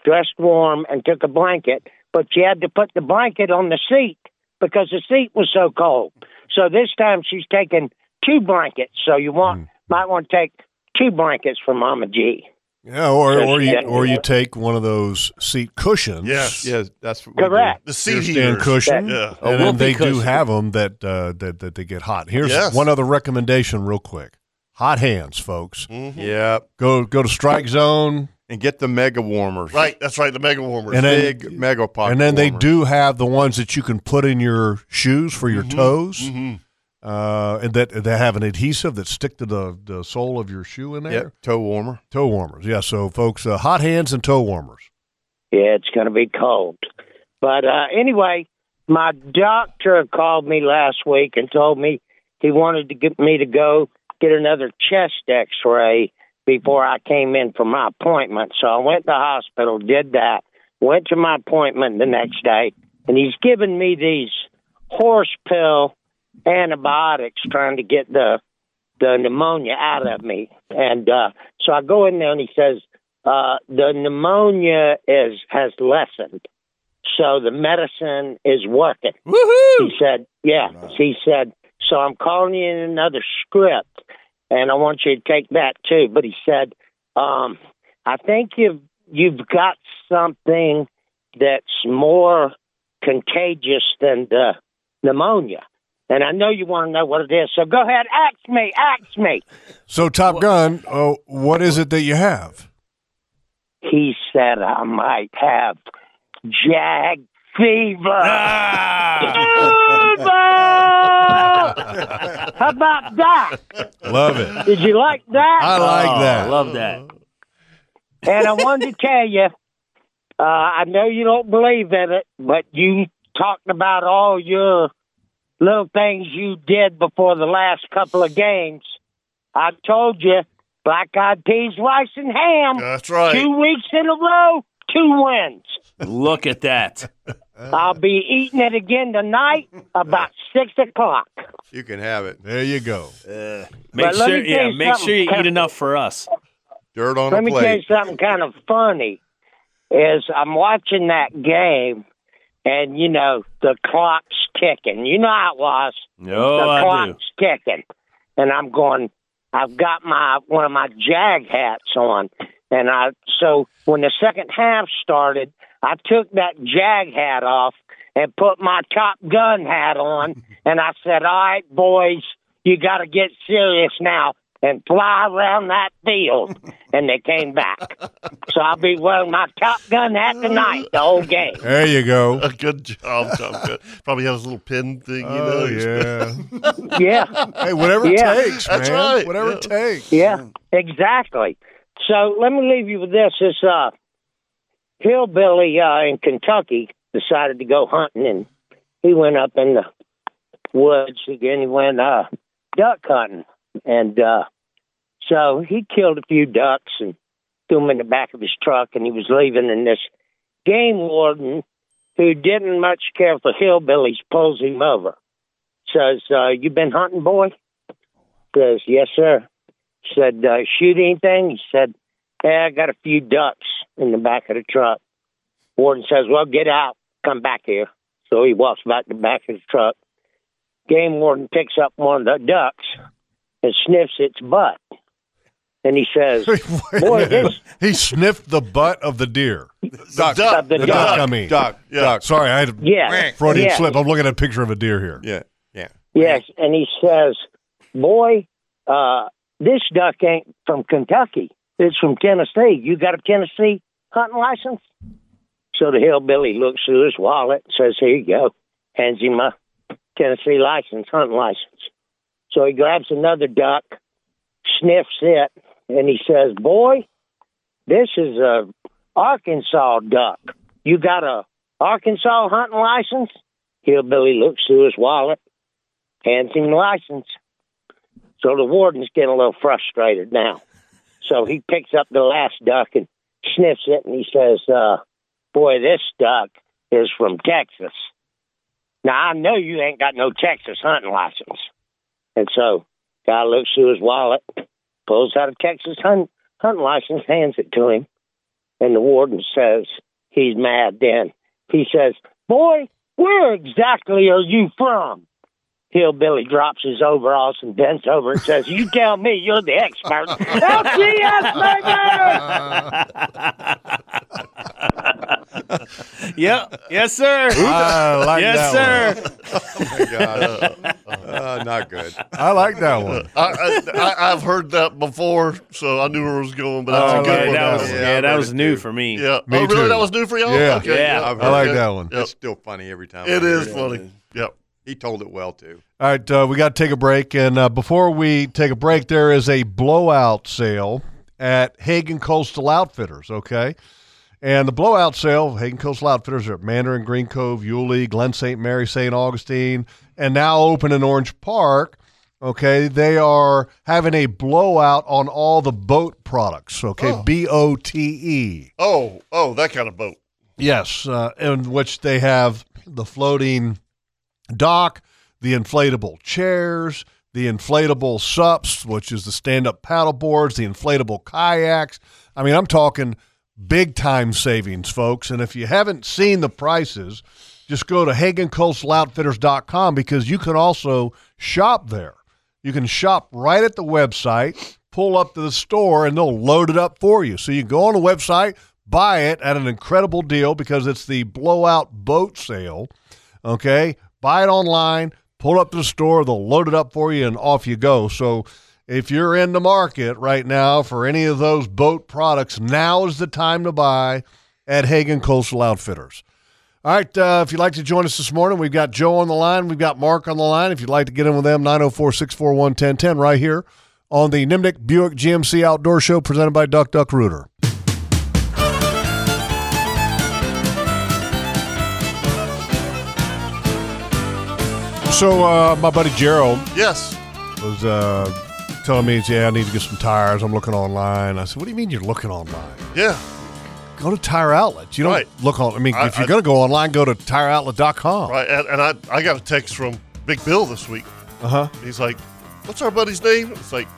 [SPEAKER 11] dressed warm, and took a blanket, but she had to put the blanket on the seat because the seat was so cold. So this time she's taking two blankets. So you want Might want to take two blankets for Mama G.
[SPEAKER 5] <laughs> Yeah, or,
[SPEAKER 11] So
[SPEAKER 5] or
[SPEAKER 11] she
[SPEAKER 5] you
[SPEAKER 11] doesn't
[SPEAKER 5] or
[SPEAKER 11] do
[SPEAKER 5] you
[SPEAKER 11] it.
[SPEAKER 5] take one of those seat cushions.
[SPEAKER 6] Yes, yes, that's what we do.
[SPEAKER 11] Correct.
[SPEAKER 6] The
[SPEAKER 5] Your
[SPEAKER 6] seat
[SPEAKER 5] stand
[SPEAKER 6] heaters.
[SPEAKER 5] cushion.
[SPEAKER 6] Yeah. A
[SPEAKER 7] Oh,
[SPEAKER 5] And then
[SPEAKER 6] whoopee
[SPEAKER 5] they do
[SPEAKER 6] cushion.
[SPEAKER 5] have them that uh, that that they get hot. Here's
[SPEAKER 6] Yes.
[SPEAKER 5] one other recommendation, real quick. Hot hands, folks.
[SPEAKER 2] Mm-hmm.
[SPEAKER 6] Yep.
[SPEAKER 5] Go go to strike zone
[SPEAKER 6] and get the mega warmers.
[SPEAKER 2] Right, that's right. The mega warmers,
[SPEAKER 5] And then-
[SPEAKER 6] big mega pocket.
[SPEAKER 5] and then they
[SPEAKER 6] warmer.
[SPEAKER 5] do have the ones that you can put in your shoes for your
[SPEAKER 2] Mm-hmm.
[SPEAKER 6] Mhm.
[SPEAKER 5] toes,
[SPEAKER 6] Mhm.
[SPEAKER 5] uh, and that that have an adhesive that stick to the, the sole of your shoe in there.
[SPEAKER 6] Yep, toe warmer.
[SPEAKER 5] Toe warmers, yeah. So, folks, uh, hot hands and toe warmers.
[SPEAKER 11] Yeah, it's going to be cold. But uh, anyway, my doctor called me last week and told me he wanted to get me to go get another chest x ray before I came in for my appointment. So I went to the hospital, did that, went to my appointment the next day, and he's giving me these horse pill antibiotics trying to get the the pneumonia out of me. And uh, so I go in there and he says, uh, the pneumonia is has lessened. So the medicine is working.
[SPEAKER 7] Woohoo!
[SPEAKER 11] He said, Yeah. He said, So I'm calling you in another script and I want you to take that too. But he said, um, I think you've you've got something that's more contagious than the pneumonia. And I know you want to know what it is, so go ahead, ask me, ask me.
[SPEAKER 5] So, Top Gun, oh, what is it that you have?
[SPEAKER 11] He said I might have jag fever. <laughs> Fever! How about that?
[SPEAKER 5] Love it.
[SPEAKER 11] Did you like that?
[SPEAKER 5] I like that.
[SPEAKER 7] Oh, Love that.
[SPEAKER 11] And I wanted to tell you, uh, I know you don't believe in it, but you talked about all your little things you did before the last couple of games. I told you, black eyed peas, rice, and ham.
[SPEAKER 2] That's
[SPEAKER 7] right.
[SPEAKER 11] Two weeks in a row, two wins.
[SPEAKER 7] Look at that.
[SPEAKER 11] I'll be eating it again tonight about six o'clock.
[SPEAKER 6] You can have it.
[SPEAKER 5] There you go.
[SPEAKER 7] Uh, Make
[SPEAKER 11] But let
[SPEAKER 7] sure,
[SPEAKER 11] me tell
[SPEAKER 7] yeah,
[SPEAKER 11] you
[SPEAKER 7] make sure you
[SPEAKER 11] something.
[SPEAKER 7] eat enough for us.
[SPEAKER 6] Dirt on
[SPEAKER 11] Let me tell you something kind of funny. Is I'm watching that game, and you know the clock's ticking. You know how it was.
[SPEAKER 7] No,
[SPEAKER 11] the
[SPEAKER 7] I do.
[SPEAKER 11] clock's ticking, and I'm going. I've got my one of my jag hats on, and I so when the second half started, I took that jag hat off and put my Top Gun hat
[SPEAKER 7] <laughs>
[SPEAKER 11] on, and I said, "All right, boys, you got to get serious now." And fly around that
[SPEAKER 7] <laughs>
[SPEAKER 11] field, and they came back. So I'll be wearing my Top Gun hat tonight, the whole game.
[SPEAKER 5] There you go.
[SPEAKER 2] <laughs> A good job, Tom. Good. Probably has a little pin thing, you
[SPEAKER 5] Oh,
[SPEAKER 2] know.
[SPEAKER 5] yeah.
[SPEAKER 11] Yeah.
[SPEAKER 5] Hey, whatever it
[SPEAKER 11] Yeah.
[SPEAKER 5] takes,
[SPEAKER 2] That's
[SPEAKER 5] man.
[SPEAKER 2] right.
[SPEAKER 5] Whatever it takes.
[SPEAKER 11] Yeah, exactly. So let me leave you with this: this uh, hillbilly uh, in Kentucky decided to go hunting, and he went up in the woods again. He went uh, duck hunting, and uh, so he killed a few ducks and threw them in the back of his truck, and he was leaving. And this game warden, who didn't much care for hillbillies, pulls him over. Says, uh, "You been hunting, boy?" Says, "Yes, sir." said, uh, shoot anything? He said, yeah, I got a few ducks in the back of the truck. Warden says, well, get out, come back here. So he walks back to the back of the truck. Game warden picks up one of the ducks and sniffs its butt. And he says,
[SPEAKER 5] <laughs>
[SPEAKER 11] boy, this,
[SPEAKER 5] He sniffed the butt of the deer.
[SPEAKER 6] Duck.
[SPEAKER 11] Of the
[SPEAKER 5] the
[SPEAKER 11] duck.
[SPEAKER 5] duck, I mean.
[SPEAKER 6] Duck.
[SPEAKER 5] Yeah. Sorry, I had a
[SPEAKER 11] Yeah.
[SPEAKER 5] Freudian
[SPEAKER 11] Yeah.
[SPEAKER 5] slip. I'm looking at a picture of a deer here.
[SPEAKER 6] Yeah. Yeah.
[SPEAKER 11] Yes, and he says, "Boy, uh, this duck ain't from Kentucky. It's from Tennessee. You got a Tennessee hunting license?" So the hillbilly looks through his wallet, says, "Here you go," hands him a Tennessee license, hunting license. So he grabs another duck, sniffs it, and he says, "Boy, this is a Arkansas duck. You got a Arkansas hunting license?" Hillbilly looks through his wallet, hands him the license. So the warden's getting a little frustrated now. So he picks up the last duck and sniffs it, and he says, uh, "Boy, this duck is from Texas." Now I know you ain't got no Texas hunting license, and so guy looks through his wallet, pulls out a Texas hunt, hunting license, hands it to him, and the warden says he's mad. Then he says, "Boy, where exactly are you from?" hillbilly drops his overalls and bends over and says, "You tell me, you're the expert."
[SPEAKER 7] LCS, baby. yep. Yes, sir. <laughs>
[SPEAKER 5] I like
[SPEAKER 7] yes,
[SPEAKER 5] that
[SPEAKER 7] sir.
[SPEAKER 6] oh my god,
[SPEAKER 7] <laughs>
[SPEAKER 6] uh, not good.
[SPEAKER 5] I like that one.
[SPEAKER 2] I, I, I, I've heard that before, so I knew where it was going. But
[SPEAKER 5] Oh,
[SPEAKER 2] that's a good one.
[SPEAKER 7] Oh, that was, yeah,
[SPEAKER 2] I've
[SPEAKER 7] that
[SPEAKER 2] heard
[SPEAKER 7] was
[SPEAKER 2] it
[SPEAKER 7] new
[SPEAKER 2] too.
[SPEAKER 7] for me.
[SPEAKER 2] Yeah. oh, really? That was new for y'all?
[SPEAKER 5] Yeah.
[SPEAKER 2] Okay,
[SPEAKER 7] Yeah.
[SPEAKER 2] I've
[SPEAKER 5] I
[SPEAKER 2] heard
[SPEAKER 5] like that one.
[SPEAKER 2] Yep.
[SPEAKER 6] It's still funny every time.
[SPEAKER 2] It
[SPEAKER 6] I hear
[SPEAKER 2] is funny. Yep.
[SPEAKER 6] He told it well too.
[SPEAKER 5] All right, uh, we got to take a break, and uh, before we take a break, there is a blowout sale at Hagen Coastal Outfitters. Okay, and the blowout sale, Hagen Coastal Outfitters are at Mandarin, Green Cove, Yulee, Glen St. Mary, St. Augustine, and now open in Orange Park. Okay, they are having a blowout on all the boat products. Okay, B O T E.
[SPEAKER 2] Oh, oh, that kind of boat.
[SPEAKER 5] Yes, uh, in which they have the floating dock, the inflatable chairs, the inflatable sups, which is the stand-up paddle boards, the inflatable kayaks. I mean, I'm talking big time savings, folks. And if you haven't seen the prices, just go to HagenCoastalOutfitters.com because you can also shop there. You can shop right at the website, pull up to the store, and they'll load it up for you. So you go on the website, buy it at an incredible deal because it's the blowout boat sale. Okay, buy it online, pull up to the store, they'll load it up for you, and off you go. So if you're in the market right now for any of those boat products, now is the time to buy at Hagen Coastal Outfitters. All right, uh, if you'd like to join us this morning, we've got Joe on the line, we've got Mark on the line. If you'd like to get in with them, 904 641 1010 right here on the Nimnik Buick GMC Outdoor Show presented by Duck Duck Rooter. So, uh, my buddy Gerald.
[SPEAKER 2] Yes.
[SPEAKER 5] Was uh, telling me, yeah, I need to get some tires. I'm looking online. I said, what do you mean you're looking online?
[SPEAKER 2] Yeah.
[SPEAKER 5] Go to Tire Outlets. You don't
[SPEAKER 2] Right.
[SPEAKER 5] look on. I mean,
[SPEAKER 2] I-
[SPEAKER 5] if you're
[SPEAKER 2] I-
[SPEAKER 5] going to go online, go to tireoutlet.com.
[SPEAKER 2] Right. And, and I, I got a text from Big Bill this week.
[SPEAKER 5] Uh huh.
[SPEAKER 2] He's like, "What's our buddy's name?" It's like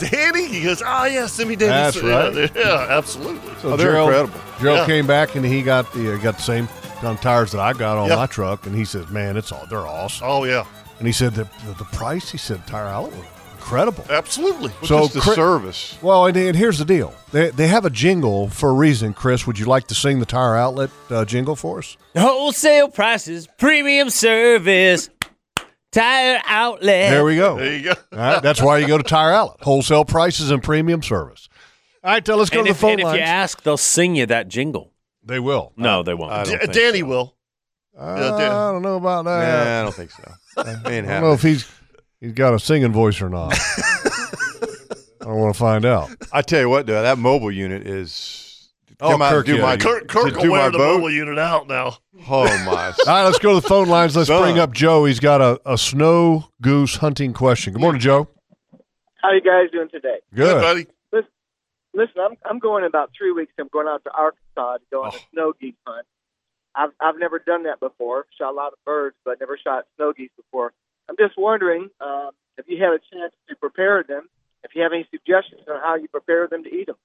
[SPEAKER 2] Danny. He goes, "Ah, yeah, Sammy
[SPEAKER 5] That's
[SPEAKER 2] Davis."
[SPEAKER 5] right.
[SPEAKER 2] Yeah, yeah, absolutely.
[SPEAKER 6] Oh,
[SPEAKER 5] So Gerald, Gerald
[SPEAKER 2] Oh, Yeah.
[SPEAKER 5] came back and he got the uh, got the same kind of tires that I got on
[SPEAKER 2] Yeah.
[SPEAKER 5] my truck, and he says, "Man, it's all they're awesome."
[SPEAKER 2] Oh yeah.
[SPEAKER 5] And he said that the, the price. He said tire outlet was incredible.
[SPEAKER 2] Absolutely.
[SPEAKER 5] Chri- Well, and, and here's the deal. They, they have a jingle for a reason. Chris, would you like to sing the tire outlet uh, jingle for us?
[SPEAKER 7] <laughs> Wholesale prices, premium service, tire
[SPEAKER 3] Eh.
[SPEAKER 7] outlet.
[SPEAKER 5] There we go.
[SPEAKER 7] There
[SPEAKER 2] you go.
[SPEAKER 5] All right, that's why you go to Tire Outlet. Wholesale prices and premium service. All right, let's go
[SPEAKER 7] and
[SPEAKER 5] to
[SPEAKER 7] if,
[SPEAKER 5] the phone
[SPEAKER 7] and
[SPEAKER 5] lines.
[SPEAKER 7] if you ask, they'll sing you that jingle.
[SPEAKER 5] They will.
[SPEAKER 7] No, they won't.
[SPEAKER 2] D- Danny will.
[SPEAKER 5] Uh, I don't know about that.
[SPEAKER 6] Nah, I
[SPEAKER 7] <laughs>
[SPEAKER 6] don't think so.
[SPEAKER 5] I don't know if he's he's got a singing voice or
[SPEAKER 2] <laughs>
[SPEAKER 5] not. I don't want to find out.
[SPEAKER 6] I tell you what, though, that mobile unit is.
[SPEAKER 5] Oh,
[SPEAKER 6] Come out and
[SPEAKER 5] Kirk,
[SPEAKER 6] do
[SPEAKER 5] yeah.
[SPEAKER 6] my
[SPEAKER 5] Kirk-
[SPEAKER 2] Kirk
[SPEAKER 6] to
[SPEAKER 2] will
[SPEAKER 6] do my
[SPEAKER 2] wear the
[SPEAKER 6] boat.
[SPEAKER 2] mobile unit out now.
[SPEAKER 6] Oh my!
[SPEAKER 5] All right, let's go to the phone lines. Let's
[SPEAKER 6] Son.
[SPEAKER 5] bring up Joe. He's got a, a snow goose hunting question. Good morning, Joe.
[SPEAKER 13] How you guys doing today?
[SPEAKER 5] Good. Good, buddy.
[SPEAKER 13] Listen, listen I'm, I'm going in about three weeks. I'm going out to Arkansas to go
[SPEAKER 5] Oh.
[SPEAKER 13] on a snow geese hunt. I've, I've never done that before. Shot a lot of birds, but never shot snow geese before. I'm just wondering um, if you had a chance to prepare them, if you have any suggestions on how you prepare them to eat them.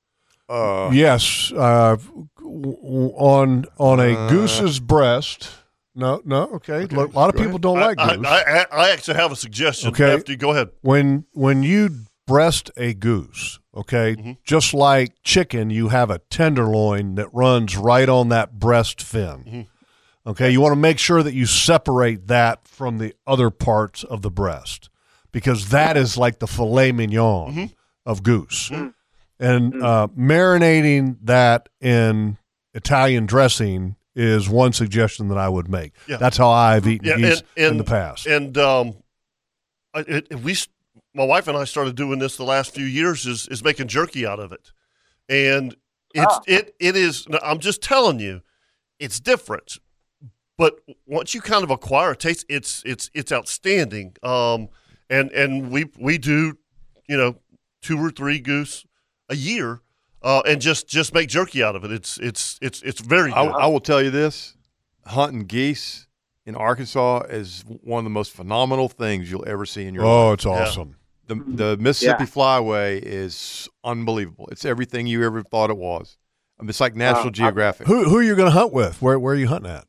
[SPEAKER 2] Oh.
[SPEAKER 6] Uh,
[SPEAKER 5] yes, uh, w- w- on on a
[SPEAKER 2] Uh.
[SPEAKER 5] goose's breast. No, no, okay. <laughs> a lot of people don't like
[SPEAKER 2] I,
[SPEAKER 5] goose.
[SPEAKER 2] I, I, I actually have a suggestion.
[SPEAKER 5] Okay.
[SPEAKER 2] After you go ahead.
[SPEAKER 5] When when you breast a goose, okay,
[SPEAKER 2] Mm-hmm.
[SPEAKER 5] just like chicken, you have a tenderloin that runs right on that breast fin.
[SPEAKER 2] Mm-hmm.
[SPEAKER 5] Okay, you want to make sure that you separate that from the other parts of the breast because that is like the filet mignon
[SPEAKER 2] Mm-hmm.
[SPEAKER 5] of goose. And uh, marinating that in Italian dressing is one suggestion that I would make.
[SPEAKER 2] Yeah.
[SPEAKER 5] That's how I've eaten
[SPEAKER 2] Yeah,
[SPEAKER 5] geese
[SPEAKER 2] and, and,
[SPEAKER 5] in the past.
[SPEAKER 2] And um, I- it, it- we, s- my wife and I started doing this the last few years is is making jerky out of it, and it's it it is. no, I'm just telling you, it's different. But once you kind of acquire a taste, it's it's it's outstanding. Um, and and we we do, you know, two or three goose a year, uh, and just just make jerky out of it. It's it's it's it's very. Good.
[SPEAKER 6] I, I will tell you this: hunting geese in Arkansas is one of the most phenomenal things you'll ever see in your life.
[SPEAKER 5] Oh, it's awesome.
[SPEAKER 6] The the Mississippi
[SPEAKER 5] Yeah.
[SPEAKER 6] Flyway is unbelievable. It's everything you ever thought it was. I mean, it's like National
[SPEAKER 5] Uh, I-
[SPEAKER 6] Geographic.
[SPEAKER 5] Who who are you going to hunt with? Where where are you hunting at?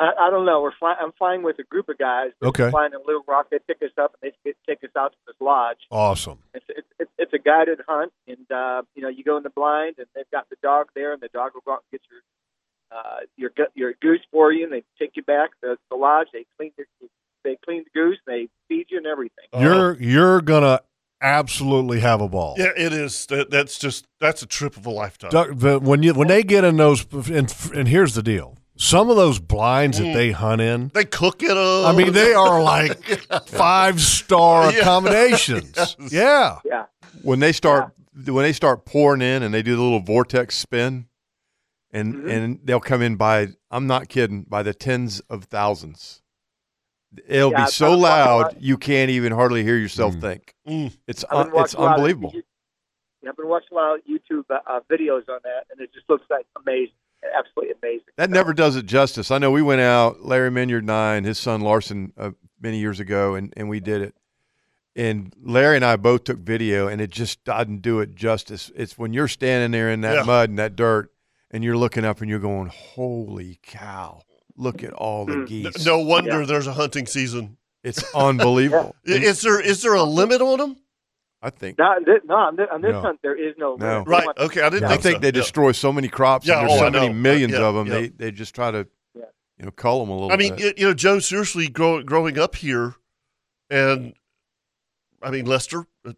[SPEAKER 13] I, I don't know. We're fly, I'm flying with a group of guys. We're
[SPEAKER 5] Okay.
[SPEAKER 13] Flying in Little Rock, they pick us up and they get- take us out to this lodge.
[SPEAKER 5] Awesome.
[SPEAKER 13] It's it's, it's, it's a guided hunt, and uh, you know you go in the blind, and they've got the dog there, and the dog will go out and get your uh, your go- your goose for you, and they take you back to the lodge. They clean your, they clean the goose, they feed you, and everything.
[SPEAKER 5] You're you're gonna absolutely have a ball.
[SPEAKER 2] Yeah, it is. That, that's just that's a trip of a lifetime.
[SPEAKER 5] Doc, the- when you when they get in those and and here's the deal. Some of those blinds
[SPEAKER 2] Mm.
[SPEAKER 5] that they hunt in,
[SPEAKER 2] They cook it up.
[SPEAKER 5] I mean, they are
[SPEAKER 2] <laughs>
[SPEAKER 5] like five <laughs> star <laughs>
[SPEAKER 2] Yeah.
[SPEAKER 5] accommodations. Yeah.
[SPEAKER 13] Yeah.
[SPEAKER 6] when they start when they start pouring in and they do the little vortex spin and
[SPEAKER 13] Mm-hmm.
[SPEAKER 6] and they'll come in by I'm not kidding by the tens of thousands. It'll
[SPEAKER 13] Yeah,
[SPEAKER 6] be so
[SPEAKER 13] I've watched a lot-
[SPEAKER 6] loud you can't even hardly hear yourself think. It's
[SPEAKER 13] I've
[SPEAKER 6] un-
[SPEAKER 13] been watching
[SPEAKER 6] it's
[SPEAKER 13] a lot of
[SPEAKER 6] unbelievable.
[SPEAKER 13] YouTube- I've been watching a lot of YouTube uh, uh, videos on that, and it just looks like amazing, absolutely amazing.
[SPEAKER 6] That never does it justice. I know we went out, Larry Minyard and I, and his son Larson, uh, many years ago, and, and we did it. And Larry and I both took video, and it just doesn't do it justice. It's when you're standing there in that
[SPEAKER 2] Yeah.
[SPEAKER 6] mud and that dirt, and you're looking up and you're going, Holy cow, look at all
[SPEAKER 13] Mm.
[SPEAKER 6] the geese.
[SPEAKER 2] No wonder there's a hunting season.
[SPEAKER 6] It's
[SPEAKER 13] <laughs>
[SPEAKER 6] unbelievable.
[SPEAKER 2] I- Is there is there a limit on them?
[SPEAKER 6] I think.
[SPEAKER 13] Not on this, no, on this, on this
[SPEAKER 6] No.
[SPEAKER 13] hunt there is no.
[SPEAKER 2] Oh,
[SPEAKER 6] No.
[SPEAKER 13] limit.
[SPEAKER 2] Right, okay, I didn't
[SPEAKER 6] I
[SPEAKER 2] think
[SPEAKER 6] think
[SPEAKER 2] so.
[SPEAKER 6] they
[SPEAKER 2] Yeah.
[SPEAKER 6] destroy so many crops,
[SPEAKER 2] Yeah,
[SPEAKER 6] and there's
[SPEAKER 2] oh, I
[SPEAKER 6] so many
[SPEAKER 2] know.
[SPEAKER 6] millions
[SPEAKER 2] Yeah,
[SPEAKER 6] of them.
[SPEAKER 2] yeah.
[SPEAKER 6] They, they just try to you know, cull them a little
[SPEAKER 2] I mean,
[SPEAKER 6] bit.
[SPEAKER 2] you, you know, Joe, seriously, grow, growing up here, and I mean, Lester, uh,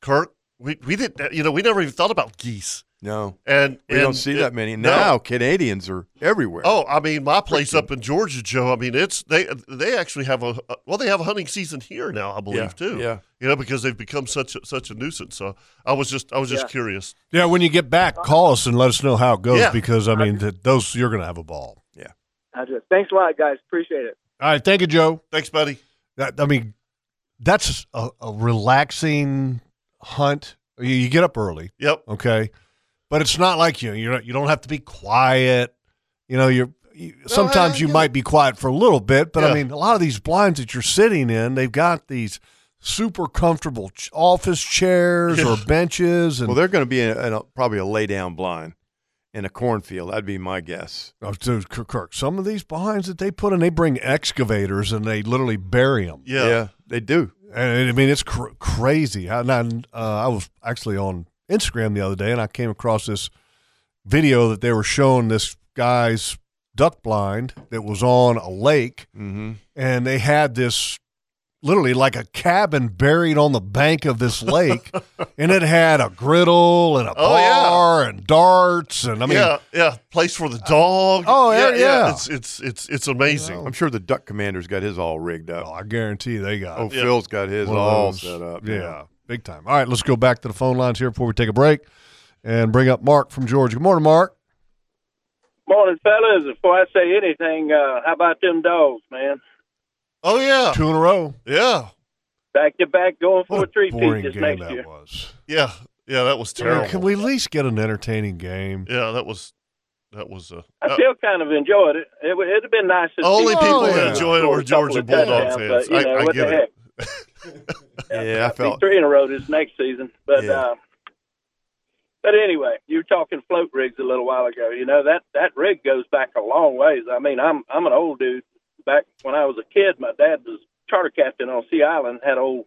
[SPEAKER 2] Kirk, we, we didn't, you know, we never even thought about geese.
[SPEAKER 6] No.
[SPEAKER 2] And
[SPEAKER 6] We
[SPEAKER 2] and
[SPEAKER 6] don't see
[SPEAKER 2] it-
[SPEAKER 6] that many.
[SPEAKER 2] no.
[SPEAKER 6] Now Canadians are everywhere.
[SPEAKER 2] Oh, I mean, my place up in Georgia, Joe. I mean, it's they they actually have a well, they have a hunting season here now, I believe
[SPEAKER 6] Yeah,
[SPEAKER 2] too.
[SPEAKER 6] yeah.
[SPEAKER 2] you know, because they've become such a, such a nuisance. So I was just I was just
[SPEAKER 5] Yeah.
[SPEAKER 2] curious.
[SPEAKER 5] Yeah, when you get back, call us and let us know how it goes
[SPEAKER 2] Yeah.
[SPEAKER 5] because I mean th- those you're gonna have a ball.
[SPEAKER 13] I just, thanks a lot, guys. Appreciate it.
[SPEAKER 5] All right, thank you, Joe.
[SPEAKER 2] Thanks, buddy.
[SPEAKER 5] That, I mean, that's a, a relaxing hunt. You, you get up early.
[SPEAKER 2] Yep.
[SPEAKER 5] Okay, but it's not like you. You're not, you don't have to be quiet. You know, you're. You, sometimes you might be quiet for a little bit, but I
[SPEAKER 2] Yeah.
[SPEAKER 5] mean, a lot of these blinds that you're sitting in, they've got these super comfortable ch- office chairs or benches, and
[SPEAKER 6] well, they're going to be in, a, in a, probably a lay down blind in a cornfield. That'd be my guess.
[SPEAKER 5] Oh, dude, Kirk, Kirk, some of these blinds that they put in, they bring excavators and they literally bury them.
[SPEAKER 2] Yeah.
[SPEAKER 6] Yeah, they do.
[SPEAKER 5] And I mean, it's cr- crazy. I, and I, uh, I was actually on Instagram the other day and I came across this video that they were showing this guy's duck blind that was on a lake.
[SPEAKER 6] Mm-hmm.
[SPEAKER 5] And they had this literally like a cabin buried on the bank of this lake.
[SPEAKER 2] <laughs>
[SPEAKER 5] and it had a griddle and a
[SPEAKER 2] Oh, yeah.
[SPEAKER 5] bar and darts. And I mean,
[SPEAKER 2] yeah, yeah, place for the dog.
[SPEAKER 5] Oh, yeah, yeah.
[SPEAKER 2] It's it's it's it's amazing. Oh,
[SPEAKER 6] I'm sure the duck commander's got his all rigged up.
[SPEAKER 5] I guarantee they got.
[SPEAKER 6] Oh,
[SPEAKER 5] it. Yeah.
[SPEAKER 6] Phil's got his
[SPEAKER 5] One of
[SPEAKER 6] all
[SPEAKER 5] those.
[SPEAKER 6] set up.
[SPEAKER 5] Yeah, big time. All right, let's go back to the phone lines here before we take a break and bring up Mark from Georgia. Good morning, Mark.
[SPEAKER 14] Morning, fellas. Before I say anything, uh, how about them dogs, man?
[SPEAKER 2] Oh yeah,
[SPEAKER 5] two in a row.
[SPEAKER 2] Yeah,
[SPEAKER 14] Back to back, going for a three
[SPEAKER 5] boring
[SPEAKER 14] peat this
[SPEAKER 5] game
[SPEAKER 14] next
[SPEAKER 5] that
[SPEAKER 14] year.
[SPEAKER 5] was.
[SPEAKER 2] yeah, yeah. That was
[SPEAKER 5] I mean,
[SPEAKER 2] terrible.
[SPEAKER 5] can we at least get an entertaining game?
[SPEAKER 2] Yeah, that was that was uh,
[SPEAKER 14] I still kind of enjoyed it. It would it'd have been nice. To
[SPEAKER 2] Only
[SPEAKER 14] see
[SPEAKER 2] people
[SPEAKER 14] them
[SPEAKER 2] that enjoy it
[SPEAKER 14] score
[SPEAKER 2] were
[SPEAKER 14] a couple
[SPEAKER 2] Georgia
[SPEAKER 14] of
[SPEAKER 2] Bulldog fans.
[SPEAKER 14] touchdowns, But, you know,
[SPEAKER 2] I- I
[SPEAKER 14] what
[SPEAKER 2] get
[SPEAKER 14] the
[SPEAKER 2] it.
[SPEAKER 14] heck?
[SPEAKER 6] Yeah, I
[SPEAKER 14] Be
[SPEAKER 6] felt.
[SPEAKER 14] three in a row this next season. But uh, but anyway, you were talking float rigs a little while ago. You know that that rig goes back a long ways. I mean, I'm I'm an old dude. Back when I was a kid, my dad was charter captain on Sea Island. Had a old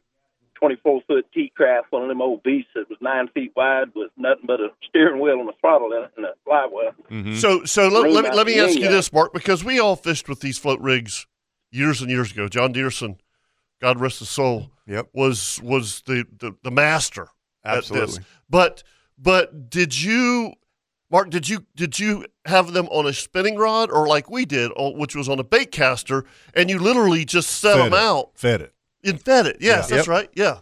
[SPEAKER 14] 24 foot T craft, one of them old beasts that was nine feet wide with nothing but a steering wheel and a throttle in it and a fly well.
[SPEAKER 2] Mm-hmm.
[SPEAKER 5] Mm-hmm.
[SPEAKER 2] So so let,
[SPEAKER 14] Room
[SPEAKER 2] let, me,
[SPEAKER 14] out
[SPEAKER 2] let me
[SPEAKER 14] the
[SPEAKER 2] ask you
[SPEAKER 14] window.
[SPEAKER 2] this, Mark, because we all fished with these float rigs years and years ago. John Dearson, God rest his soul,
[SPEAKER 6] yep.
[SPEAKER 2] was was the, the, the master at this.
[SPEAKER 6] Absolutely.
[SPEAKER 2] But but did you Mark, did you did you have them on a spinning rod or like we did, on- which was on a bait caster, and you literally just set
[SPEAKER 5] Fed
[SPEAKER 2] them
[SPEAKER 5] it.
[SPEAKER 2] out
[SPEAKER 5] Fed it.
[SPEAKER 2] and fed it? Yes,
[SPEAKER 5] Yeah.
[SPEAKER 2] that's
[SPEAKER 5] Yep.
[SPEAKER 2] right. Yeah.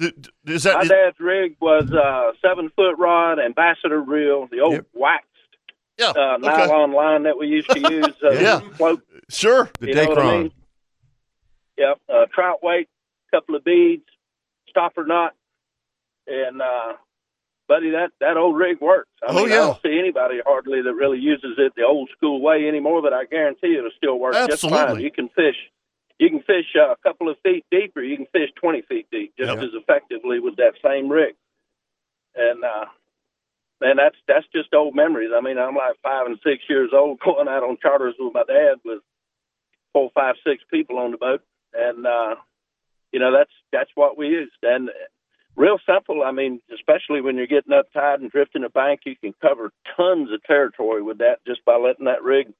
[SPEAKER 2] Th- th- Is that
[SPEAKER 14] My
[SPEAKER 2] is-
[SPEAKER 14] dad's rig was uh, seven foot rod, ambassador reel, the old waxed uh, nylon line that we used to use. Uh,
[SPEAKER 2] Yeah.
[SPEAKER 14] float,
[SPEAKER 2] sure.
[SPEAKER 6] The
[SPEAKER 14] You know what I
[SPEAKER 6] Dacron.
[SPEAKER 14] mean? Yep, uh, trout weight, couple of beads, stopper knot, and uh, buddy, that that old rig works. I
[SPEAKER 2] Oh,
[SPEAKER 14] mean, I
[SPEAKER 2] yeah.
[SPEAKER 14] don't see anybody hardly that really uses it the old school way anymore, but I guarantee it'll still work just fine.
[SPEAKER 2] Absolutely.
[SPEAKER 14] You can fish. You can fish uh, a couple of feet deep, or you can fish twenty feet deep, just
[SPEAKER 2] Yeah.
[SPEAKER 14] as effectively with that same rig. And uh, man, that's <laughs> that's just old memories. I mean, I'm like five and six years old, going out on charters with my dad with four, five, six people on the boat, and uh, you know that's that's what we used. And real simple. I mean, especially when you're getting up tide and drifting a bank, you can cover tons of territory with that just by letting that rig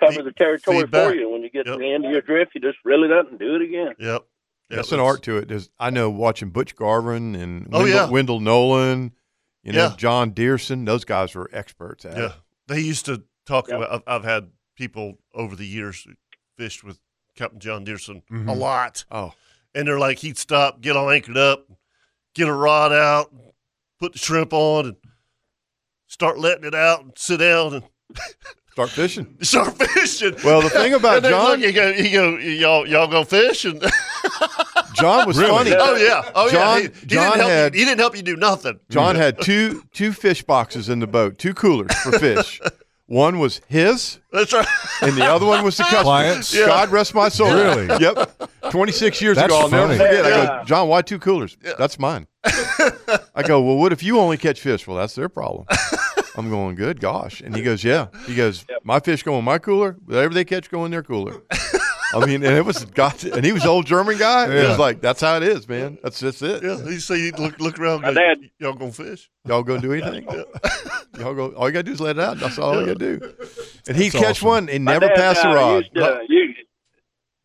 [SPEAKER 14] cover the territory
[SPEAKER 6] feedback.
[SPEAKER 14] for you. When you get to the end of your drift, you just reel it up and do it again.
[SPEAKER 2] Yep.
[SPEAKER 6] That's an art to it. There's, I know watching Butch Garvin and
[SPEAKER 2] Oh,
[SPEAKER 6] Wendell,
[SPEAKER 2] yeah.
[SPEAKER 6] Wendell Nolan, you know,
[SPEAKER 2] Yeah.
[SPEAKER 6] John Dearson, those guys were experts at
[SPEAKER 2] Yeah,
[SPEAKER 6] it.
[SPEAKER 2] they used to talk about. I've, I've had people over the years who fished with Captain John Dearson a
[SPEAKER 6] Mhm.
[SPEAKER 2] lot.
[SPEAKER 6] Oh,
[SPEAKER 2] and they're like, he'd stop, get all anchored up, get a rod out, put the shrimp on, and start letting it out, and sit down and <laughs>
[SPEAKER 6] start fishing.
[SPEAKER 2] Start fishing.
[SPEAKER 6] Well, the thing
[SPEAKER 2] <laughs>
[SPEAKER 6] about
[SPEAKER 2] And then
[SPEAKER 6] John-
[SPEAKER 2] look, you go, you go, y'all, y'all go fish, and
[SPEAKER 6] John was funny.
[SPEAKER 2] Oh yeah, oh
[SPEAKER 6] John-
[SPEAKER 2] yeah. He, he
[SPEAKER 6] John
[SPEAKER 2] didn't help
[SPEAKER 6] had-
[SPEAKER 2] you, he didn't help you do nothing.
[SPEAKER 6] John had two two fish boxes in the boat, two coolers for
[SPEAKER 2] <laughs>
[SPEAKER 6] fish. One was his,
[SPEAKER 2] That's right.
[SPEAKER 6] and the other one was the customer's.
[SPEAKER 2] Clients? Yeah.
[SPEAKER 6] God rest my soul.
[SPEAKER 2] Really?
[SPEAKER 6] Yep. Twenty six years
[SPEAKER 2] That's
[SPEAKER 6] ago, I'll never
[SPEAKER 2] funny.
[SPEAKER 6] forget. I
[SPEAKER 2] Yeah.
[SPEAKER 6] go, John, why two coolers? That's
[SPEAKER 2] <laughs>
[SPEAKER 6] mine. I go, well, what if you only catch fish? Well, that's their
[SPEAKER 2] <laughs>
[SPEAKER 6] problem. I'm going, good gosh. And he goes, yeah. He goes, my fish go in my cooler. Whatever they catch go in their cooler. I mean, and it was got, and he was an old German guy. It
[SPEAKER 2] Yeah.
[SPEAKER 6] was like, that's how it is, man. That's just it.
[SPEAKER 2] Yeah, he said, you look, look around,
[SPEAKER 6] My
[SPEAKER 2] go,
[SPEAKER 6] dad-
[SPEAKER 2] y'all gonna fish?
[SPEAKER 6] Y'all go
[SPEAKER 2] <laughs>
[SPEAKER 6] do anything. Y'all go. All you gotta do is let it out. That's all you gotta do. And he'd
[SPEAKER 2] That's
[SPEAKER 6] catch
[SPEAKER 2] awesome.
[SPEAKER 6] one and
[SPEAKER 14] My
[SPEAKER 6] never
[SPEAKER 14] dad,
[SPEAKER 6] pass
[SPEAKER 14] uh,
[SPEAKER 6] a rod.
[SPEAKER 14] Used to, you,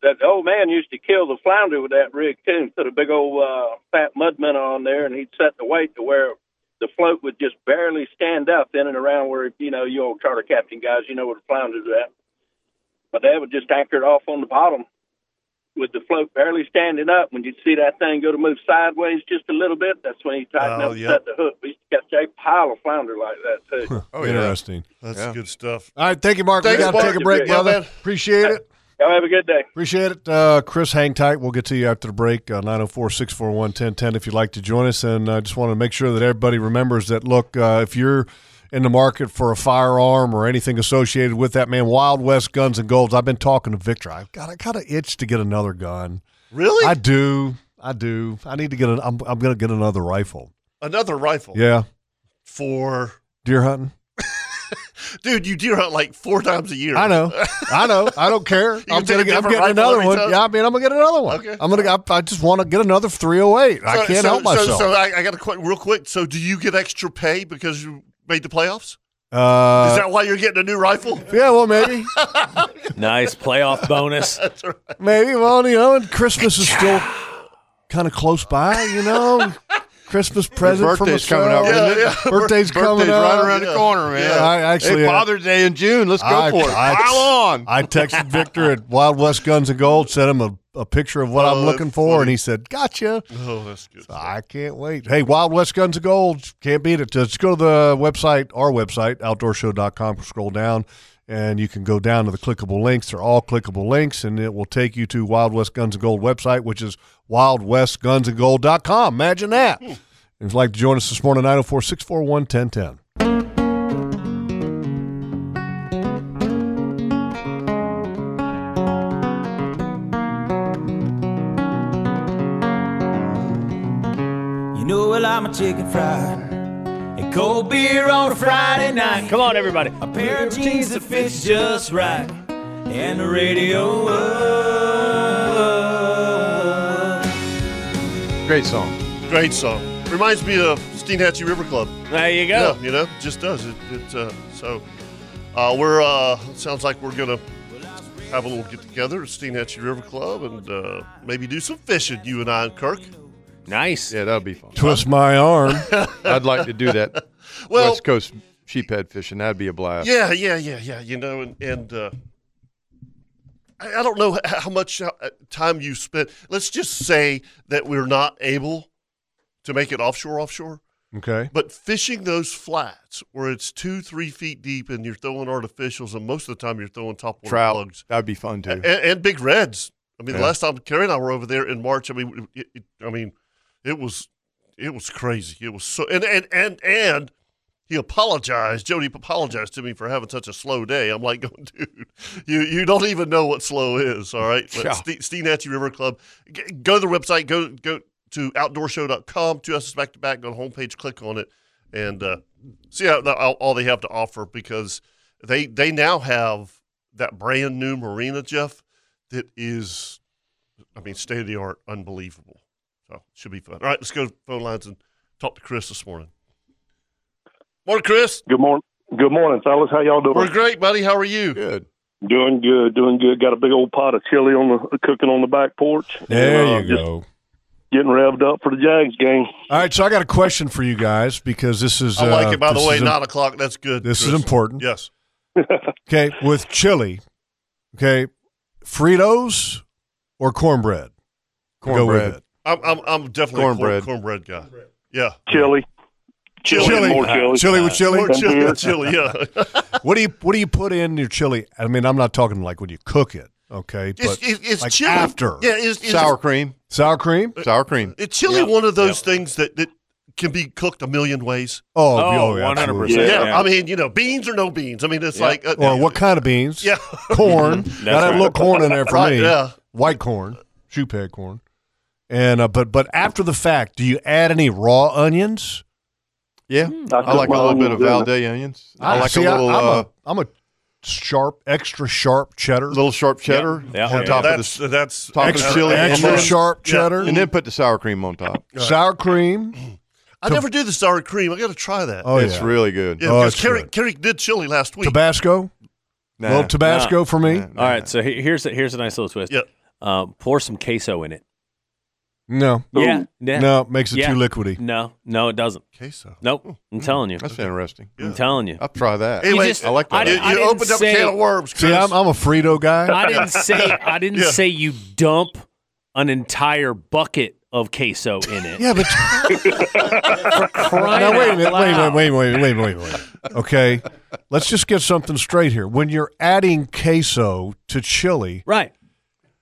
[SPEAKER 14] that old man used to kill the flounder with that rig too, and put a big old uh, fat mudman on there, and he'd set the weight to where the float would just barely stand up in and around where you know you old charter captain guys, you know where the flounder's at. My dad would just anchor it off on the bottom with the float barely standing up. When you'd see that thing go to move sideways just a little bit, that's when he tightened
[SPEAKER 5] Oh,
[SPEAKER 14] up and
[SPEAKER 5] yep.
[SPEAKER 14] set the hook. We used to catch a pile of flounder like that
[SPEAKER 6] <laughs>
[SPEAKER 14] too.
[SPEAKER 5] Oh, Interesting.
[SPEAKER 2] That's good stuff.
[SPEAKER 5] All right, thank you, Mark.
[SPEAKER 2] Thanks,
[SPEAKER 5] we got to
[SPEAKER 2] Mark.
[SPEAKER 5] take a break,
[SPEAKER 2] Yeah,
[SPEAKER 5] brother.
[SPEAKER 2] man.
[SPEAKER 5] Appreciate it.
[SPEAKER 14] Y'all have a good day.
[SPEAKER 5] Appreciate it. Uh, Chris, hang tight. We'll get to you after the break. uh, 904 641 1010 if you'd like to join us. And I just want to make sure that everybody remembers that look, uh, if you're in the market for a firearm or anything associated with that, man, Wild West Guns and Golds. I've been talking to Victor. I've got, I got an itch to get another gun.
[SPEAKER 2] Really?
[SPEAKER 5] I do. I do. I need to get an, I'm, I'm going to get another rifle.
[SPEAKER 2] Another rifle.
[SPEAKER 5] Yeah.
[SPEAKER 2] For
[SPEAKER 5] Deer hunting.
[SPEAKER 2] dude, you deer hunt like four times a year.
[SPEAKER 5] I
[SPEAKER 2] <laughs>
[SPEAKER 5] know. I know. I
[SPEAKER 6] <laughs>
[SPEAKER 5] don't care.
[SPEAKER 2] can
[SPEAKER 5] I'm, gonna,
[SPEAKER 2] take a
[SPEAKER 5] I'm
[SPEAKER 2] different
[SPEAKER 5] getting
[SPEAKER 2] rifle
[SPEAKER 5] another
[SPEAKER 2] every
[SPEAKER 5] one.
[SPEAKER 2] time.
[SPEAKER 5] Yeah, I mean, I'm gonna get another one.
[SPEAKER 2] Okay.
[SPEAKER 5] I'm gonna. I, I just want to get another 308. I
[SPEAKER 2] So-
[SPEAKER 5] can't
[SPEAKER 2] so-
[SPEAKER 5] help
[SPEAKER 2] so-
[SPEAKER 5] myself.
[SPEAKER 2] So, I, I got a question real quick. So do you get extra pay because you made the playoffs?
[SPEAKER 5] uh,
[SPEAKER 2] Is that why you're getting a new rifle?
[SPEAKER 5] yeah, well,
[SPEAKER 2] <laughs>
[SPEAKER 5] maybe,
[SPEAKER 7] Nice playoff bonus.
[SPEAKER 5] maybe. Well, you know, and Christmas
[SPEAKER 6] <laughs>
[SPEAKER 5] is still kind of close by. You know, Christmas present from
[SPEAKER 6] birthday's coming up,
[SPEAKER 5] Australia.
[SPEAKER 6] isn't it?
[SPEAKER 5] Birthday's coming
[SPEAKER 6] Birthday's
[SPEAKER 5] up.
[SPEAKER 6] right around the corner, man.
[SPEAKER 5] Yeah, I
[SPEAKER 6] Hey,
[SPEAKER 5] actually
[SPEAKER 6] Father's Day <laughs> in June. Let's go for it. Pile on.
[SPEAKER 5] I texted Victor at Wild West Guns and Gold, sent him a, a picture of what
[SPEAKER 6] Uh,
[SPEAKER 5] I'm looking for, and he said, "Gotcha."
[SPEAKER 2] Oh, that's good.
[SPEAKER 5] I can't wait. Hey, Wild West Guns of Gold. Can't beat it. Just go to the website, our website, outdoorshow.com. Scroll down and you can go down to the clickable links. They're all clickable links and it will take you to Wild West Guns of Gold website, which is wildwestgunsandgold.com. Imagine that.
[SPEAKER 15] Hmm.
[SPEAKER 5] If you'd like to join us this morning, 904 641 1010.
[SPEAKER 3] You know, well, I'm a chicken fried. And cold beer on a Friday night.
[SPEAKER 7] Come on, everybody.
[SPEAKER 3] A pair of jeans that fits just right. And the radio up.
[SPEAKER 6] Great song.
[SPEAKER 2] Great song. Reminds me of Steenhatchee River Club.
[SPEAKER 7] There you go.
[SPEAKER 2] Yeah, you know, just does it. it uh, so uh, we're uh, it sounds like we're gonna have a little get together at Steenhatchee River Club and uh, maybe do some fishing, you and I and Kirk.
[SPEAKER 7] Nice.
[SPEAKER 6] Yeah, that'd be fun.
[SPEAKER 15] <laughs>
[SPEAKER 5] Twist my arm.
[SPEAKER 6] I'd like to do that.
[SPEAKER 2] Well-
[SPEAKER 6] West Coast sheephead fishing. That'd be a blast.
[SPEAKER 2] Yeah, yeah, yeah, yeah. You know, and and uh, I, I don't know h- how much uh, time you spent. Let's just say that we're not able to make it offshore, offshore.
[SPEAKER 5] Okay.
[SPEAKER 2] But fishing those flats where it's two, three feet deep and you're throwing artificials, and most of the time you're throwing top water
[SPEAKER 6] Trout.
[SPEAKER 2] plugs
[SPEAKER 6] That'd be fun too.
[SPEAKER 2] and, and big reds. I mean, the
[SPEAKER 6] Yeah.
[SPEAKER 2] last time Carrie and I were over there in March, I mean, it, it, I mean, it was it was crazy. It was so and and and and he apologized. Jody apologized to me for having such a slow day. I'm like, <laughs> going, dude, you you don't even know what slow is. All right, but
[SPEAKER 6] Yeah.
[SPEAKER 2] Ste- Steenatchee River Club. G- go to the website. Go go to outdoorshow.com. Two S's back to back. Go to homepage. Click on it and uh, see how, all, all they have to offer because they they now have that brand new marina, Jeff, that is, I mean, state of the art, unbelievable. So it should be fun. All right, let's go to phone lines and talk to Chris this morning. Morning, Chris.
[SPEAKER 15] Good morning. Good morning, fellas. How y'all doing?
[SPEAKER 2] We're great, buddy. How are you? Good.
[SPEAKER 15] Doing good. Doing good. Got a big old pot of chili on the cooking on the back porch.
[SPEAKER 5] There
[SPEAKER 15] And, uh,
[SPEAKER 5] you
[SPEAKER 15] just
[SPEAKER 5] go.
[SPEAKER 15] Getting revved up for the Jags game.
[SPEAKER 5] All right, so I got a question for you guys because this is.
[SPEAKER 15] I like
[SPEAKER 5] uh,
[SPEAKER 15] it, by the
[SPEAKER 5] this
[SPEAKER 15] way,
[SPEAKER 5] is im-
[SPEAKER 15] not
[SPEAKER 2] a clock. That's good.
[SPEAKER 5] This is
[SPEAKER 2] Chris.
[SPEAKER 5] important.
[SPEAKER 2] Yes.
[SPEAKER 5] Okay, with chili, okay, Fritos or cornbread? Go with it.
[SPEAKER 2] I'm, I'm, I'm definitely
[SPEAKER 5] Cornbread.
[SPEAKER 2] a corn, cornbread guy. Yeah.
[SPEAKER 15] Chili.
[SPEAKER 2] Chili.
[SPEAKER 5] Chili.
[SPEAKER 2] More chili.
[SPEAKER 5] Chili with <laughs> chili.
[SPEAKER 2] More chili with chili, yeah.
[SPEAKER 5] what do you What do you put in your chili? I mean, I'm not talking like when you cook it. Okay,
[SPEAKER 2] It's-
[SPEAKER 5] but
[SPEAKER 2] it's- it's
[SPEAKER 5] like
[SPEAKER 2] chili.
[SPEAKER 5] after.
[SPEAKER 2] Yeah, it's- it's-
[SPEAKER 6] Sour cream.
[SPEAKER 5] Sour cream.
[SPEAKER 6] Sour cream.
[SPEAKER 2] Is chili one of those things that, that can be cooked a million ways?
[SPEAKER 5] Oh, Oh, yeah, 100%, absolutely.
[SPEAKER 2] Yeah,
[SPEAKER 5] yeah.
[SPEAKER 2] I mean, you know, beans or no beans. I mean, it's like uh,
[SPEAKER 5] or what kind of beans?
[SPEAKER 2] Yeah.
[SPEAKER 5] <laughs>
[SPEAKER 6] <laughs>
[SPEAKER 5] corn.
[SPEAKER 2] That's
[SPEAKER 5] Got to have a little
[SPEAKER 2] right.
[SPEAKER 5] corn in there for
[SPEAKER 2] Right,
[SPEAKER 5] me.
[SPEAKER 2] yeah.
[SPEAKER 5] white corn, shoe peg corn, and uh, but but after the fact, do you add any raw onions?
[SPEAKER 6] Yeah,
[SPEAKER 7] Hmm.
[SPEAKER 5] I
[SPEAKER 6] I like a little bit of Valdez onions. I like a
[SPEAKER 5] Ah, see,
[SPEAKER 6] little.
[SPEAKER 5] I'm,
[SPEAKER 6] uh,
[SPEAKER 5] a, I'm a sharp, extra sharp cheddar.
[SPEAKER 6] Little sharp cheddar on top of the
[SPEAKER 2] that's
[SPEAKER 6] top of
[SPEAKER 5] extra,
[SPEAKER 6] the chili, and
[SPEAKER 5] extra
[SPEAKER 6] then-
[SPEAKER 5] sharp
[SPEAKER 6] yeah,
[SPEAKER 5] cheddar,
[SPEAKER 2] Mm-hmm.
[SPEAKER 6] and then put the sour cream on top.
[SPEAKER 5] sour cream.
[SPEAKER 2] <clears throat> I never do the sour cream. I got to try that.
[SPEAKER 5] Oh,
[SPEAKER 6] it's
[SPEAKER 5] yeah.
[SPEAKER 6] really good.
[SPEAKER 2] Yeah,
[SPEAKER 5] Oh,
[SPEAKER 2] because
[SPEAKER 5] it's
[SPEAKER 2] Kerry, Kerry did chili last week.
[SPEAKER 5] Tabasco.
[SPEAKER 7] Nah.
[SPEAKER 5] Little Tabasco for me.
[SPEAKER 7] All right, so he- here's a, here's a nice little twist. Um, pour some queso in it.
[SPEAKER 5] No.
[SPEAKER 7] Yeah, yeah.
[SPEAKER 5] No, makes it
[SPEAKER 7] Yeah.
[SPEAKER 5] too liquidy.
[SPEAKER 7] No, no, it doesn't.
[SPEAKER 2] Queso.
[SPEAKER 7] Nope. I'm telling you.
[SPEAKER 6] Hmm, That's interesting.
[SPEAKER 7] I'm telling you.
[SPEAKER 6] I'll try that.
[SPEAKER 7] You
[SPEAKER 6] Anyway,
[SPEAKER 7] just-
[SPEAKER 6] I like that.
[SPEAKER 7] I,
[SPEAKER 6] You-
[SPEAKER 7] I
[SPEAKER 6] you
[SPEAKER 7] didn't
[SPEAKER 6] opened up a
[SPEAKER 7] say-
[SPEAKER 6] can of worms,
[SPEAKER 5] See, I'm, I'm a Frito guy.
[SPEAKER 7] I didn't say I
[SPEAKER 6] <laughs>
[SPEAKER 7] didn't
[SPEAKER 5] Yeah.
[SPEAKER 7] say you dump an entire bucket of queso in it. <laughs>
[SPEAKER 5] Yeah, but
[SPEAKER 7] crying
[SPEAKER 5] now wait a
[SPEAKER 7] out
[SPEAKER 5] minute, wait a minute,
[SPEAKER 7] loud.
[SPEAKER 5] wait a minute, wait a minute, wait a minute. Okay, let's just get something straight here. When you're adding queso to chili,
[SPEAKER 7] right?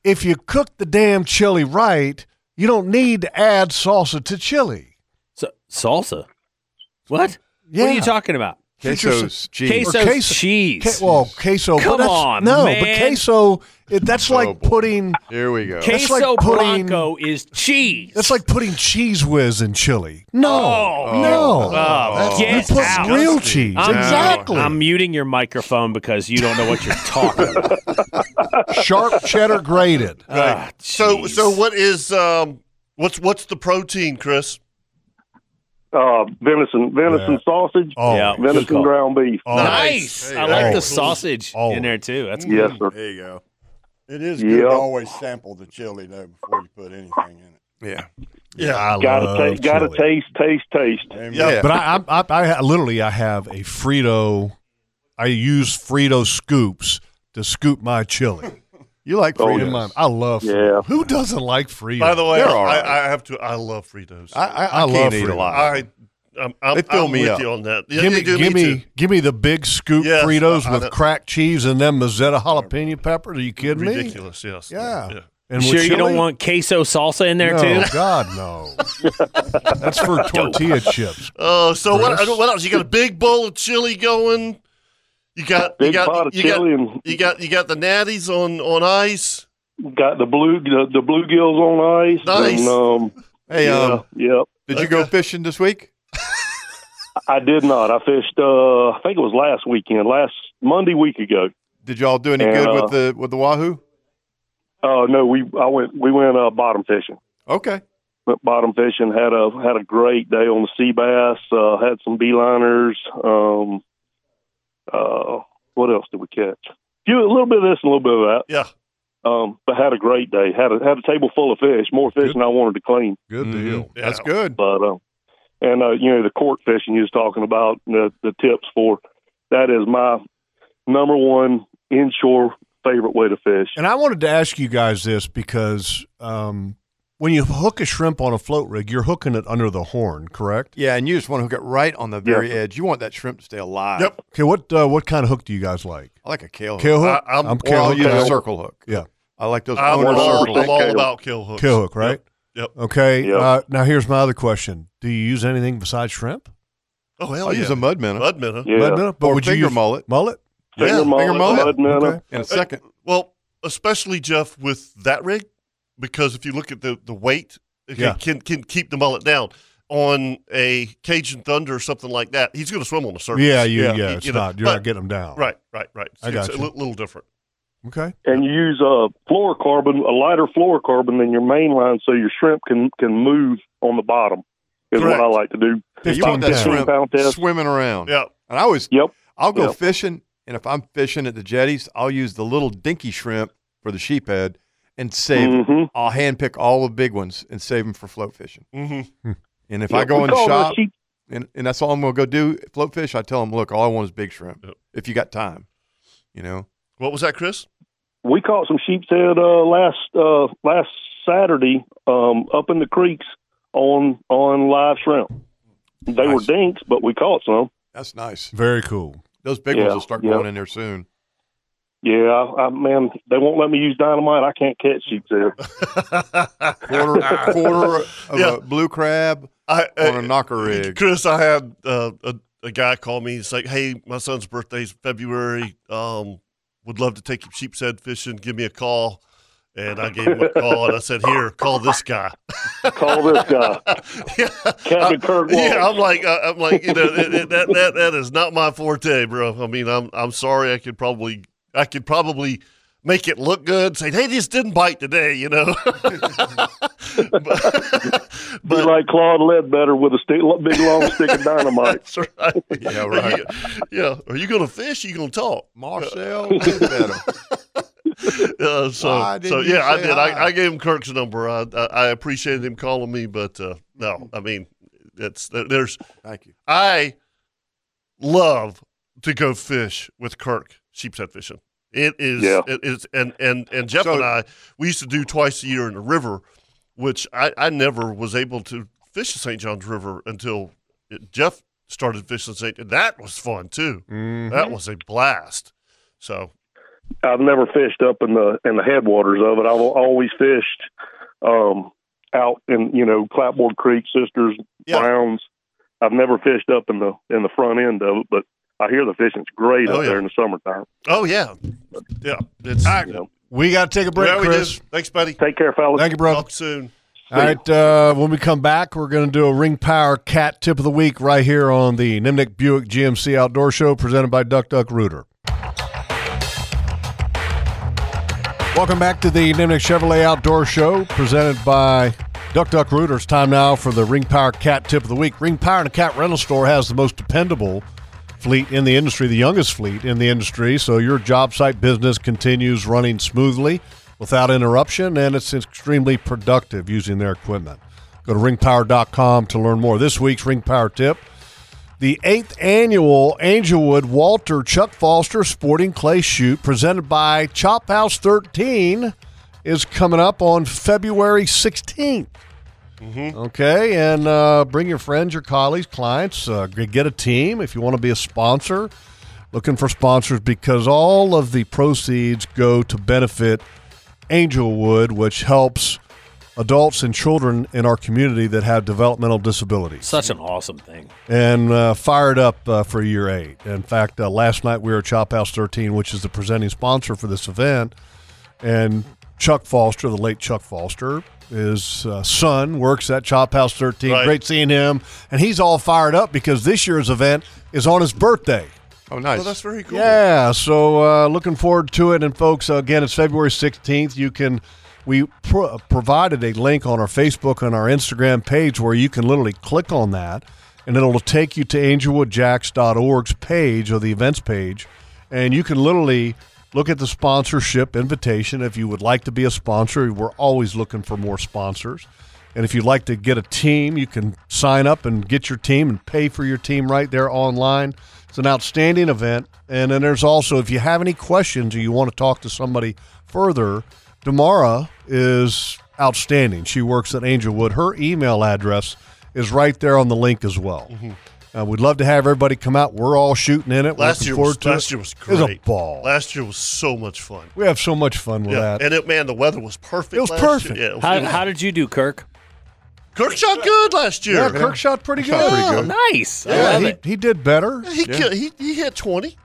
[SPEAKER 5] If you cook the damn chili right, you don't need to add salsa to chili.
[SPEAKER 7] So, salsa. What? What
[SPEAKER 5] Yeah.
[SPEAKER 7] are you talking about?
[SPEAKER 5] Queso's cheese.
[SPEAKER 7] Queso's
[SPEAKER 5] Or queso-
[SPEAKER 7] cheese.
[SPEAKER 5] Ca- well, queso.
[SPEAKER 7] Come
[SPEAKER 5] but that's,
[SPEAKER 7] on,
[SPEAKER 5] no,
[SPEAKER 7] man.
[SPEAKER 5] but queso. It, that's like putting.
[SPEAKER 6] Oh, Here we go.
[SPEAKER 5] That's
[SPEAKER 7] Queso
[SPEAKER 5] like putting.
[SPEAKER 7] blanco is cheese.
[SPEAKER 5] That's like putting cheese whiz in chili. No,
[SPEAKER 7] Oh,
[SPEAKER 5] no.
[SPEAKER 7] oh,
[SPEAKER 5] That's-
[SPEAKER 7] get
[SPEAKER 5] you put
[SPEAKER 7] out.
[SPEAKER 5] real cheese.
[SPEAKER 7] I'm-
[SPEAKER 5] exactly.
[SPEAKER 7] I'm muting your microphone because you don't know what you're talking about.
[SPEAKER 5] Sharp cheddar grated.
[SPEAKER 2] Right. so, so what is um, what's what's the protein, Chris?
[SPEAKER 15] Uh, venison, venison
[SPEAKER 2] Yeah.
[SPEAKER 15] sausage,
[SPEAKER 2] Oh, Yeah, good
[SPEAKER 15] venison
[SPEAKER 2] call.
[SPEAKER 15] ground beef.
[SPEAKER 7] Oh, Nice. I like
[SPEAKER 5] Oh.
[SPEAKER 7] the sausage in there too. That's good.
[SPEAKER 15] Yes, sir.
[SPEAKER 12] There you go. It is
[SPEAKER 15] Yeah.
[SPEAKER 12] good to always sample the chili though before you put anything in it.
[SPEAKER 6] Yeah.
[SPEAKER 12] Yeah,
[SPEAKER 5] I
[SPEAKER 15] gotta
[SPEAKER 5] love
[SPEAKER 15] ta- gotta taste, taste, taste.
[SPEAKER 12] Yeah.
[SPEAKER 5] But I, I, I, I literally I have a Frito. I use Frito scoops to scoop
[SPEAKER 12] <laughs>
[SPEAKER 5] my chili.
[SPEAKER 6] You like
[SPEAKER 5] Oh,
[SPEAKER 6] Fritos?
[SPEAKER 5] yeah. I love. Frito. Who doesn't like Fritos?
[SPEAKER 2] By the way,
[SPEAKER 5] They're
[SPEAKER 2] I,
[SPEAKER 5] all right.
[SPEAKER 2] I have to. I love Fritos.
[SPEAKER 5] I- I- I I can't love eat a Fritos. lot.
[SPEAKER 2] I, I'm, I'm,
[SPEAKER 5] They fill
[SPEAKER 2] I'm
[SPEAKER 5] me
[SPEAKER 2] with
[SPEAKER 5] up.
[SPEAKER 2] you on that. Yeah,
[SPEAKER 5] give
[SPEAKER 2] they
[SPEAKER 5] me,
[SPEAKER 2] do
[SPEAKER 5] give
[SPEAKER 2] me,
[SPEAKER 5] me, give me the big scoop
[SPEAKER 2] Yes,
[SPEAKER 5] Fritos
[SPEAKER 2] I- I know.
[SPEAKER 5] with cracked cheese and then Mazetta jalapeno peppers. Are you
[SPEAKER 2] too.
[SPEAKER 5] kidding me?
[SPEAKER 2] ridiculous. Yes.
[SPEAKER 5] Yeah.
[SPEAKER 7] You
[SPEAKER 5] And with
[SPEAKER 7] sure you don't
[SPEAKER 5] chili?
[SPEAKER 7] want queso salsa in there
[SPEAKER 5] No,
[SPEAKER 7] too?
[SPEAKER 5] God no. That's
[SPEAKER 6] <laughs>
[SPEAKER 5] for tortilla chips.
[SPEAKER 2] Oh, so what?
[SPEAKER 5] Chris?
[SPEAKER 2] What else? You got a big bowl of chili going. You got you
[SPEAKER 15] Big
[SPEAKER 2] got
[SPEAKER 15] pot of
[SPEAKER 2] you
[SPEAKER 15] chili
[SPEAKER 2] got
[SPEAKER 15] and-
[SPEAKER 2] you got you got the natties on on ice.
[SPEAKER 15] Got the blue, the, the bluegills on ice.
[SPEAKER 2] Nice.
[SPEAKER 15] And, um,
[SPEAKER 6] Hey,
[SPEAKER 15] yeah,
[SPEAKER 6] um,
[SPEAKER 15] yep.
[SPEAKER 6] Did you go fishing this week? <laughs>
[SPEAKER 15] I did not. I fished. Uh, I think it was last weekend, last Monday week ago.
[SPEAKER 6] Did y'all do any
[SPEAKER 15] And,
[SPEAKER 6] good
[SPEAKER 15] uh,
[SPEAKER 6] with the with the wahoo?
[SPEAKER 15] Oh no, we I went. We went uh, bottom fishing.
[SPEAKER 6] Okay.
[SPEAKER 15] Went bottom fishing. Had a had a great day on the sea bass. Uh, had some beeliners. Um, uh, what else did we catch? Few, a little bit of this and a little bit of that.
[SPEAKER 2] Yeah.
[SPEAKER 15] Um, but had a great day. Had a had a table full of fish. More fish than I wanted to clean.
[SPEAKER 5] Good deal.
[SPEAKER 6] That's good.
[SPEAKER 15] But um, and uh, you know the cork fishing you was talking about the the tips for that is my number one inshore favorite way to fish.
[SPEAKER 5] And I wanted to ask you guys this because um, when you hook a shrimp on a float rig, you're hooking it under the horn, correct?
[SPEAKER 6] Yeah, and you just want to hook it right on the very edge. You want that shrimp to stay alive. Yep.
[SPEAKER 5] Okay, what uh, what kind of hook do you guys like?
[SPEAKER 6] I like a kale hook.
[SPEAKER 5] Kale hook?
[SPEAKER 6] I, I'm,
[SPEAKER 5] I'm
[SPEAKER 6] or
[SPEAKER 5] kale
[SPEAKER 6] I'll
[SPEAKER 5] hook
[SPEAKER 6] use
[SPEAKER 5] guy.
[SPEAKER 6] a circle hook.
[SPEAKER 5] Yeah.
[SPEAKER 6] I like those
[SPEAKER 2] I'm
[SPEAKER 6] owner
[SPEAKER 2] all-
[SPEAKER 6] circle
[SPEAKER 2] I'm all about kale hooks.
[SPEAKER 5] Kill hook, right?
[SPEAKER 2] Yep.
[SPEAKER 5] Okay.
[SPEAKER 2] Yep.
[SPEAKER 5] Uh, now here's my other question: Do you use anything besides shrimp?
[SPEAKER 2] Oh hell
[SPEAKER 6] I'll
[SPEAKER 2] yeah.
[SPEAKER 6] use a mud minnow.
[SPEAKER 2] Mud minnow.
[SPEAKER 5] Mud minnow? But
[SPEAKER 6] Or
[SPEAKER 5] would you
[SPEAKER 6] finger
[SPEAKER 5] use
[SPEAKER 6] mullet.
[SPEAKER 5] Mullet.
[SPEAKER 6] Yeah, Finger mullet, finger mullet. mud minnow. Okay. In a
[SPEAKER 2] Uh,
[SPEAKER 6] second.
[SPEAKER 2] well, especially Jeff with that rig, because if you look at the the weight, it
[SPEAKER 5] Yeah.
[SPEAKER 2] can can keep the mullet down. On a Cajun Thunder or something like that, he's going to swim on the surface.
[SPEAKER 5] Yeah, you- yeah, it's not- you're not
[SPEAKER 2] but-
[SPEAKER 5] getting him down.
[SPEAKER 2] Right, right, right.
[SPEAKER 5] I
[SPEAKER 2] It's
[SPEAKER 5] gotcha.
[SPEAKER 2] a li- little different.
[SPEAKER 5] Okay.
[SPEAKER 15] and you use a fluorocarbon, a lighter fluorocarbon than your main line, so your shrimp can can move on the bottom. Is what I like to do.
[SPEAKER 6] Yeah, you want that
[SPEAKER 15] 15
[SPEAKER 6] shrimp
[SPEAKER 15] pound test.
[SPEAKER 6] swimming around.
[SPEAKER 15] Yep.
[SPEAKER 6] And I always, yep. I'll go
[SPEAKER 15] Yep.
[SPEAKER 6] fishing, and if I'm fishing at the jetties, I'll use the little dinky shrimp for the sheephead and save. 'em. I'll handpick all the big ones and save them for float fishing.
[SPEAKER 15] Mm-hmm.
[SPEAKER 6] And if
[SPEAKER 15] Yeah,
[SPEAKER 6] I go
[SPEAKER 15] we
[SPEAKER 6] in the
[SPEAKER 15] call those
[SPEAKER 6] shop,
[SPEAKER 15] sheep-
[SPEAKER 6] and, and that's all I'm going to go do, float fish, I tell them, look, all I want is big shrimp. If you got time, you know.
[SPEAKER 2] What was that, Chris?
[SPEAKER 15] We caught some sheep's head uh, last uh, last Saturday um, up in the creeks on on live shrimp. They were dinks, but we caught some.
[SPEAKER 6] That's nice.
[SPEAKER 5] Very cool.
[SPEAKER 6] Those big
[SPEAKER 15] Yeah,
[SPEAKER 6] ones will start
[SPEAKER 15] yeah.
[SPEAKER 6] going in there soon.
[SPEAKER 15] Yeah, I, I, man, they won't let me use dynamite. I can't catch sheep's
[SPEAKER 2] <laughs>
[SPEAKER 15] head.
[SPEAKER 6] Quarter, quarter of a blue crab on a knocker rig.
[SPEAKER 2] uh, Chris, I had uh, a, a guy call me. He's like, "Hey, my son's birthday's February. Um, would love to take you sheep's head fishing. Give me a call." And I gave him a call, and I said, "Here, call this guy." <laughs>
[SPEAKER 15] call this guy, Captain Kirk. Wallace.
[SPEAKER 2] Uh, Yeah, I'm like, I- I'm like, you know, it, it- that that that is not my forte, bro. I mean, I'm I'm sorry. I could probably I could probably make it look good. Say, hey, this didn't bite today, you know.
[SPEAKER 15] Be like Claude Ledbetter with a stick, big long
[SPEAKER 2] <laughs>
[SPEAKER 15] stick of dynamite.
[SPEAKER 2] That's right.
[SPEAKER 6] Yeah,
[SPEAKER 2] right. yeah. Are you gonna fish? Are you gonna talk,
[SPEAKER 6] Marcel?
[SPEAKER 2] uh, so,
[SPEAKER 6] Why didn't
[SPEAKER 2] so
[SPEAKER 6] you
[SPEAKER 2] <laughs> yeah, I
[SPEAKER 6] say
[SPEAKER 2] did.
[SPEAKER 6] hi?
[SPEAKER 2] I, I gave him Kirk's number. I, I I appreciated him calling me, but uh, no, I mean, that's there- there's.
[SPEAKER 6] Thank you.
[SPEAKER 2] I love to go fish with Kirk sheepshead fishing. It is.
[SPEAKER 15] Yeah.
[SPEAKER 2] It is. And and and Jeff and I we used to do twice a year in the river, which I I never was able to fish the St. Johns River until it, Jeff started fishing St. That was fun too.
[SPEAKER 5] Mm-hmm.
[SPEAKER 2] That was a blast. So
[SPEAKER 15] I've never fished up in the in the headwaters of it. I've always fished um, out in you know Clapboard Creek, Sisters, Browns. I've never fished up in the in the front end of it, but I hear the fishing's great
[SPEAKER 2] Oh,
[SPEAKER 15] up
[SPEAKER 2] yeah.
[SPEAKER 15] there in the summertime.
[SPEAKER 2] oh yeah, yeah. It's
[SPEAKER 5] We got to take a break,
[SPEAKER 2] Yeah, we
[SPEAKER 5] Chris.
[SPEAKER 2] do. Thanks, buddy.
[SPEAKER 15] Take care, fellas.
[SPEAKER 5] Thank you, brother.
[SPEAKER 2] Talk soon.
[SPEAKER 5] All right. Uh, when we come back, we're going to do a Ring Power Cat Tip of the Week right here on the Nimnik Buick GMC Outdoor Show presented by Duck Duck Rooter. Welcome back to the Nimnik Chevrolet Outdoor Show presented by Duck Duck Rooter. It's time now for the Ring Power Cat Tip of the Week. Ring Power and the Cat Rental Store has the most dependable fleet in the industry, the youngest fleet in the industry. So your job site business continues running smoothly without interruption, and it's extremely productive using their equipment. Go to ringpower.com to learn more. This week's Ring Power Tip the eighth annual Angelwood Walter Chuck Foster Sporting Clay Shoot, presented by Chop House 13, is coming up on February 16th. Okay, and uh, bring your friends, your colleagues, clients. Uh, g- get a team if you want to be a sponsor. Looking for sponsors because all of the proceeds go to benefit Angelwood, which helps adults and children in our community that have developmental
[SPEAKER 7] <laughs>
[SPEAKER 5] disabilities
[SPEAKER 7] Such an awesome thing.
[SPEAKER 5] and uh, fired up uh, for year eight. In fact, uh, last night we were at Chop House 13, which is the presenting sponsor for this event, and Chuck Foster, the late Chuck Foster, his uh, son works at Chop House 13. Great seeing him, and he's all fired up because this year's event is on his birthday.
[SPEAKER 6] Oh, nice.
[SPEAKER 2] Well, that's very cool.
[SPEAKER 5] Yeah, so uh, looking forward to it. And folks, again, it's February 16th. You can we pro- provided a link on our Facebook and our Instagram page where you can literally click on that, and it'll take you to angelwoodjacks.org's page or the events page, and you can literally look at the sponsorship invitation if you would like to be a sponsor. We're always looking for more sponsors. And if you'd like to get a team, you can sign up and get your team and pay for your team right there online. It's an outstanding event. And then there's also, if you have any questions or you want to talk to somebody further, Damara is outstanding. She works at Angelwood. Her email address is right there on the link as well. Uh, we'd love to have everybody come out. We're all shooting in it.
[SPEAKER 2] Mm-hmm. Last
[SPEAKER 5] Looking
[SPEAKER 2] year,
[SPEAKER 5] forward
[SPEAKER 2] was,
[SPEAKER 5] to
[SPEAKER 2] last
[SPEAKER 5] it.
[SPEAKER 2] year was
[SPEAKER 5] It was
[SPEAKER 2] great.
[SPEAKER 5] a ball.
[SPEAKER 2] Last year was so much fun.
[SPEAKER 5] We have so much fun with
[SPEAKER 2] yeah,
[SPEAKER 5] that.
[SPEAKER 2] and it, man, the weather was perfect.
[SPEAKER 5] It was
[SPEAKER 2] last
[SPEAKER 5] perfect.
[SPEAKER 2] Year. Yeah, it was-
[SPEAKER 7] How,
[SPEAKER 2] it was-
[SPEAKER 7] how did you do, Kirk?
[SPEAKER 2] Kirk shot good last year.
[SPEAKER 5] Yeah, Kirk shot pretty good.
[SPEAKER 2] Shot pretty good.
[SPEAKER 7] Nice.
[SPEAKER 5] Yeah, he, he did better.
[SPEAKER 2] He, killed, he he hit twenty.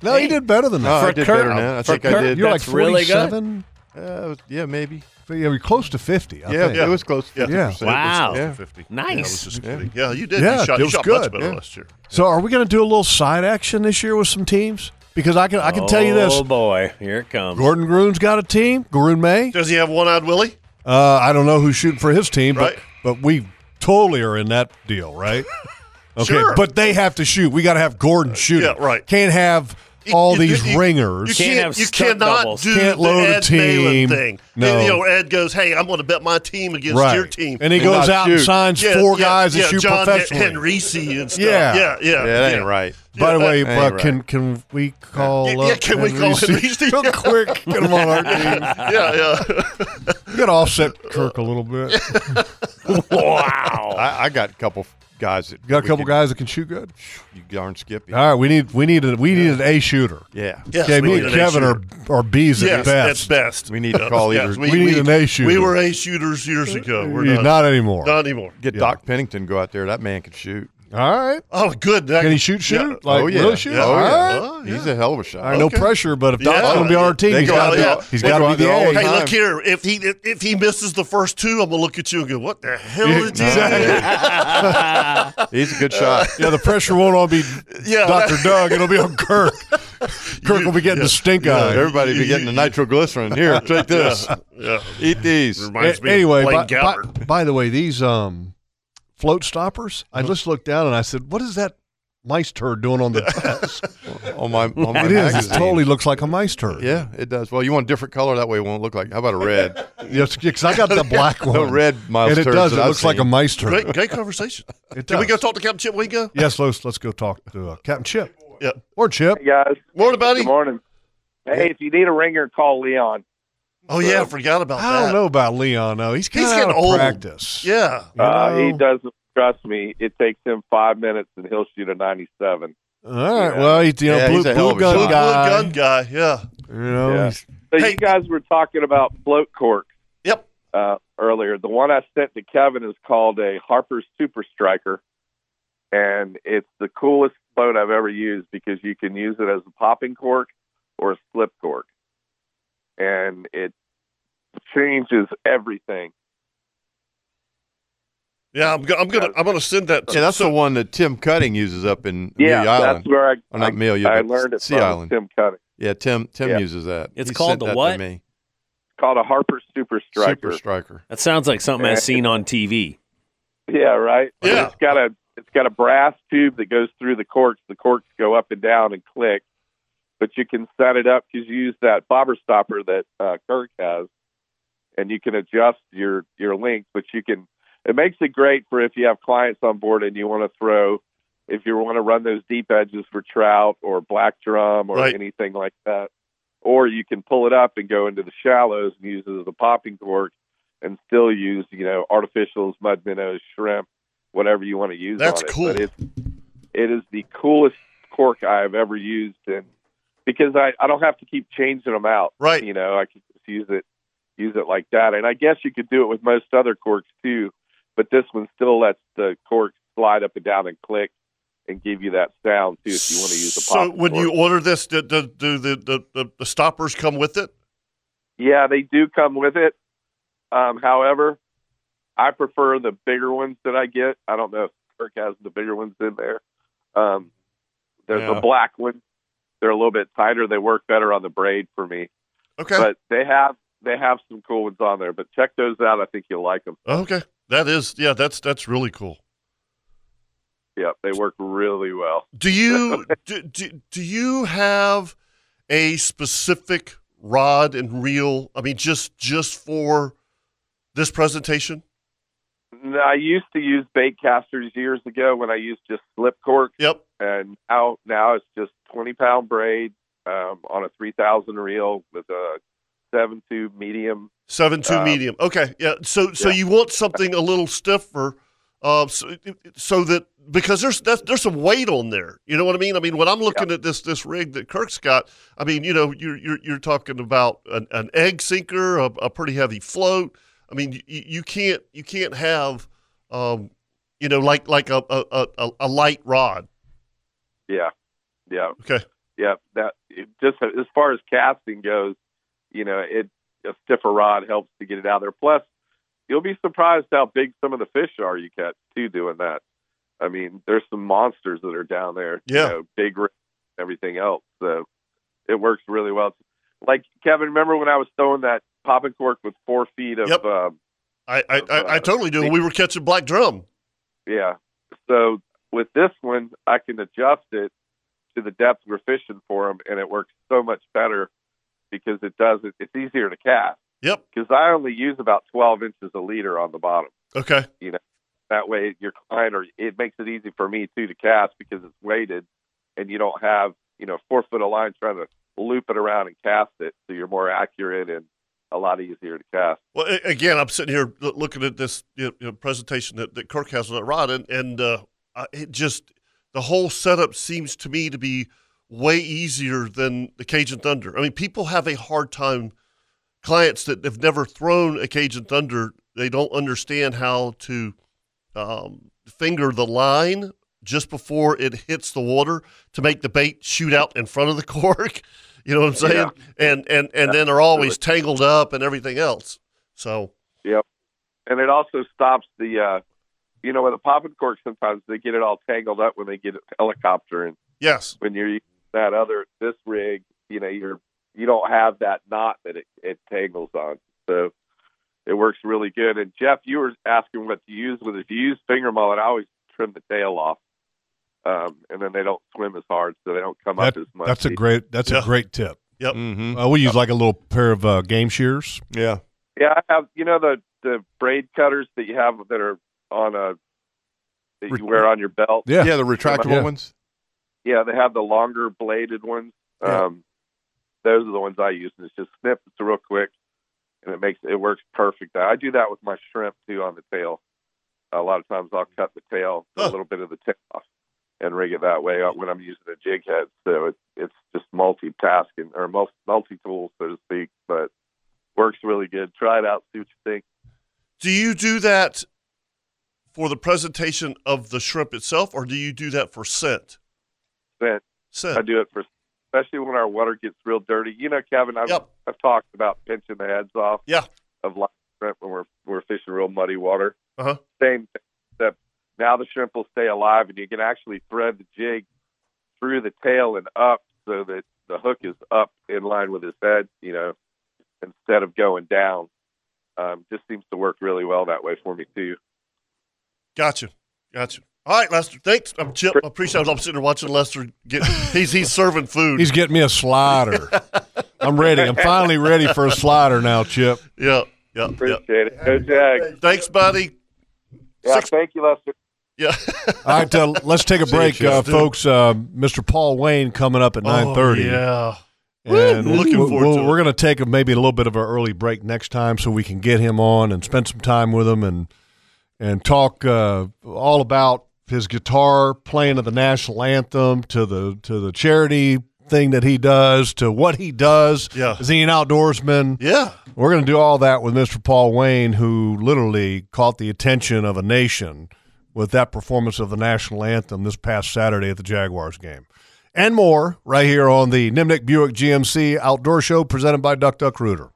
[SPEAKER 5] No, he did better than that.
[SPEAKER 6] No, Uh, I Oh, did better than that. I think I did.
[SPEAKER 5] You're
[SPEAKER 6] That's
[SPEAKER 5] like
[SPEAKER 6] really good.
[SPEAKER 5] 47.
[SPEAKER 6] Uh, yeah, maybe.
[SPEAKER 5] yeah, you're close to 50. I
[SPEAKER 6] yeah,
[SPEAKER 5] think.
[SPEAKER 6] it was close to 50%.
[SPEAKER 5] Yeah.
[SPEAKER 6] It was close to 50.
[SPEAKER 2] Yeah, I was just kidding. Yeah, you did.
[SPEAKER 5] Yeah,
[SPEAKER 2] you shot,
[SPEAKER 5] it
[SPEAKER 2] you
[SPEAKER 5] was
[SPEAKER 2] shot <laughs>
[SPEAKER 5] good.
[SPEAKER 2] much better
[SPEAKER 5] Yeah.
[SPEAKER 2] last year.
[SPEAKER 5] So, are we going to do a little side action this year with some teams? Because I can I can tell you this.
[SPEAKER 7] Oh boy, here it comes.
[SPEAKER 5] Gordon Groon's got a team. Groon May.
[SPEAKER 2] Does he have one eyed Willie?
[SPEAKER 5] Uh, I don't know who's shooting for his team, but
[SPEAKER 2] Right.
[SPEAKER 5] but we totally are in that deal,
[SPEAKER 2] <laughs>
[SPEAKER 5] right? Okay,
[SPEAKER 2] Sure. Uh,
[SPEAKER 5] but they have to shoot. We got to have Gordon shoot.
[SPEAKER 2] yeah, right.
[SPEAKER 5] Can't have all
[SPEAKER 2] you-
[SPEAKER 5] these
[SPEAKER 2] you-
[SPEAKER 5] ringers.
[SPEAKER 2] You can't. you cannot do
[SPEAKER 5] Can't
[SPEAKER 2] the
[SPEAKER 5] load
[SPEAKER 2] Ed
[SPEAKER 5] a team.
[SPEAKER 2] Nalen thing.
[SPEAKER 5] No.
[SPEAKER 2] And, you know, Ed goes, "Hey, I'm going to bet my team against
[SPEAKER 5] Right.
[SPEAKER 2] your team,"
[SPEAKER 5] And he And goes not out and shoot. signs four guys that
[SPEAKER 2] yeah,
[SPEAKER 5] shoot
[SPEAKER 2] John
[SPEAKER 5] professionally.
[SPEAKER 2] Hen- Henrici and stuff.
[SPEAKER 5] Yeah.
[SPEAKER 2] Yeah, yeah, yeah.
[SPEAKER 6] that ain't right.
[SPEAKER 5] By the way,
[SPEAKER 6] That ain't
[SPEAKER 5] uh,
[SPEAKER 6] right.
[SPEAKER 5] can can we call?
[SPEAKER 2] Yeah,
[SPEAKER 5] up
[SPEAKER 2] can we
[SPEAKER 5] Henry
[SPEAKER 2] call
[SPEAKER 5] C-
[SPEAKER 2] <laughs>
[SPEAKER 5] <laughs>
[SPEAKER 2] Henrici?
[SPEAKER 5] real quick? Get him <laughs> on our team. <laughs>
[SPEAKER 2] Yeah, yeah.
[SPEAKER 5] You got to offset Kirk a little
[SPEAKER 2] <laughs>
[SPEAKER 5] bit.
[SPEAKER 6] wow. I, I got a couple guys that
[SPEAKER 5] You got a
[SPEAKER 6] we
[SPEAKER 5] couple
[SPEAKER 6] could-
[SPEAKER 5] guys that can shoot good.
[SPEAKER 6] You darn skippy.
[SPEAKER 5] All right, we need we need a, we needed a shooter.
[SPEAKER 6] Yeah.
[SPEAKER 5] Okay, me and Kevin are are B's at best.
[SPEAKER 6] We need to call either.
[SPEAKER 5] we, need an A shooter.
[SPEAKER 2] We were A shooters years ago. We're
[SPEAKER 5] Yeah, not anymore.
[SPEAKER 2] Not anymore.
[SPEAKER 6] Get Doc Pennington go out there. That man can shoot.
[SPEAKER 5] All right.
[SPEAKER 2] Oh, good.
[SPEAKER 5] Can he shoot? Shoot? Like,
[SPEAKER 6] oh yeah.
[SPEAKER 5] really shoot?
[SPEAKER 6] Yeah. Oh,
[SPEAKER 5] All
[SPEAKER 6] yeah.
[SPEAKER 5] right.
[SPEAKER 6] He's a hell of a shot.
[SPEAKER 5] All right, no pressure, but if Doc's gonna be on our team,
[SPEAKER 6] They
[SPEAKER 5] he's
[SPEAKER 6] go
[SPEAKER 5] got
[SPEAKER 6] out
[SPEAKER 5] to be,
[SPEAKER 6] there-
[SPEAKER 5] he's
[SPEAKER 6] they
[SPEAKER 5] got
[SPEAKER 6] go
[SPEAKER 5] to
[SPEAKER 6] out
[SPEAKER 5] be the
[SPEAKER 6] there all
[SPEAKER 5] A.
[SPEAKER 6] the
[SPEAKER 2] Hey, look here. If he if- if he misses the first two, I'm gonna look at you and go, "What the hell
[SPEAKER 5] Yeah,
[SPEAKER 2] did you
[SPEAKER 6] He's a good shot.
[SPEAKER 5] <laughs> Yeah, the pressure won't all be
[SPEAKER 2] <laughs> Yeah,
[SPEAKER 5] Dr.
[SPEAKER 2] that-
[SPEAKER 5] Doug. It'll be on
[SPEAKER 2] <laughs>
[SPEAKER 5] Kirk. Kirk will be getting <laughs> the stink
[SPEAKER 6] Yeah,
[SPEAKER 5] eye.
[SPEAKER 6] everybody be getting the nitroglycerin.
[SPEAKER 2] <laughs>
[SPEAKER 5] <laughs>
[SPEAKER 6] Here, take this.
[SPEAKER 2] Yeah.
[SPEAKER 6] Eat these.
[SPEAKER 5] A- anyway, by, by, by the way, these um, float stoppers, I
[SPEAKER 2] Uh-huh.
[SPEAKER 5] just looked down and I said, what is that mice turd doing
[SPEAKER 2] <laughs>
[SPEAKER 5] on the desk?
[SPEAKER 6] on Oh, my, on my
[SPEAKER 5] <laughs> it is.
[SPEAKER 6] magazine.
[SPEAKER 5] It totally looks like a mice turd.
[SPEAKER 6] Yeah, it does. Well, you want a different color that way. It won't look like. How about a red?
[SPEAKER 5] <laughs> Yes, because I
[SPEAKER 6] <laughs>
[SPEAKER 5] got the black one.
[SPEAKER 6] No red mice
[SPEAKER 5] And it
[SPEAKER 6] turds
[SPEAKER 5] does. It
[SPEAKER 6] that I've
[SPEAKER 5] looks like a
[SPEAKER 6] seen.
[SPEAKER 5] mice turd.
[SPEAKER 2] Great, great conversation. Can we go talk to Captain Chip Wingo?
[SPEAKER 5] Yes, let's, let's go talk to uh, Captain Chip.
[SPEAKER 2] Yeah.
[SPEAKER 5] Or Chip.
[SPEAKER 16] guys.
[SPEAKER 2] Morning, buddy. Good
[SPEAKER 16] morning. Hey, if you need a ringer, call Leon.
[SPEAKER 2] Oh yeah, I forgot about
[SPEAKER 5] I don't know about Leon, though. He's kind
[SPEAKER 2] He's
[SPEAKER 5] of
[SPEAKER 2] getting
[SPEAKER 5] out of
[SPEAKER 2] old.
[SPEAKER 5] practice.
[SPEAKER 2] Yeah.
[SPEAKER 16] Uh,
[SPEAKER 5] know?
[SPEAKER 16] he doesn't trust me. It takes him five minutes, and he'll shoot a ninety-seven.
[SPEAKER 5] All right. Well, he's, you know,
[SPEAKER 16] Yeah,
[SPEAKER 5] blue,
[SPEAKER 16] he's a hell
[SPEAKER 5] blue
[SPEAKER 16] of a
[SPEAKER 5] gun
[SPEAKER 16] shot.
[SPEAKER 5] guy.
[SPEAKER 2] Blue gun guy. Yeah.
[SPEAKER 5] You know,
[SPEAKER 16] Yeah.
[SPEAKER 5] he's-
[SPEAKER 16] So you guys were talking about float corks.
[SPEAKER 2] Yep.
[SPEAKER 16] Uh, earlier, the one I sent to Kevin is called a Harper's Super Striker, and it's the coolest float I've ever used because you can use it as a popping cork or a slip cork, and it changes everything.
[SPEAKER 2] Yeah, I'm, go- I'm gonna I'm gonna send that.
[SPEAKER 6] Yeah, that's the one that Tim Cutting uses up in
[SPEAKER 16] Yeah,
[SPEAKER 6] Amelia Island.
[SPEAKER 16] that's where I-
[SPEAKER 6] oh, not
[SPEAKER 16] I-
[SPEAKER 6] Amelia,
[SPEAKER 16] I
[SPEAKER 6] but
[SPEAKER 16] learned it
[SPEAKER 6] sea
[SPEAKER 16] from
[SPEAKER 6] Island.
[SPEAKER 16] Tim Cutting.
[SPEAKER 6] Yeah, Tim. Tim
[SPEAKER 16] Yeah.
[SPEAKER 6] uses that.
[SPEAKER 7] It's
[SPEAKER 6] He
[SPEAKER 7] called
[SPEAKER 6] sent
[SPEAKER 7] the
[SPEAKER 6] that to
[SPEAKER 7] what?
[SPEAKER 6] me.
[SPEAKER 16] It's called a Harper's Super Striker.
[SPEAKER 6] Super striker.
[SPEAKER 7] That sounds like something I've seen on TV.
[SPEAKER 16] Yeah, right. Yeah. It's got a it's got a brass tube that goes through the corks. The corks go up and down and click, but you can set it up because you use that bobber stopper that uh, Kirk has, and you can adjust your your length. But you can it makes it great for if you have clients on board and you want to throw, if you want to run those deep edges for trout or black drum or
[SPEAKER 2] Right.
[SPEAKER 16] anything like that. Or you can pull it up and go into the shallows and use it as a popping cork and still use you know artificials, mud minnows, shrimp, whatever you want to use.
[SPEAKER 2] That's
[SPEAKER 16] on it.
[SPEAKER 2] cool.
[SPEAKER 16] But it's, it is the coolest cork I've ever used, and because I, I don't have to keep changing them out. Right. You know, I can just use it use it like that, and I guess you could do it with most other corks too, but this one still lets the cork slide up and down and click. And give you that sound too if you want to use a
[SPEAKER 2] So
[SPEAKER 16] pop.
[SPEAKER 2] when you order this, do, do, do the, the, the, the stoppers come with it?
[SPEAKER 16] Yeah, they do come with it. Um, however, I prefer the bigger ones that I get. I don't know if Kirk has the bigger ones in there. Um, there's
[SPEAKER 2] Yeah.
[SPEAKER 16] the black ones. They're a little bit tighter. They work better on the braid for me.
[SPEAKER 2] Okay.
[SPEAKER 16] But they have they have some cool ones on there. But check those out. I think you'll like them.
[SPEAKER 2] Okay. That is yeah. That's that's really cool.
[SPEAKER 16] Yeah, they work really well.
[SPEAKER 2] Do you do, do, do you have a specific rod and reel? I mean, just just for this presentation?
[SPEAKER 16] No, I used to use bait casters years ago when I used just slip cork.
[SPEAKER 2] Yep.
[SPEAKER 16] And now now it's just twenty pound braid um, on a three thousand reel with a seven tube medium.
[SPEAKER 2] Seven two
[SPEAKER 16] Uh,
[SPEAKER 2] medium. Okay. Yeah. So so you want something a little stiffer, uh, so, so that because there's that's, there's some weight on there. You know what I mean? I mean when I'm looking at this this rig that Kirk's got, I mean you know you're you're, you're talking about an, an egg sinker, a, a pretty heavy float. I mean you, you can't you can't have, um, you know like like a a, a- a, a light rod.
[SPEAKER 16] Yeah, yeah,
[SPEAKER 2] Okay.
[SPEAKER 16] yeah. That it just as far as casting goes, you know, it a stiffer rod helps to get it out there. Plus, you'll be surprised how big some of the fish are you catch too doing that. I mean, there's some monsters that are down there.
[SPEAKER 2] Yeah.
[SPEAKER 16] you know, big, ri- everything else. So it works really well. Like Kevin, remember when I was throwing that popping cork with four feet of? Um,
[SPEAKER 2] I, I, I, I totally do. We were catching black drum.
[SPEAKER 16] yeah. So with this one, I can adjust it to the depth we're fishing for them, and it works so much better because it does it. It's easier to cast.
[SPEAKER 2] Yep.
[SPEAKER 16] Because I only use about twelve inches a leader on the bottom.
[SPEAKER 2] Okay.
[SPEAKER 16] You know, that way your client or it makes it easy for me too to cast because it's weighted, and you don't have you know four foot of line trying to loop it around and cast it, so you're more accurate and a lot easier to cast.
[SPEAKER 2] Well, a- again, I'm sitting here lo- looking at this you know, you know, presentation that, that Kirk has on that rod, and, and uh, I- it just the whole setup seems to me to be way easier than the Cajun Thunder. I mean, people have a hard time. Clients that have never thrown a Cajun Thunder, they don't understand how to um, finger the line just before it hits the water to make the bait shoot out in front of the <laughs> cork. You know what I'm saying? And and and then they're always tangled up and everything else. So
[SPEAKER 16] Yep. And it also stops the, uh, you know, with a popping cork, sometimes they get it all tangled up when they get a helicopter. And
[SPEAKER 2] yes,
[SPEAKER 16] when you're using that other, this rig, you know, you're, you don't have that knot that it, it tangles on. So it works really good. And Jeff, you were asking what to use with it. If you use finger mullet, I always trim the tail off. Um, and then they don't swim as hard, so they don't come
[SPEAKER 5] That-
[SPEAKER 16] up as much.
[SPEAKER 5] that's a great that's a great tip.
[SPEAKER 2] Yep.
[SPEAKER 5] Uh, we use like a little pair of uh, game shears.
[SPEAKER 2] Yeah.
[SPEAKER 16] Yeah, I have. You know the the braid cutters that you have that are on a that you wear on your belt.
[SPEAKER 5] Yeah.
[SPEAKER 6] Yeah, the retractable
[SPEAKER 5] Yeah.
[SPEAKER 6] ones.
[SPEAKER 16] Yeah, they have the longer bladed ones. Um, those are the ones I use, and it's just snip. It's real quick, and it makes it works perfect. I do that with my shrimp too on the tail. A lot of times I'll cut the tail a little bit of the tip off and rig it that way uh, when I'm using a jig head. So it, it's just multitasking or multi tool, so to speak, but works really good. Try it out, see what you think.
[SPEAKER 2] do you do that for the presentation of the shrimp itself, or do you do that for scent?
[SPEAKER 16] scent.
[SPEAKER 2] Scent.
[SPEAKER 16] I do it for especially when our water gets real dirty. You know, Kevin, I've, I've talked about pinching the heads off.
[SPEAKER 2] Yeah.
[SPEAKER 16] Of live shrimp when we're we're fishing real muddy water.
[SPEAKER 2] Uh huh.
[SPEAKER 16] Same thing, except now the shrimp will stay alive, and you can actually thread the jig through the tail and up so that the hook is up in line with his head. You know, instead of going down. Um, just seems to work really well that way for me too.
[SPEAKER 2] Gotcha. Gotcha. All right, Lester. Thanks. I'm Chip. I appreciate it. I'm sitting there watching Lester get. He's he's serving food.
[SPEAKER 5] He's getting me a
[SPEAKER 2] <laughs>
[SPEAKER 5] slider. I'm ready. I'm finally ready for a slider now, Chip.
[SPEAKER 2] Yeah. Yeah.
[SPEAKER 16] Appreciate it. Go Jags.
[SPEAKER 2] Thanks, buddy.
[SPEAKER 16] Yeah, thank you, Lester.
[SPEAKER 2] Yeah.
[SPEAKER 5] <laughs> All right, uh, let's take a
[SPEAKER 2] <laughs> See you,
[SPEAKER 5] break,
[SPEAKER 2] Chip.
[SPEAKER 5] uh, folks. Uh, Mr. Paul Wayne coming up at
[SPEAKER 2] Oh,
[SPEAKER 5] nine thirty.
[SPEAKER 2] yeah.
[SPEAKER 5] and
[SPEAKER 2] Woo, looking
[SPEAKER 5] we
[SPEAKER 2] forward to
[SPEAKER 5] We're going to take a, maybe a little bit of an early break next time, so we can get him on and spend some time with him and and talk uh, all about his guitar playing of the national anthem to the to the charity thing that he does to what he does.
[SPEAKER 2] Yeah.
[SPEAKER 5] is he an outdoorsman?
[SPEAKER 2] Yeah,
[SPEAKER 5] we're going to do all that with Mr. Paul Wayne, who literally caught the attention of a nation with that performance of the national anthem this past Saturday at the Jaguars game. And more right here on the Nimnik Buick GMC Outdoor Show presented by Duck Duck Rooter.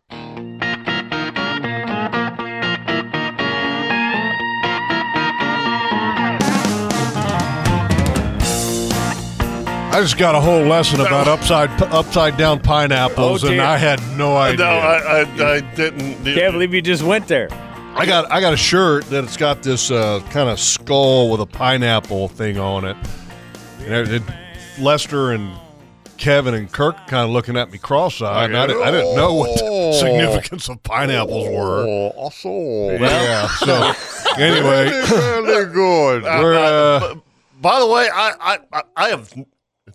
[SPEAKER 5] I just got a whole lesson about upside upside down pineapples,
[SPEAKER 7] Oh, dear.
[SPEAKER 5] and I had no idea.
[SPEAKER 7] <laughs> No, I-
[SPEAKER 2] I, I didn't.
[SPEAKER 7] Can't believe you just went there.
[SPEAKER 5] I got I got a shirt that it's got this uh, kind of skull with a pineapple thing on it. And it, it- Lester and Kevin and Kirk kind of looking at me cross-eyed. And I, didn't, I didn't know what
[SPEAKER 2] Oh.
[SPEAKER 5] the significance of pineapples were.
[SPEAKER 6] Oh,
[SPEAKER 2] Also,
[SPEAKER 5] Yeah.
[SPEAKER 2] <laughs>
[SPEAKER 5] So anyway,
[SPEAKER 2] oh, really
[SPEAKER 5] good. <laughs> We're, uh,
[SPEAKER 2] By the way, I I, I- I have n-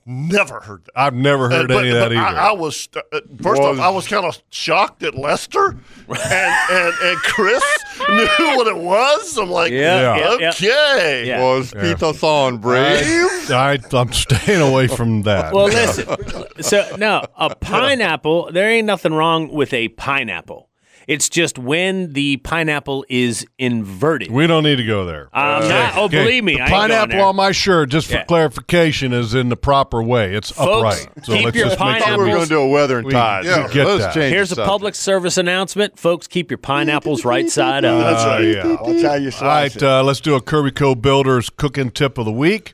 [SPEAKER 2] never heard that.
[SPEAKER 5] I've never heard
[SPEAKER 2] Uh, but-
[SPEAKER 5] any of that
[SPEAKER 2] but I-
[SPEAKER 5] either.
[SPEAKER 2] I, was uh, uh, first
[SPEAKER 5] Was-
[SPEAKER 2] off, I was kind of shocked that Lester and, and and Chris <laughs> knew what it was. I'm like,
[SPEAKER 5] Yeah. Yeah. Yeah.
[SPEAKER 2] okay,
[SPEAKER 6] Was
[SPEAKER 5] Yeah.
[SPEAKER 6] Peter Thon brave?
[SPEAKER 5] I, I'm staying away from that.
[SPEAKER 7] Well, listen.
[SPEAKER 5] <laughs>
[SPEAKER 7] So no, a pineapple. There ain't nothing wrong with a pineapple. It's just when the pineapple is inverted.
[SPEAKER 5] We don't need to go there.
[SPEAKER 7] I'm not. Oh,
[SPEAKER 5] Okay,
[SPEAKER 7] believe me,
[SPEAKER 5] Uh, the
[SPEAKER 7] I ain't going
[SPEAKER 5] pineapple
[SPEAKER 7] there.
[SPEAKER 5] on my shirt, just for
[SPEAKER 7] Yeah.
[SPEAKER 5] clarification, is in the proper way. It's
[SPEAKER 7] Folks,
[SPEAKER 5] upright.
[SPEAKER 7] keep your
[SPEAKER 5] just make
[SPEAKER 7] pineapples- I thought we were gonna do
[SPEAKER 6] a weather and
[SPEAKER 5] We-
[SPEAKER 6] tides.
[SPEAKER 5] we
[SPEAKER 6] Yeah,
[SPEAKER 5] get
[SPEAKER 6] let's
[SPEAKER 5] that.
[SPEAKER 6] change
[SPEAKER 7] Here's a public service announcement, folks. Keep your
[SPEAKER 5] <laughs>
[SPEAKER 7] pineapples right side up.
[SPEAKER 5] Uh, yeah.
[SPEAKER 12] Watch how you
[SPEAKER 5] Uh, All right, uh, let's do a Kirby Co. Builders cooking tip of the week.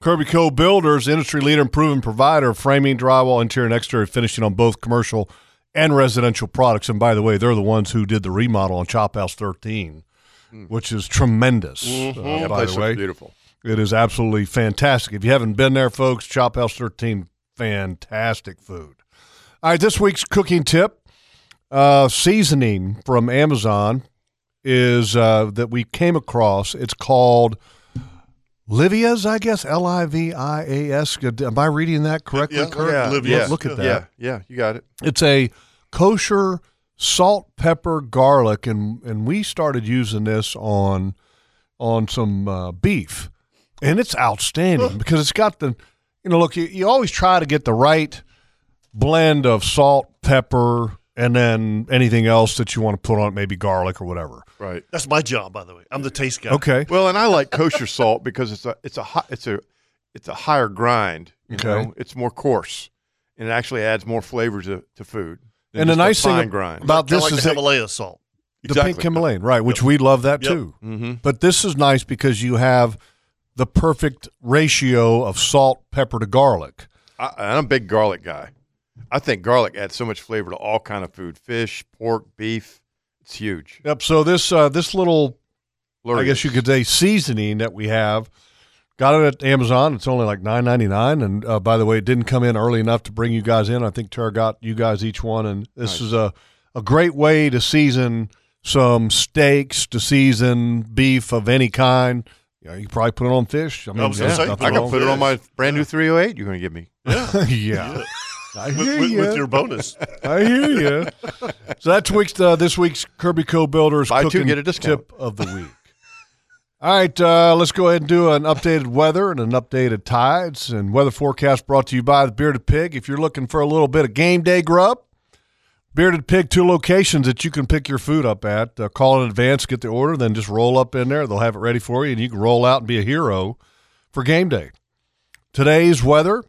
[SPEAKER 5] Kirby Co. Builders, industry leader and proven provider of framing, drywall, interior, and exterior finishing on both commercial and residential products. And by the way, they're the ones who did the remodel on Chop House 13, which is tremendous.
[SPEAKER 6] Mhm.
[SPEAKER 5] uh,
[SPEAKER 6] Hmm. That place
[SPEAKER 5] by the
[SPEAKER 6] looks
[SPEAKER 5] way,
[SPEAKER 6] beautiful.
[SPEAKER 5] It is absolutely fantastic. If you haven't been there, folks, Chop House 13, fantastic food. All right, this week's cooking tip uh, seasoning from Amazon is uh, that we came across. It's called Livia's, I guess. L I V I A S. Am I reading that correctly?
[SPEAKER 6] Yeah,
[SPEAKER 5] Kurt?
[SPEAKER 6] yeah,
[SPEAKER 5] Look-
[SPEAKER 6] Livia's.
[SPEAKER 5] Look at that.
[SPEAKER 6] Yeah, yeah, you got it.
[SPEAKER 5] It's a kosher salt, pepper, garlic, and and we started using this on on some uh, beef, and it's outstanding because it's got the you know look you, you always try to get the right blend of salt, pepper, and then anything else that you want to put on it, maybe garlic or whatever.
[SPEAKER 6] Right.
[SPEAKER 2] That's my job, by the way. I'm the taste guy.
[SPEAKER 5] Okay.
[SPEAKER 6] Well, and I like kosher salt because it's a it's a hi- it's a it's a higher grind. You
[SPEAKER 5] Okay.
[SPEAKER 6] know, it's more coarse, and it actually adds more flavor to, to food. than
[SPEAKER 5] And the
[SPEAKER 6] just a
[SPEAKER 5] nice thing
[SPEAKER 6] fine
[SPEAKER 5] ab-
[SPEAKER 6] grind.
[SPEAKER 5] about Kinda this like is the that-
[SPEAKER 2] Himalaya salt.
[SPEAKER 5] The pink Himalayan, right? Which we love that too.
[SPEAKER 6] Mhm.
[SPEAKER 5] But this is nice because you have the perfect ratio of salt, pepper to garlic.
[SPEAKER 6] I, I'm a big garlic guy. I think garlic adds so much flavor to all kind of food: fish, pork, beef. It's huge.
[SPEAKER 5] Yep. So this uh, this little, I
[SPEAKER 6] Lurie.
[SPEAKER 5] guess you could say, seasoning that we have, got it at Amazon. It's only like nine ninety nine. And uh, by the way, it didn't come in early enough to bring you guys in. I think Tara got you guys each one, and this is a a great way to season some steaks, to season beef of any kind. Yeah, you could probably put it on fish. I mean, there's
[SPEAKER 6] I
[SPEAKER 5] nothing
[SPEAKER 6] can
[SPEAKER 5] wrong
[SPEAKER 6] put it
[SPEAKER 5] with
[SPEAKER 6] on my brand new 308. You're going to give <laughs> me.
[SPEAKER 5] <laughs> Yeah. yeah. I
[SPEAKER 6] With-
[SPEAKER 5] hear
[SPEAKER 6] with-
[SPEAKER 5] you.
[SPEAKER 6] with your bonus.
[SPEAKER 5] <laughs> I hear you. So that's week's uh, this week's Kirby Co Builders
[SPEAKER 6] Buy two,
[SPEAKER 5] cooking
[SPEAKER 6] get a discount.
[SPEAKER 2] <laughs>
[SPEAKER 5] tip of the week. All right, uh, let's go ahead and do an updated weather and an updated tides and weather forecast brought to you by the Bearded Pig. If you're looking for a little bit of game day grub, Bearded Pig, two locations that you can pick your food up at. Uh, call in advance, get the order, then just roll up in there. They'll have it ready for you, and you can roll out and be a hero for game day. Today's weather,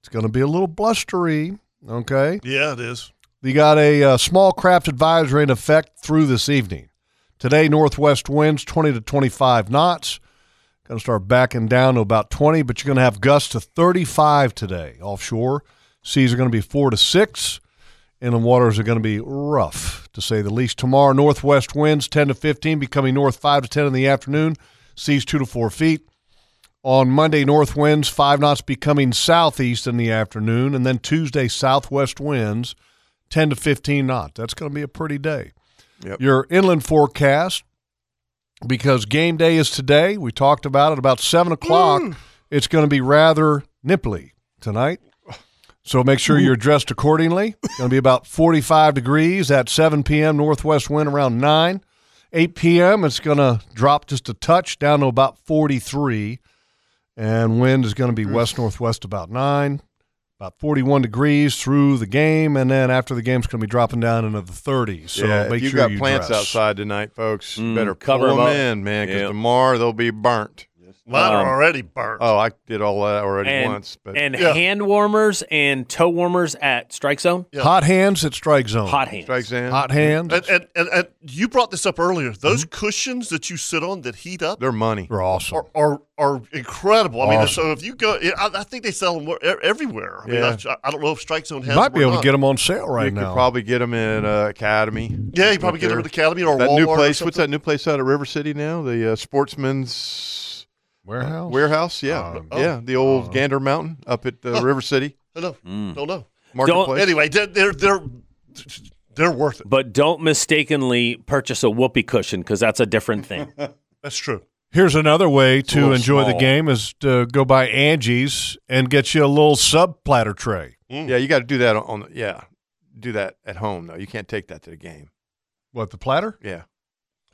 [SPEAKER 5] it's going to be a little blustery, okay?
[SPEAKER 2] Yeah, it is.
[SPEAKER 5] You got a uh, small craft advisory in effect through this evening. Today, northwest winds 20 to 25 knots. Going to start backing down to about 20, but you're going to have gusts to 35 today offshore. Seas are going to be 4 to 6, and the waters are going to be rough, to say the least. Tomorrow, northwest winds 10 to 15, becoming north 5 to 10 in the afternoon. Seas 2 to 4 feet. On Monday, north winds five knots becoming southeast in the afternoon, and then Tuesday, southwest winds 10 to 15 knots. That's going to be a pretty day. Your inland forecast, because game day is today, we talked about it about 7 o'clock,
[SPEAKER 6] Mm.
[SPEAKER 5] it's going to be rather nipply tonight. So make sure you're dressed accordingly. It's going to be about 45 degrees at 7 p.m. Northwest wind around 9. 8 p.m. It's going to drop just a touch down to about 43. And wind is going to be
[SPEAKER 6] Mm.
[SPEAKER 5] west northwest about 9, about 41 degrees through the game. And then after the game, it's going to be dropping down into the 30s. So
[SPEAKER 6] yeah,
[SPEAKER 5] make
[SPEAKER 6] if you've
[SPEAKER 5] sure
[SPEAKER 6] got
[SPEAKER 5] you
[SPEAKER 6] plants
[SPEAKER 5] dress.
[SPEAKER 6] outside tonight, folks, you
[SPEAKER 5] Mm,
[SPEAKER 6] better
[SPEAKER 5] cover
[SPEAKER 6] cover
[SPEAKER 5] 'em
[SPEAKER 6] them
[SPEAKER 5] up.
[SPEAKER 6] in, man, because
[SPEAKER 5] Yep.
[SPEAKER 6] tomorrow they'll be burnt.
[SPEAKER 7] Mine are Um,
[SPEAKER 2] already burnt.
[SPEAKER 6] Oh, I did all that already
[SPEAKER 7] and
[SPEAKER 6] once. But
[SPEAKER 7] and hand warmers and toe warmers at Strike Zone.
[SPEAKER 5] Hot hands at strike zone.
[SPEAKER 7] Hot hands.
[SPEAKER 6] Strike zone.
[SPEAKER 5] Hot hands. Mm-hmm.
[SPEAKER 2] And, and, and, and you brought this up earlier. Those cushions that you sit on that heat up
[SPEAKER 6] They're money.
[SPEAKER 5] They're awesome.
[SPEAKER 2] are are incredible. I mean,
[SPEAKER 5] Awesome.
[SPEAKER 2] so if you go, I, I think they sell them e- everywhere. I mean,
[SPEAKER 6] Yeah.
[SPEAKER 2] I, I don't know if Strike Zone has.
[SPEAKER 5] Might be
[SPEAKER 2] them
[SPEAKER 5] able
[SPEAKER 2] or
[SPEAKER 5] to
[SPEAKER 2] not.
[SPEAKER 5] get them on sale right
[SPEAKER 6] you
[SPEAKER 5] now.
[SPEAKER 6] could probably get them at uh, Academy.
[SPEAKER 2] Yeah, you probably get 'em at Academy or
[SPEAKER 6] that
[SPEAKER 2] Walmart
[SPEAKER 6] new
[SPEAKER 2] or
[SPEAKER 6] place. what's that
[SPEAKER 2] something.
[SPEAKER 6] new place out of River City now? The uh, Sportsman's uh,
[SPEAKER 5] Warehouse. Uh, oh.
[SPEAKER 6] warehouse, yeah, yeah. The old Gander Mountain up at uh,
[SPEAKER 2] Huh.
[SPEAKER 6] River City.
[SPEAKER 2] I don't know.
[SPEAKER 7] Mm.
[SPEAKER 2] Don't know.
[SPEAKER 7] Marketplace.
[SPEAKER 2] Anyway, they're they're, they're they're worth it.
[SPEAKER 7] But don't mistakenly purchase a whoopee cushion because that's a different
[SPEAKER 6] <laughs>
[SPEAKER 7] thing.
[SPEAKER 5] <laughs>
[SPEAKER 2] that's true.
[SPEAKER 5] Here's another way
[SPEAKER 7] a
[SPEAKER 5] to
[SPEAKER 7] little
[SPEAKER 5] enjoy the
[SPEAKER 7] small.
[SPEAKER 5] game is to go by Angie's and get you a little sub platter tray.
[SPEAKER 6] Yeah, you got to do that on. on yeah, do that at home though. You can't take that to the game.
[SPEAKER 5] What the platter?
[SPEAKER 6] Yeah,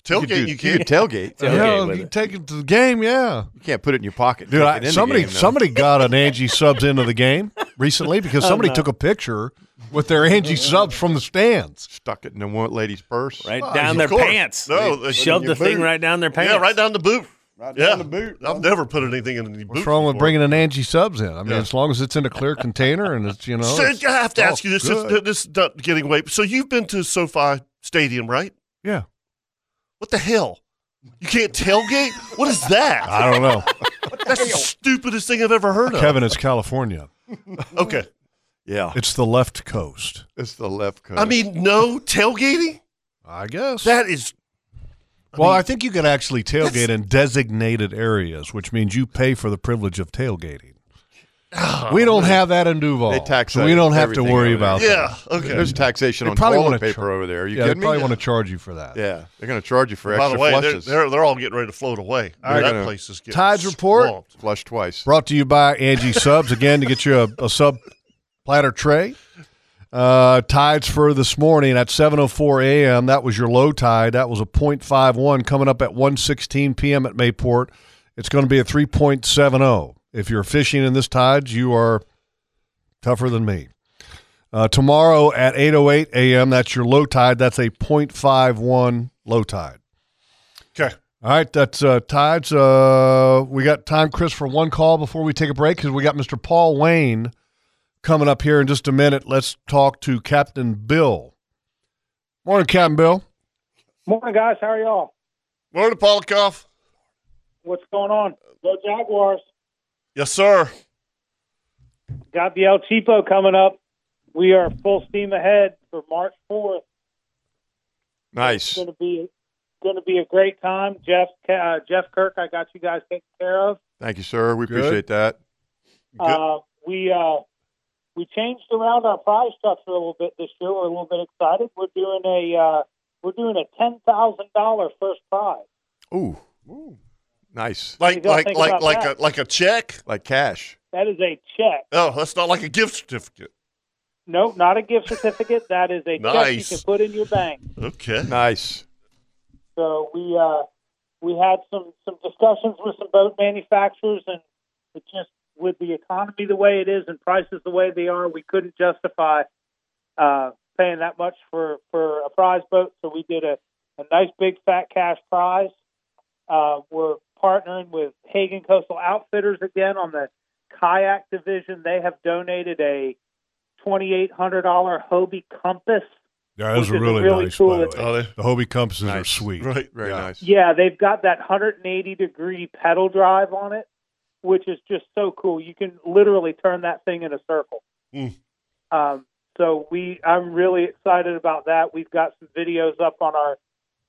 [SPEAKER 5] Tailgate, you can.
[SPEAKER 6] could
[SPEAKER 5] <laughs>
[SPEAKER 6] tailgate.
[SPEAKER 5] yeah, you take it to the game. Yeah,
[SPEAKER 6] you can't put it in your pocket.
[SPEAKER 5] dude.
[SPEAKER 6] take
[SPEAKER 5] I,
[SPEAKER 6] it in the
[SPEAKER 5] somebody
[SPEAKER 6] game, though.
[SPEAKER 5] somebody got an Angie subs into the game recently because
[SPEAKER 6] Oh,
[SPEAKER 5] somebody
[SPEAKER 6] no.
[SPEAKER 5] took a picture with their Angie subs from the stands.
[SPEAKER 6] stuck it in the one lady's purse,
[SPEAKER 7] Right
[SPEAKER 5] Oh,
[SPEAKER 7] down their pants.
[SPEAKER 2] Ah, No,
[SPEAKER 7] They
[SPEAKER 2] they-
[SPEAKER 7] shoved
[SPEAKER 2] in your
[SPEAKER 7] the thing
[SPEAKER 2] boot.
[SPEAKER 7] right down their pants.
[SPEAKER 2] Yeah, right down the boot. Right
[SPEAKER 7] down
[SPEAKER 2] the boot. I've never put anything in any boot.
[SPEAKER 5] What's wrong with
[SPEAKER 2] before.
[SPEAKER 5] bringing an Angie subs in? I mean, as long as it's in a clear container and it's you know.
[SPEAKER 2] So,
[SPEAKER 5] it's-
[SPEAKER 2] I have to
[SPEAKER 5] it's
[SPEAKER 2] ask
[SPEAKER 5] all
[SPEAKER 2] you this:
[SPEAKER 5] Oh, good.
[SPEAKER 2] this, this is not getting away. So you've been to SoFi Stadium, right?
[SPEAKER 5] Yeah.
[SPEAKER 2] What the hell? You can't tailgate? what is that?
[SPEAKER 5] I don't know.
[SPEAKER 2] What That's the stupidest thing I've ever heard of.
[SPEAKER 5] Kevin, it's California.
[SPEAKER 2] Okay.
[SPEAKER 6] Yeah.
[SPEAKER 5] It's the left coast.
[SPEAKER 6] It's the left coast.
[SPEAKER 2] I mean, no tailgating?
[SPEAKER 5] I guess.
[SPEAKER 2] That is
[SPEAKER 5] well, I think you can actually tailgate in designated areas, which means you pay for the privilege of tailgating.
[SPEAKER 6] Oh,
[SPEAKER 5] we don't have that in Duval.
[SPEAKER 6] They tax
[SPEAKER 5] so we don't have to
[SPEAKER 6] everything
[SPEAKER 5] worry
[SPEAKER 6] over there.
[SPEAKER 5] about that.
[SPEAKER 6] Yeah, okay. There's taxation
[SPEAKER 5] They
[SPEAKER 6] on
[SPEAKER 5] probably
[SPEAKER 6] toilet
[SPEAKER 5] wanna
[SPEAKER 6] paper over there. Are you
[SPEAKER 5] yeah,
[SPEAKER 6] kidding
[SPEAKER 5] they
[SPEAKER 6] me?
[SPEAKER 5] probably
[SPEAKER 6] Yeah.
[SPEAKER 5] want to charge you for that.
[SPEAKER 6] Yeah, they're going to charge you for
[SPEAKER 2] By
[SPEAKER 6] extra
[SPEAKER 2] the way, they're-
[SPEAKER 6] flushes.
[SPEAKER 2] They're, they're all getting ready to float away.
[SPEAKER 5] All
[SPEAKER 2] That
[SPEAKER 5] right.
[SPEAKER 2] place is getting
[SPEAKER 5] Tides report.
[SPEAKER 2] swamped.
[SPEAKER 6] Flush twice.
[SPEAKER 5] Brought to you by Angie Subs again to get you a, a sub platter tray. Uh, tides for this morning at 7:04 a.m. That was your low tide. That was a 0.51. Coming up at 1:16 p.m. at Mayport, it's going to be a 3.70. oh. If you're fishing in this tides, you are tougher than me. Uh, tomorrow at 8:08 a.m. That's your low tide. That's a 0.51 low tide.
[SPEAKER 2] Okay.
[SPEAKER 5] All right, that's uh, tides. Uh, we got time, Chris, for one call before we take a break because we got Mr. Paul Wayne coming up here in just a minute. Let's talk to Captain Bill. Morning, Captain Bill.
[SPEAKER 17] Morning, guys. How are y'all?
[SPEAKER 2] Morning, Polikoff.
[SPEAKER 17] What's going on? Go Jaguars.
[SPEAKER 2] Yes, sir.
[SPEAKER 17] Got the El Cheapo coming up. We are full steam ahead for March 4th. It's
[SPEAKER 6] nice.
[SPEAKER 17] going to be going to be a great time. Jeff uh, Jeff Kirk, I got you guys taken care of.
[SPEAKER 6] Thank you, sir. We
[SPEAKER 17] Good.
[SPEAKER 6] appreciate that.
[SPEAKER 17] Uh, we uh, we changed around our prize structure a little bit this year. We're a little bit excited. We're doing a uh, we're doing a ten thousand dollar first prize.
[SPEAKER 6] Ooh. Nice.
[SPEAKER 2] Like
[SPEAKER 17] gotta
[SPEAKER 2] like
[SPEAKER 17] think
[SPEAKER 2] like
[SPEAKER 17] about
[SPEAKER 2] like
[SPEAKER 17] that.
[SPEAKER 2] a like a check?
[SPEAKER 6] Like cash.
[SPEAKER 17] That is a check.
[SPEAKER 2] Oh, that's not like a gift certificate.
[SPEAKER 17] No, not a gift certificate. That is a check you
[SPEAKER 2] Nice.
[SPEAKER 17] can put in your bank.
[SPEAKER 2] Okay.
[SPEAKER 6] Nice.
[SPEAKER 17] So we uh, we had some some discussions with some boat manufacturers, and it just with the economy the way it is and prices the way they are, we couldn't justify uh, paying that much for for a prize boat. So we did a, a nice big fat cash prize. Uh, we're partnering with Hagen Coastal Outfitters again on the kayak division. They have donated a twenty eight hundred dollar Hobie Compass.
[SPEAKER 5] Yeah, that was
[SPEAKER 17] Which is
[SPEAKER 5] really,
[SPEAKER 17] really
[SPEAKER 5] nice.
[SPEAKER 17] cool.
[SPEAKER 5] By the, way. the Hobie compasses are sweet.
[SPEAKER 6] Right, very nice.
[SPEAKER 17] Yeah, they've got that 180 degree pedal drive on it, which is just so cool. You can literally turn that thing in a circle.
[SPEAKER 2] Hmm.
[SPEAKER 17] Um, so we, I'm really excited about that. We've got some videos up on our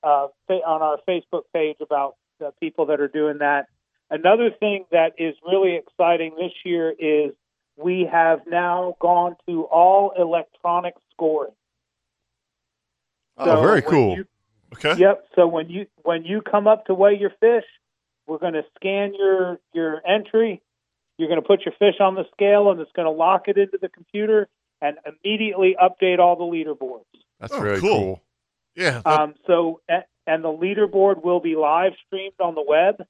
[SPEAKER 17] uh, fa- on our Facebook page about the people that are doing that. Another thing that is really exciting this year is we have now gone to all electronic scoring.
[SPEAKER 6] oh,
[SPEAKER 17] when
[SPEAKER 6] very cool.
[SPEAKER 2] okay.
[SPEAKER 17] Yep. So when you when you come up to weigh your fish, we're going to scan your your entry. You're going to put your fish on the scale, and it's going to lock it into the computer and immediately update all the leaderboards.
[SPEAKER 6] That's
[SPEAKER 2] Oh,
[SPEAKER 6] very
[SPEAKER 2] cool.
[SPEAKER 6] cool.
[SPEAKER 2] Yeah.
[SPEAKER 17] Um, so a- and the leaderboard will be live streamed on the web.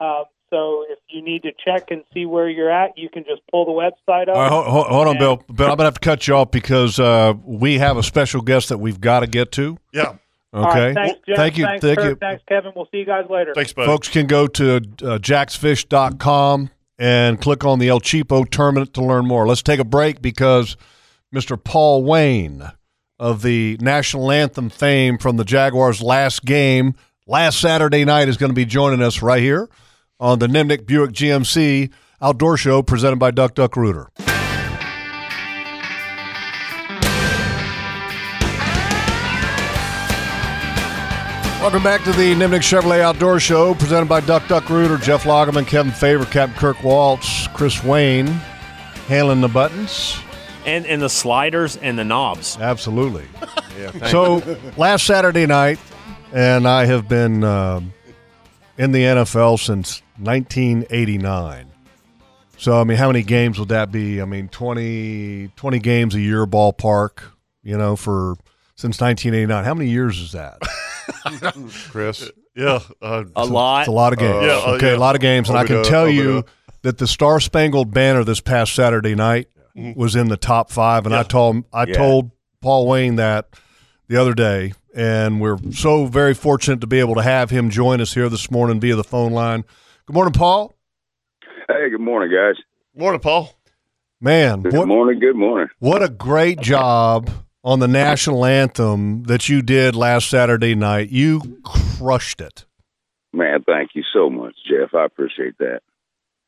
[SPEAKER 17] Um, so if you need to check and see where you're at, you can just pull the website up.
[SPEAKER 5] All right, hold, hold- hold on, Bill. Bill, I'm gonna have to cut you off because uh, we have a special guest that we've got to get to.
[SPEAKER 2] Yeah.
[SPEAKER 17] All right,
[SPEAKER 5] Okay.
[SPEAKER 17] thanks, Jeff.
[SPEAKER 5] thank you.
[SPEAKER 17] Thanks,
[SPEAKER 5] thank
[SPEAKER 17] Kurt.
[SPEAKER 5] you.
[SPEAKER 17] Thanks, Kevin. We'll see you guys later.
[SPEAKER 5] Folks can go to uh, jacksfish.com and click on the El Cheapo tournament to learn more. Let's take a break because Mr. Paul Wayne of the national anthem fame from the Jaguars' last game last Saturday night is going to be joining us right here on the Nimnik Buick GMC Outdoor Show presented by Duck Duck Rooter. Welcome back to the Nimnik Chevrolet Outdoor Show, presented by Duck Duck Rooter, Jeff Lagerman, Kevin Favor, Captain Kirk Waltz, Chris Wayne, handling the buttons.
[SPEAKER 7] And and the sliders and the knobs.
[SPEAKER 5] Absolutely.
[SPEAKER 7] Yeah.
[SPEAKER 5] So mm-hmm. last Saturday night, and I have been um, in the NFL since 1989. So, I mean, how many games would that be? I mean, 20, 20 games a year ballpark, you know, for since 1989. How many years is that?
[SPEAKER 6] Chris.
[SPEAKER 2] Yeah. Uh,
[SPEAKER 5] It's It's a lot of games.
[SPEAKER 2] yeah, uh,
[SPEAKER 5] okay,
[SPEAKER 2] yeah.
[SPEAKER 5] a lot of games. And I can
[SPEAKER 2] Obada,
[SPEAKER 5] tell
[SPEAKER 2] Obada.
[SPEAKER 5] you that the Star Spangled Banner this past Saturday night was in the top five. And I told I
[SPEAKER 2] Yeah.
[SPEAKER 5] told Paul Wayne that the other day. And we're so very fortunate to be able to have him join us here this morning via the phone line. Good morning, Paul.
[SPEAKER 18] Hey, good morning, guys.
[SPEAKER 2] Morning, Paul.
[SPEAKER 5] Man,
[SPEAKER 18] Good
[SPEAKER 5] what,
[SPEAKER 18] morning. Good morning.
[SPEAKER 5] what a great job on the national anthem that you did last Saturday night. You crushed it.
[SPEAKER 18] Man, thank you so much, Jeff. I appreciate that.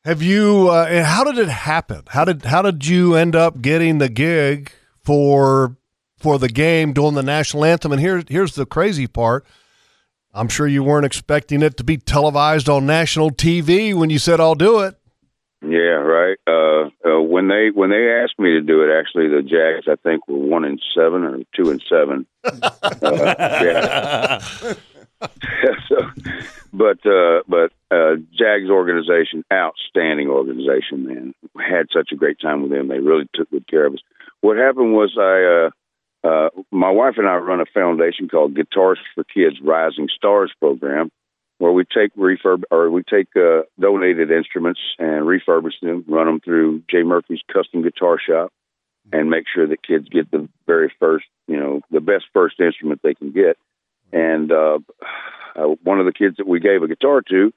[SPEAKER 5] Have you? Uh, and how did it happen? How did how did you end up getting the gig for for the game doing the national anthem? And here's here's the crazy part. I'm sure you weren't expecting it to be televised on national TV when you said I'll do it.
[SPEAKER 18] Yeah, right. Uh, uh, when they when they asked me to do it, actually, the Jags I think were one and seven or two and seven. Uh, yeah. <laughs> so, but uh, but uh, Jags organization, outstanding organization, man. Had such a great time with them. They really took good care of us. What happened was I. Uh, uh, my wife and I run a foundation called Guitars for Kids Rising Stars program, where we take refurb or we take uh, donated instruments and refurbish them, run them through Jay Murphy's custom guitar shop, and make sure that kids get the very first, you know, the best first instrument they can get. And uh, uh, one of the kids that we gave a guitar to,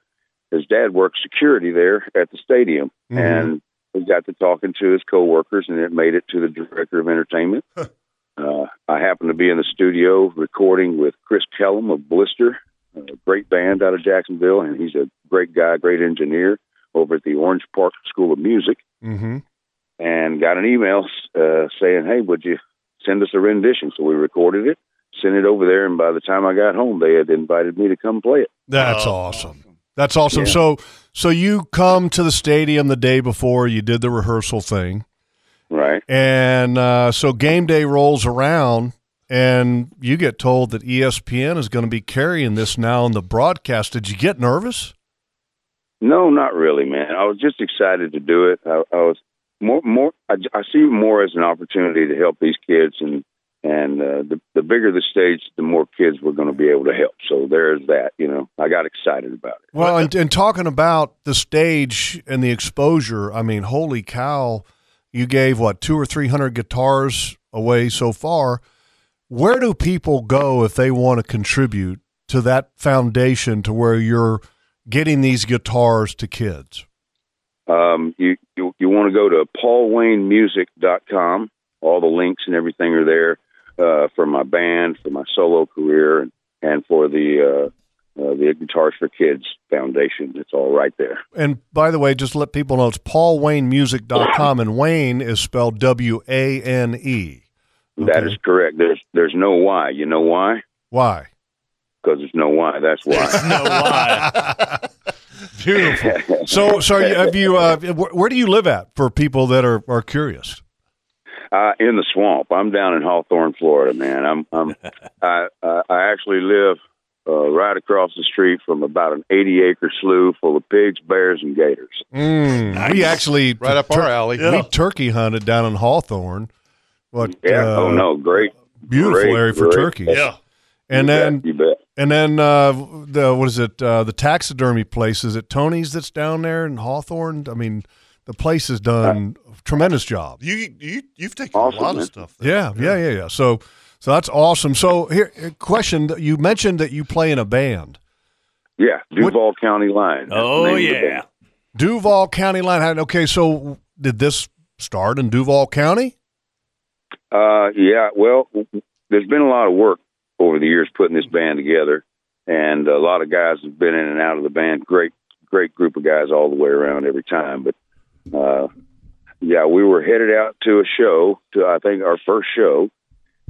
[SPEAKER 18] his dad worked security there at the stadium,
[SPEAKER 19] Mhm.
[SPEAKER 18] and we got to talking to his coworkers, and it made it to the director of entertainment. Uh, I happened to be in the studio recording with Chris Kellum of Blister, a great band out of Jacksonville, and he's a great guy, great engineer over at the Orange Park School of Music,
[SPEAKER 5] Mm-hmm.
[SPEAKER 18] and got an email uh, saying, "Hey, would you send us a rendition?" So we recorded it, sent it over there, and by the time I got home, they had invited me to come play it.
[SPEAKER 5] That's awesome. That's awesome.
[SPEAKER 18] Oh, Yeah.
[SPEAKER 5] So so you come to the stadium the day before you did the rehearsal thing.
[SPEAKER 18] Right.
[SPEAKER 5] And uh, so game day rolls around and you get told that E ESPN is going to be carrying this now in the broadcast. Did you get nervous?
[SPEAKER 18] No, not really, man. I was just excited to do it. I, I was more, more. I, I see it more as an opportunity to help these kids, and and uh, the the bigger the stage, the more kids we're going to be able to help. So there's that. You know, I got excited about it.
[SPEAKER 5] Well, and, and talking about the stage and the exposure, I mean, holy cow, you gave what, two or 300 guitars away so far. Where do people go if they want to contribute to that foundation to where you're getting these guitars to kids?
[SPEAKER 18] Um, you you, you want to go to paulwaynemusic.com. All the links and everything are there uh, for my band, for my solo career, and and for the uh, uh, the Guitars for Kids Foundation. It's all right there.
[SPEAKER 5] And by the way, just let people know it's paulwaynemusic.com, and Wayne is spelled W A N E.
[SPEAKER 18] That is correct. There's there's no why. You know why?
[SPEAKER 5] Why?
[SPEAKER 18] Because there's no why. That's why. <laughs>
[SPEAKER 5] no why. Beautiful. So, so are you, have you? Uh, wh- where do you live at for people that are, are curious?
[SPEAKER 18] Uh, in the swamp. I'm down in Hawthorne, Florida, man. I'm
[SPEAKER 5] <laughs>
[SPEAKER 18] I'm I I I actually live uh, right across the street from about an 80 acre slough full of pigs, bears, and gators.
[SPEAKER 5] Mm, We actually
[SPEAKER 18] Right up our alley.
[SPEAKER 5] We
[SPEAKER 18] Yeah.
[SPEAKER 5] turkey hunted down in Hawthorne. What?
[SPEAKER 18] Yeah.
[SPEAKER 5] uh,
[SPEAKER 18] oh no, great.
[SPEAKER 5] Beautiful
[SPEAKER 18] Great,
[SPEAKER 5] area for
[SPEAKER 18] great.
[SPEAKER 5] turkeys. And
[SPEAKER 18] You bet,
[SPEAKER 5] then
[SPEAKER 18] you bet.
[SPEAKER 5] And then uh, the what is it? Uh, the taxidermy place is it Tony's that's down there in Hawthorne? I mean, the place has done
[SPEAKER 18] Uh,
[SPEAKER 5] a tremendous job.
[SPEAKER 2] You you you've taken a lot of stuff. <laughs>
[SPEAKER 5] Yeah, yeah, yeah, yeah. So so that's awesome. So here, a question: You mentioned that you play in a band,
[SPEAKER 18] Yeah, Duval County Line. That's the
[SPEAKER 5] Oh,
[SPEAKER 18] name of the band.
[SPEAKER 5] Duval County Line. Okay, so did this start in Duval County?
[SPEAKER 18] Uh, yeah. Well, there's been a lot of work over the years putting this band together, and a lot of guys have been in and out of the band. Great, great group of guys all the way around every time. But uh, yeah, we were headed out to a show, to I think our first show,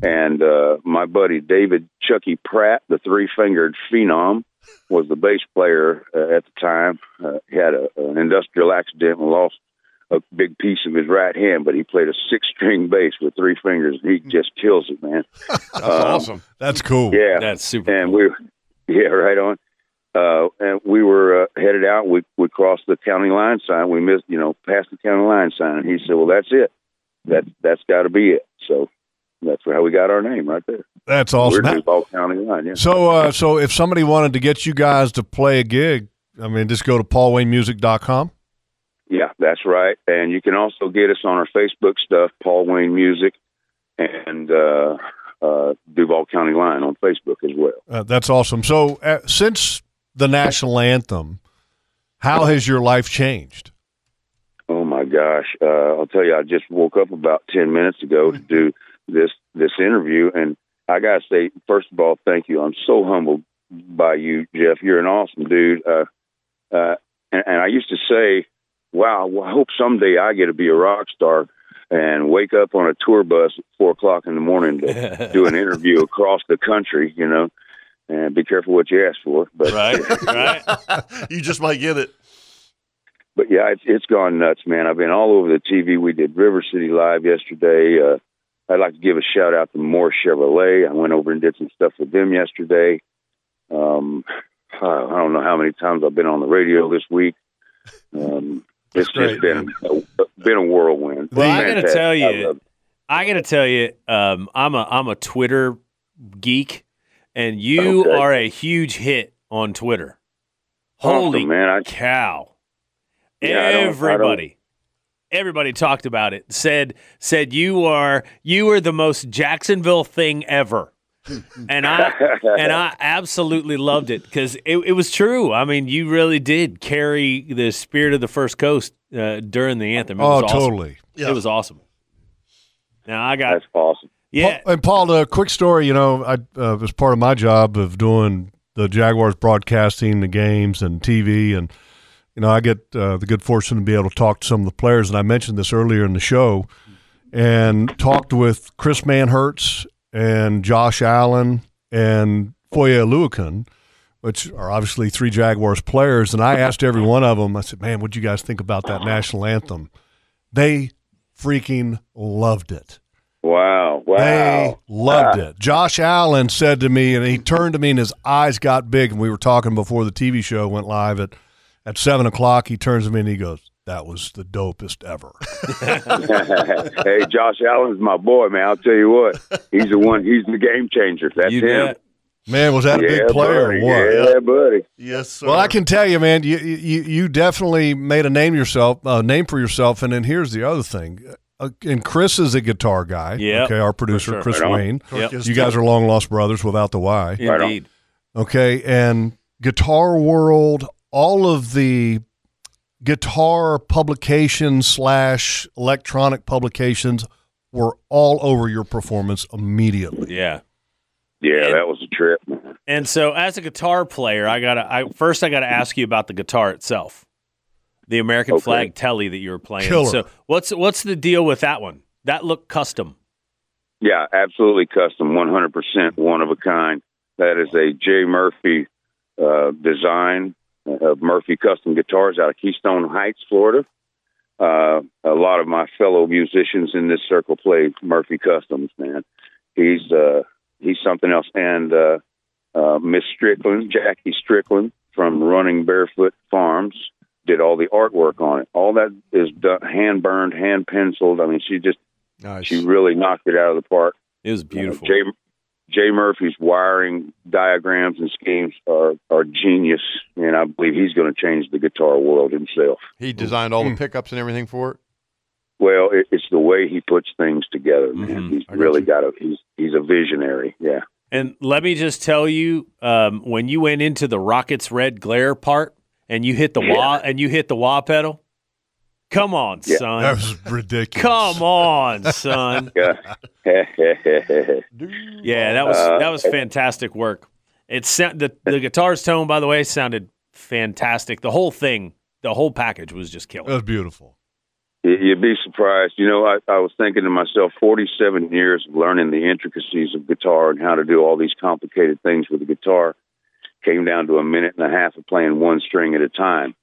[SPEAKER 18] and uh, my buddy David Chucky Pratt, the three fingered phenom, was the bass player uh, at the time. Uh, he had a, an industrial accident and lost a big piece of his right hand, but he played a six string bass with three fingers. He just kills it, man. Um, That's
[SPEAKER 5] awesome. That's cool.
[SPEAKER 18] Yeah,
[SPEAKER 7] that's super.
[SPEAKER 18] And we, yeah, right on. Uh, and we were uh, headed out. We we crossed the county line sign. We missed, you know, past the county line sign. And he said, "Well, that's it. That that's got to be it." So that's how we got our name right there.
[SPEAKER 5] That's awesome.
[SPEAKER 18] We're Duval County line. Yeah.
[SPEAKER 5] So, uh, so if somebody wanted to get you guys to play a gig, I mean, just go to paulwaynemusic.com.
[SPEAKER 18] Yeah, that's right. And you can also get us on our Facebook stuff, Paul Wayne Music, and uh, uh, Duval County Line on Facebook as well.
[SPEAKER 5] Uh, that's awesome. So, uh, since the national anthem, how has your life changed?
[SPEAKER 18] Oh my gosh! Uh, I'll tell you, I just woke up about ten minutes ago to do this this interview, and I gotta say, first of all, thank you. I'm so humbled by you, Jeff. You're an awesome dude. Uh, uh, and, and I used to say wow, well, I hope someday I get to be a rock star and wake up on a tour bus at four o'clock in the morning to do an interview across the country, you know, and be careful what you ask for. But <laughs>
[SPEAKER 2] right, right. you just might get it.
[SPEAKER 18] but yeah, it's it's gone nuts, man. I've been all over the TV. We did River City Live yesterday. Uh, I'd like to give a shout out to Moore Chevrolet. I went over and did some stuff with them yesterday. Um, I I don't know how many times I've been on the radio this week. Um, it's
[SPEAKER 7] great,
[SPEAKER 18] just been a, been a whirlwind.
[SPEAKER 7] Well, I gotta
[SPEAKER 18] Fantastic.
[SPEAKER 7] tell
[SPEAKER 18] I love
[SPEAKER 7] you, I, gotta tell you, um, I'm a I'm a Twitter geek, and you
[SPEAKER 18] Okay.
[SPEAKER 7] are a huge hit on Twitter. Holy
[SPEAKER 18] Awesome, man. I-
[SPEAKER 7] cow!
[SPEAKER 18] Yeah, I don't- I don't-
[SPEAKER 7] everybody, everybody talked about it. Said said you are you are the most Jacksonville thing ever. and I
[SPEAKER 18] <laughs>
[SPEAKER 7] and I absolutely loved it because it, it was true. I mean, you really did carry the spirit of the first coast uh, during the anthem. It
[SPEAKER 5] Oh,
[SPEAKER 7] was awesome.
[SPEAKER 5] totally.
[SPEAKER 7] It was awesome. Now I got that's
[SPEAKER 18] awesome.
[SPEAKER 7] Yeah,
[SPEAKER 5] Pa- and Paul, a quick story. You know, I uh, as part of my job of doing the Jaguars broadcasting, the games, and TV, and you know, I get uh, the good fortune to be able to talk to some of the players. And I mentioned this earlier in the show, and talked with Chris Manhertz and Josh Allen and Foye Luikin, which are obviously three Jaguars players. And I asked every one of them. I said, "Man, what do you guys think about that national anthem?" They freaking loved it.
[SPEAKER 18] Wow! Wow!
[SPEAKER 5] They loved
[SPEAKER 18] Ah.
[SPEAKER 5] it. Josh Allen said to me, and he turned to me, and his eyes got big. And we were talking before the TV show went live at at seven o'clock. He turns to me and he goes, "That was the dopest ever."
[SPEAKER 18] <laughs> hey, Josh Allen's my boy, man. I'll tell you what, he's the one. He's the game changer. That's him.
[SPEAKER 5] Man, was that a
[SPEAKER 18] Yeah,
[SPEAKER 5] big player?
[SPEAKER 18] buddy.
[SPEAKER 5] Or what?
[SPEAKER 18] Yeah, buddy.
[SPEAKER 2] Yes, sir.
[SPEAKER 5] Well, I can tell you, man, you you, you definitely made a name yourself, a name for yourself. And then here's the other thing. Uh, and Chris is a guitar guy.
[SPEAKER 2] Yep,
[SPEAKER 5] Okay, our
[SPEAKER 2] for
[SPEAKER 5] producer,
[SPEAKER 2] sure.
[SPEAKER 5] Chris
[SPEAKER 2] Right on.
[SPEAKER 5] Wayne.
[SPEAKER 2] Yep.
[SPEAKER 5] You guys are long lost brothers without the Y.
[SPEAKER 2] Right on. Indeed.
[SPEAKER 5] Okay, and Guitar World, all of the guitar publications slash electronic publications were all over your performance immediately.
[SPEAKER 7] Yeah.
[SPEAKER 18] Yeah, that was a trip. man.
[SPEAKER 7] And so, as a guitar player, I gotta I first I gotta ask you about the guitar itself, the American
[SPEAKER 18] Okay.
[SPEAKER 7] flag telly that you were playing.
[SPEAKER 18] Killer.
[SPEAKER 7] So what's what's the deal with that one? That looked custom.
[SPEAKER 18] Yeah, absolutely custom, 100% one of a kind. That is a Jay Murphy uh, design uh, of Murphy Custom Guitars out of Keystone Heights, Florida. Uh, a lot of my fellow musicians in this circle play Murphy Customs, man. He's uh, he's something else. And uh, uh, Miss Strickland, Jackie Strickland from Running Barefoot Farms, did all the artwork on it. All that is done, hand burned, hand penciled. I mean, she just
[SPEAKER 6] Oh,
[SPEAKER 18] she really knocked it out of the park.
[SPEAKER 7] It was beautiful.
[SPEAKER 18] Jay, Jay Murphy's wiring diagrams and schemes are, are genius, and I believe he's going to change the guitar world himself.
[SPEAKER 6] He designed all the pickups and everything
[SPEAKER 7] <laughs>
[SPEAKER 6] for it.
[SPEAKER 18] Well, it, it's the way he puts things together, man. He's really got a he's he's a visionary. Yeah.
[SPEAKER 7] And let me just tell you, um, when you went into the Rockets red glare part and you hit the wah and you hit the wah pedal, come on, son.
[SPEAKER 5] That was ridiculous.
[SPEAKER 7] Come on, son.
[SPEAKER 18] yeah,
[SPEAKER 5] <laughs>
[SPEAKER 7] Yeah, that was
[SPEAKER 18] Uh,
[SPEAKER 7] that was fantastic work. It sound the the guitar's tone, by the way, sounded fantastic. The whole thing, the whole package was just killer.
[SPEAKER 5] That was beautiful.
[SPEAKER 18] You- You'd be surprised. You know, I, I was thinking to myself, 47 years of learning the intricacies of guitar and how to do all these complicated things with the guitar came down to a minute and a half of playing one string at a time.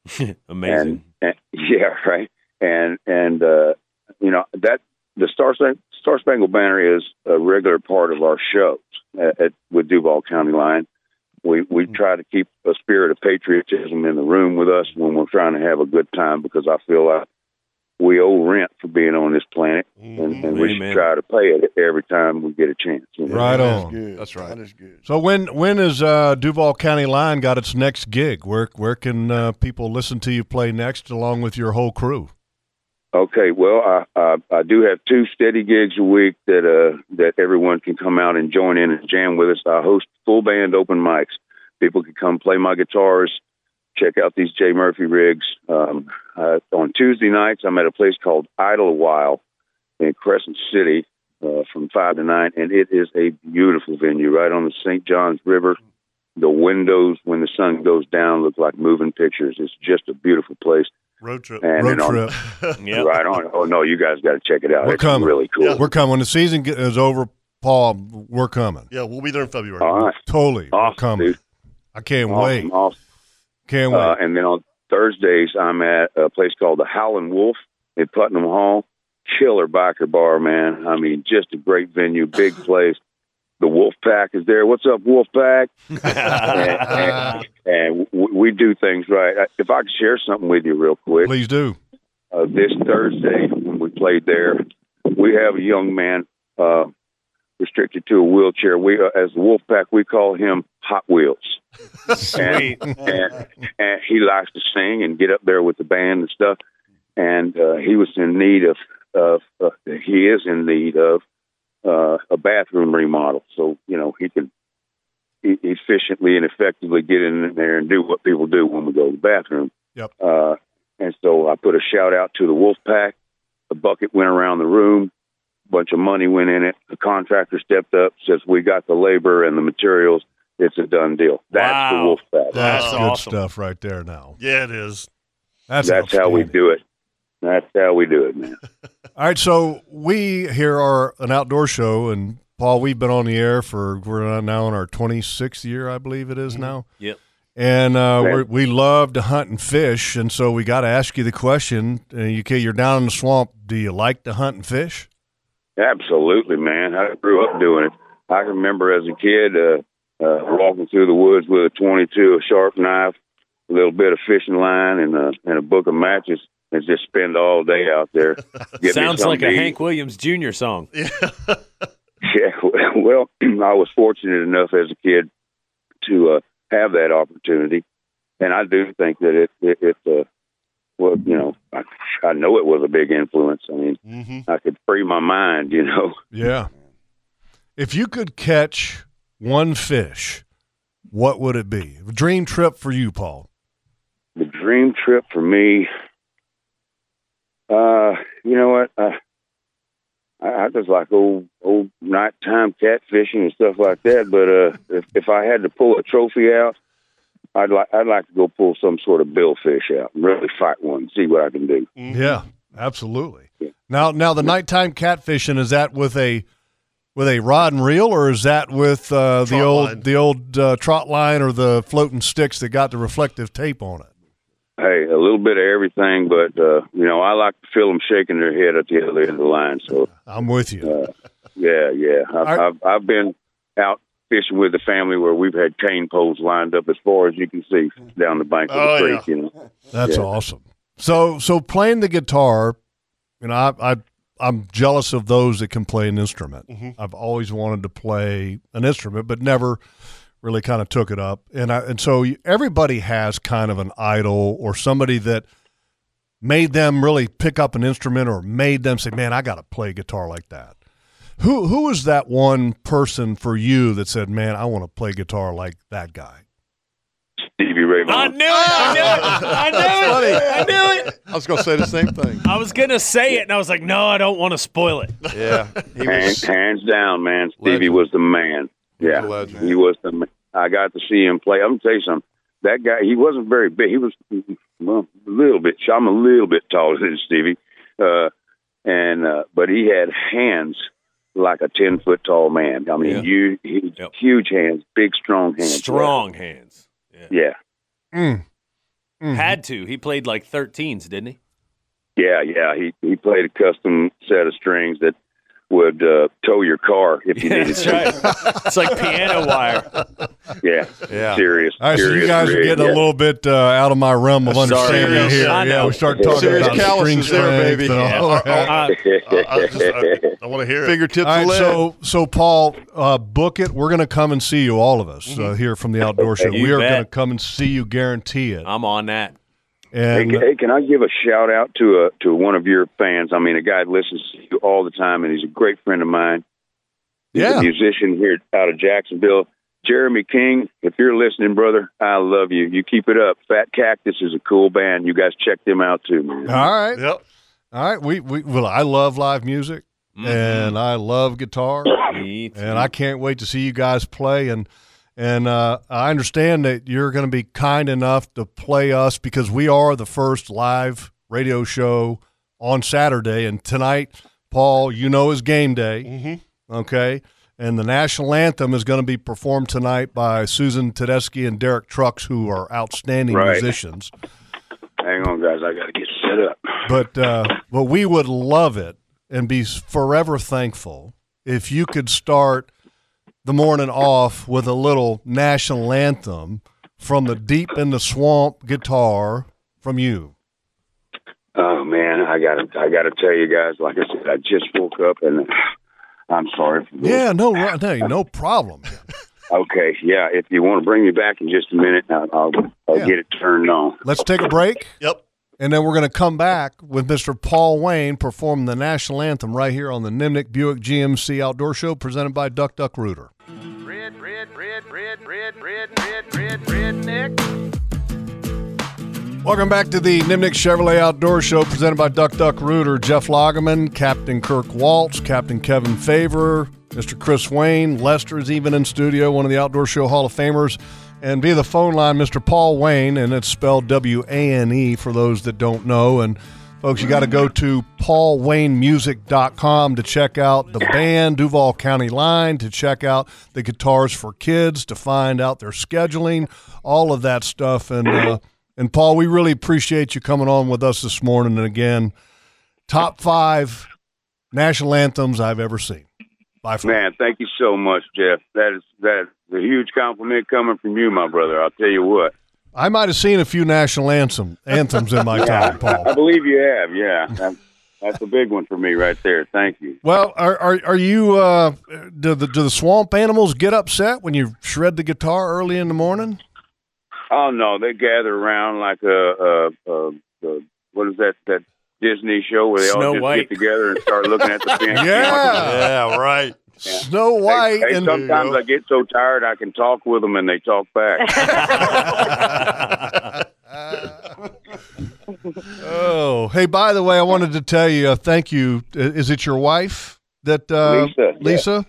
[SPEAKER 7] Amazing.
[SPEAKER 18] And, yeah, <laughs> right. And and uh, you know that the Star Spang- Star Spangled Banner is a regular part of our shows at, at with Duval County Line. We we try to keep a spirit of patriotism in the room with us when we're trying to have a good time because I feel like we owe rent for being on this planet and, and we should try to pay it every time we get a chance. you know?
[SPEAKER 5] Right on.
[SPEAKER 6] That's right.
[SPEAKER 5] So when when is uh, Duval County Line got its next gig? Where where can uh, people listen to you play next, along with your whole crew?
[SPEAKER 18] Okay, well, I, I I do have two steady gigs a week that uh that everyone can come out and join in and jam with us. I host full band open mics. People can come play my guitars, check out these Jay Murphy rigs. Um, uh, on Tuesday nights, I'm at a place called Idle a While in Crescent City uh, from five to nine, and it is a beautiful venue right on the St. Johns River. The windows, when the sun goes down, look like moving pictures. It's just a beautiful place.
[SPEAKER 2] Road trip.
[SPEAKER 18] And
[SPEAKER 5] Road
[SPEAKER 18] then on- <laughs>
[SPEAKER 5] trip.
[SPEAKER 18] Right on. Oh no, you guys got to check it out.
[SPEAKER 5] We're
[SPEAKER 18] it's
[SPEAKER 5] coming.
[SPEAKER 18] really cool.
[SPEAKER 5] We're coming. When the season ge- is over, Paul, we're coming.
[SPEAKER 2] Yeah, we'll be there in February.
[SPEAKER 18] All right.
[SPEAKER 5] Totally. we're coming. I can't wait.
[SPEAKER 18] Awesome, awesome.
[SPEAKER 5] Can't
[SPEAKER 18] Uh, and then on Thursdays, I'm at a place called the Howlin' Wolf at Putnam Hall. Killer biker bar, man. I mean, just a great venue,
[SPEAKER 5] <laughs>
[SPEAKER 18] big place. The Wolf Pack is there. What's up, Wolf
[SPEAKER 5] <laughs>
[SPEAKER 18] Pack? and and, and w- we do things right. I- If I could share something with you real quick.
[SPEAKER 5] Please do.
[SPEAKER 18] Uh, this Thursday, when we played there, we have a young man uh, restricted to a wheelchair. We, uh, as the Wolf Pack, we call him Hot Wheels.
[SPEAKER 3] Sweet.
[SPEAKER 18] And, <laughs> and, and he likes to sing and get up there with the band and stuff. And uh, he was in need of, of uh, he is in need of uh, a bathroom remodel. So, you know, he can e- efficiently and effectively get in there and do what people do when we go to the bathroom.
[SPEAKER 5] Yep.
[SPEAKER 18] Uh, and so I put a shout out to the Wolf Pack. The bucket went around the room. A bunch of money went in it. The contractor stepped up, says, We got the labor and the materials. It's a done deal. That's the Wolf Pack.
[SPEAKER 5] That's good stuff right there now.
[SPEAKER 2] Yeah, it is.
[SPEAKER 5] That's,
[SPEAKER 18] how we do it. That's how we do it, man.
[SPEAKER 5] All right, so we here are an outdoor show, and Paul, we've been on the air for we're now in our 26th year, I believe it is now.
[SPEAKER 7] Yep.
[SPEAKER 5] And uh,
[SPEAKER 7] Right.
[SPEAKER 5] we're, we love to hunt and fish, and so we got to ask you the question. Uh, you, ca- you're down in the swamp. Do you like to hunt and fish?
[SPEAKER 18] Absolutely, man. I grew up doing it. I can remember as a kid uh, uh, walking through the woods with a 22, a sharp knife, a little bit of fishing line, and a, and a book of matches, and just spend all day out
[SPEAKER 7] <laughs>
[SPEAKER 18] there. Get me
[SPEAKER 7] Sounds like
[SPEAKER 18] something
[SPEAKER 7] a
[SPEAKER 18] to eat.
[SPEAKER 7] Hank Williams Jr.
[SPEAKER 6] <laughs>
[SPEAKER 7] song.
[SPEAKER 18] <laughs> Yeah, well, <clears throat> I was fortunate enough as a kid to uh, have that opportunity, and I do think that it it, it uh, well, you know, I, I know it was a big influence. I mean,
[SPEAKER 7] Mm-hmm.
[SPEAKER 18] I could free my mind, you know.
[SPEAKER 5] Yeah. If you could catch one fish, what would it be? Dream trip for you, Paul.
[SPEAKER 18] the dream trip for me uh you know what uh, I, I just like old old nighttime catfishing and stuff like that but uh if, if i had to pull a trophy out i'd like i'd like to go pull some sort of billfish out and really fight one see what i can do
[SPEAKER 5] Yeah, absolutely. Now, now the nighttime catfishing is that with a with a rod and reel, or is that with uh, the old the old uh, trot line or the floating sticks that got the reflective tape on it?
[SPEAKER 18] hey a little bit of everything but uh you know i like to feel them shaking their head at the other end of the line so
[SPEAKER 5] I'm with you.
[SPEAKER 18] Uh, yeah, yeah. I've,
[SPEAKER 5] Are-
[SPEAKER 18] I've I've been out fishing with the family where we've had cane poles lined up as far as you can see down the bank of the
[SPEAKER 5] Oh,
[SPEAKER 18] creek.
[SPEAKER 5] yeah.
[SPEAKER 18] You know,
[SPEAKER 5] That's
[SPEAKER 18] Yeah.
[SPEAKER 5] awesome. So, so playing the guitar, you know, I, I I'm jealous of those that can play an instrument. I've always wanted to play an instrument, but never really kind of took it up. And I and so you, everybody has kind of an idol or somebody that made them really pick up an instrument or made them say, "Man, I got to play guitar like that." Who who was that one person for you that said, "Man, I want to play guitar like that guy"?
[SPEAKER 18] Stevie Ray Vaughan.
[SPEAKER 7] knew it. I knew it. I knew it. I knew it.
[SPEAKER 6] I was gonna say the same thing.
[SPEAKER 7] I was gonna say it, and I was like, no, I don't want to spoil it.
[SPEAKER 6] Yeah.
[SPEAKER 18] Hands, hands down, man. Stevie was the man. Yeah, he was the. Man. I got to see him play. I'm gonna tell you something. That guy, he wasn't very big. He was well, a little bit. I'm a little bit taller than Stevie, uh, and uh, but he had hands like a ten foot tall man. I mean,
[SPEAKER 7] Yeah.
[SPEAKER 18] you he, huge hands, big strong hands.
[SPEAKER 7] Strong hands.
[SPEAKER 18] Yeah,
[SPEAKER 6] Mm-hmm.
[SPEAKER 7] Had to. He played like 13s, didn't he?
[SPEAKER 18] yeah, yeah. He he played a custom set of strings that would uh, tow your car if you
[SPEAKER 7] <laughs>
[SPEAKER 18] needed
[SPEAKER 7] That's
[SPEAKER 18] to.
[SPEAKER 7] right. it's like piano wire.
[SPEAKER 18] Yeah, serious.
[SPEAKER 5] All right, so
[SPEAKER 18] serious
[SPEAKER 5] you guys are
[SPEAKER 18] rig,
[SPEAKER 5] getting
[SPEAKER 18] yeah.
[SPEAKER 5] a little bit uh, out of my realm of
[SPEAKER 18] Sorry.
[SPEAKER 5] understanding
[SPEAKER 18] Serious.
[SPEAKER 5] here.
[SPEAKER 18] I
[SPEAKER 5] Yeah,
[SPEAKER 18] know.
[SPEAKER 5] we start talking
[SPEAKER 18] Serious
[SPEAKER 5] about
[SPEAKER 18] calluses
[SPEAKER 5] string
[SPEAKER 18] there,
[SPEAKER 5] strength
[SPEAKER 18] baby.
[SPEAKER 5] and all
[SPEAKER 18] Yeah.
[SPEAKER 5] that.
[SPEAKER 6] Uh,
[SPEAKER 18] I- I
[SPEAKER 2] Uh,
[SPEAKER 18] just- <laughs> I- I wanna hear it. Fingertips
[SPEAKER 5] All right,
[SPEAKER 18] to
[SPEAKER 5] so so Paul, uh, book it. We're going to come and see you, all of us uh, here from the outdoor show.
[SPEAKER 7] Mm-hmm. You
[SPEAKER 5] we are
[SPEAKER 7] bet.
[SPEAKER 5] going to come and see you, guarantee it.
[SPEAKER 7] I'm on that.
[SPEAKER 18] Hey,
[SPEAKER 5] And
[SPEAKER 18] ca- hey, can I give a shout out to a to one of your fans? I mean, a guy that listens to you all the time, and he's a great friend of mine. He's
[SPEAKER 5] Yeah.
[SPEAKER 18] a musician here out of Jacksonville. Jeremy King, if you're listening, brother, I love you. You keep it up. Fat Cactus is a cool band. You guys check them out too, man.
[SPEAKER 5] all right, yep. All right, we we well, I love live music and I love guitar, and I can't wait to see you guys play and. And uh, I understand that you're going to be kind enough to play us because we are the first live radio show on Saturday. And tonight, Paul, you know, is game day. Mm-hmm. Okay. And the national anthem is going to be performed tonight by Susan Tedeschi and Derek Trucks, who are outstanding
[SPEAKER 18] Right.
[SPEAKER 5] musicians.
[SPEAKER 18] Hang on, guys. I got to get set up.
[SPEAKER 5] But uh, but we would love it and be forever thankful if you could start the morning off with a little national anthem from the deep in the swamp guitar from you.
[SPEAKER 18] Oh man, I gotta, I gotta tell you guys. Like I said, I just woke up, and <sighs> I'm sorry. For this.
[SPEAKER 5] Yeah, no, right, no, no problem.
[SPEAKER 18] <laughs> Okay, yeah. If you want to bring me back in just a minute, I'll, I'll, I'll get it turned on.
[SPEAKER 5] Let's take a break. Yep. And then we're going to come back with Mr. Paul Wayne performing the national anthem right here on the Nimnik Buick GMC Outdoor Show presented by Duck Duck Rooter. Welcome back to the Nimnik Chevrolet Outdoor Show presented by Duck Duck Rooter. Jeff Lagerman, Captain Kirk Waltz, Captain Kevin Favor, Mr. Chris Wayne, Lester is even in studio, one of the Outdoor Show Hall of Famers, and via the phone line, Mr. Paul Wayne, and it's spelled W A N E for those that don't know. And folks, you got to go to paulwaynemusic.com to check out the band, Duval County Line, to check out the guitars for kids, to find out their scheduling, all of that stuff. And, uh, and Paul, we really appreciate you coming on with us this morning. And again, top five national anthems I've ever seen.
[SPEAKER 18] Man, thank you so much, Jeff. That is that is a huge compliment coming from you, my brother. I'll tell you what.
[SPEAKER 5] I might have seen a few national anthem, anthems
[SPEAKER 18] <laughs>
[SPEAKER 5] in my time, Paul.
[SPEAKER 18] I believe you have. Yeah, that's, that's a big one for me right there. Thank you.
[SPEAKER 5] Well, are are, are you? Uh, do the do the swamp animals get upset when you shred the guitar early in the morning?
[SPEAKER 18] Oh no, they gather around like a, a, a, a what is that that Disney show where they
[SPEAKER 5] Snow
[SPEAKER 18] all just get
[SPEAKER 5] White.
[SPEAKER 18] together and start looking
[SPEAKER 5] <laughs>
[SPEAKER 18] at the fence?
[SPEAKER 5] Yeah. Yeah,
[SPEAKER 18] right.
[SPEAKER 5] Snow White
[SPEAKER 18] Hey,
[SPEAKER 5] and
[SPEAKER 18] sometimes I get so tired I can talk with them and they talk back.
[SPEAKER 5] oh, hey, by the way, I wanted to tell you, uh, thank you. I- Is it your wife that uh,
[SPEAKER 18] Lisa, yeah.
[SPEAKER 5] Lisa?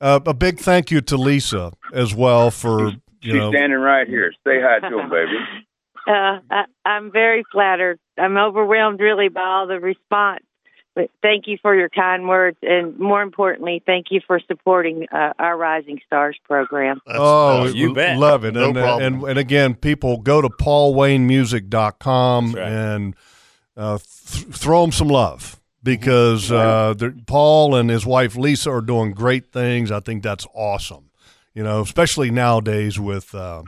[SPEAKER 5] Uh, a big thank you to Lisa as well for <laughs> you
[SPEAKER 18] She's
[SPEAKER 5] know.
[SPEAKER 18] standing right here. Say hi to him, baby.
[SPEAKER 19] Uh, I, I'm very flattered. I'm overwhelmed, really, by all the response. But thank you for your kind words, and more importantly, thank you for supporting uh, our Rising Stars program.
[SPEAKER 5] oh,
[SPEAKER 19] awesome. You
[SPEAKER 5] we
[SPEAKER 19] bet.
[SPEAKER 5] love it.
[SPEAKER 19] No
[SPEAKER 5] and, uh,
[SPEAKER 19] problem.
[SPEAKER 5] and and again, people go to paulwaynemusic.com and uh, th- throw them some love
[SPEAKER 19] Mm-hmm.
[SPEAKER 5] because uh, they're- Paul and his wife Lisa are doing great things. I think that's awesome. You know, especially nowadays with uh,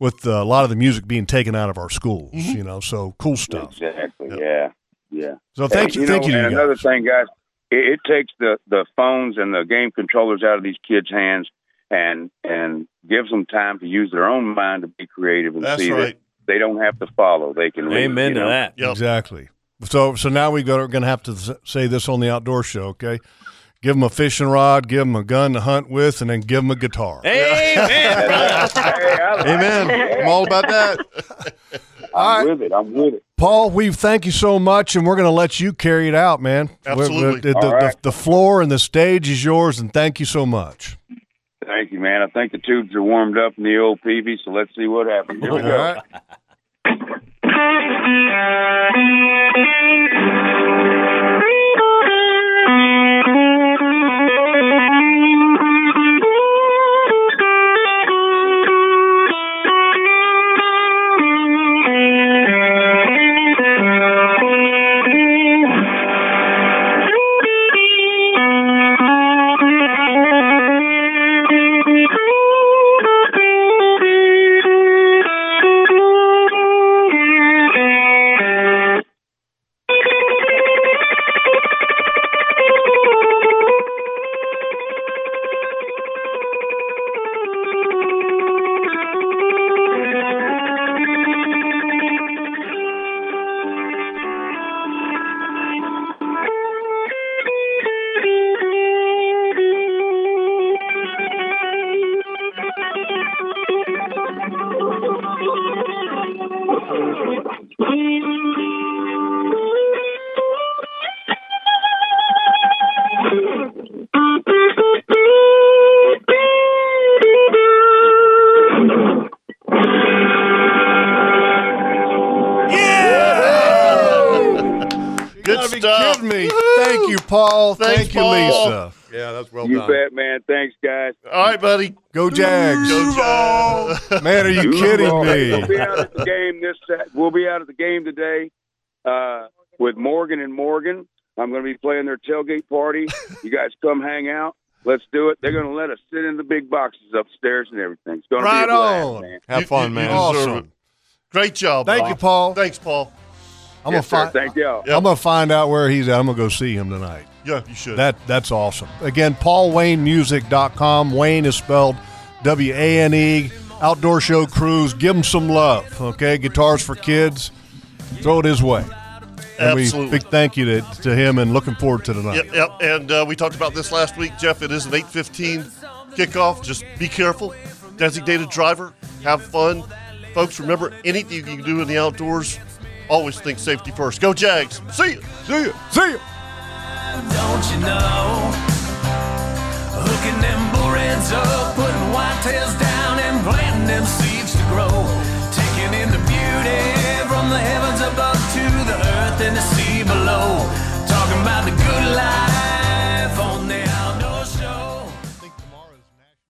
[SPEAKER 5] with uh, a lot of the music being taken out of our schools.
[SPEAKER 19] Mm-hmm.
[SPEAKER 5] You know, so cool stuff.
[SPEAKER 18] Exactly. Yeah. Yeah.
[SPEAKER 5] So thank you- thank you to
[SPEAKER 18] And
[SPEAKER 5] you
[SPEAKER 18] another thing, guys, it, it takes the the phones and the game controllers out of these kids' hands and and gives them time to use their own mind to be creative and
[SPEAKER 5] That's
[SPEAKER 18] see
[SPEAKER 5] right.
[SPEAKER 18] that they don't have to follow. They can. read, you know?
[SPEAKER 5] Exactly. So so now we go, we're going to have to s- say this on the outdoor show, okay? Give them a fishing rod, give them a gun to hunt with, and then give them a guitar.
[SPEAKER 2] <laughs>
[SPEAKER 18] Amen,
[SPEAKER 5] Amen. I'm all about
[SPEAKER 7] <laughs>
[SPEAKER 5] that.
[SPEAKER 18] I'm with it. I'm with it.
[SPEAKER 5] <laughs> Paul, we thank you so much, and we're going to let you carry it out, man. We're- we're-
[SPEAKER 18] Absolutely.
[SPEAKER 5] The, the-
[SPEAKER 18] All right.
[SPEAKER 5] the- the floor and the stage is yours, and thank you so much.
[SPEAKER 18] Thank you, man. I think the tubes are warmed up in the old PV, so let's see what happens. Here we go.
[SPEAKER 3] Thank you.
[SPEAKER 2] Good
[SPEAKER 5] Gotta be
[SPEAKER 2] stuff.
[SPEAKER 5] kidding me. Thank you, Paul.
[SPEAKER 2] Thanks,
[SPEAKER 5] Thank you,
[SPEAKER 2] Paul.
[SPEAKER 5] Lisa.
[SPEAKER 6] Yeah, that's well
[SPEAKER 18] you
[SPEAKER 6] done.
[SPEAKER 18] bet, man. Thanks, guys.
[SPEAKER 2] All right, buddy.
[SPEAKER 5] Go Jags.
[SPEAKER 2] Go
[SPEAKER 5] Jags. <laughs> Man, are you kidding
[SPEAKER 18] We'll be
[SPEAKER 5] me?
[SPEAKER 18] out at the game this. Sat- We'll be out at the game today uh, with Morgan and Morgan. I'm going to be playing their tailgate party. You guys come hang out. Let's do it. They're going to let us sit in the big boxes upstairs and everything. It's going to be a
[SPEAKER 2] Right
[SPEAKER 18] blast,
[SPEAKER 2] on.
[SPEAKER 18] man.
[SPEAKER 6] Have fun, man.
[SPEAKER 5] Awesome.
[SPEAKER 2] Great job.
[SPEAKER 5] Thank you, Paul.
[SPEAKER 2] Thanks, Paul.
[SPEAKER 5] I'm
[SPEAKER 18] yes,
[SPEAKER 5] gonna
[SPEAKER 18] sir.
[SPEAKER 5] find.
[SPEAKER 18] Thank y'all.
[SPEAKER 5] I'm gonna find out where he's at. I'm gonna go see him tonight.
[SPEAKER 2] Yeah, you should.
[SPEAKER 5] That that's awesome. Again, paulwaynemusic.com. Wayne is spelled W A N E. Outdoor show crews, give him some love. Okay, guitars for kids. Throw it his way. And
[SPEAKER 2] Absolutely.
[SPEAKER 5] We, big thank you to, to him, and looking forward to tonight.
[SPEAKER 2] Yep, yep. And uh, we talked about this last week, Jeff. It is an 8:15 kickoff. Just be careful. Designated driver. Have fun, folks. Remember, anything you can do in the outdoors, always think safety first. Go Jags. See ya. See ya.
[SPEAKER 5] See ya.
[SPEAKER 3] don't you know? Hooking them bullreds up, putting whitetails down.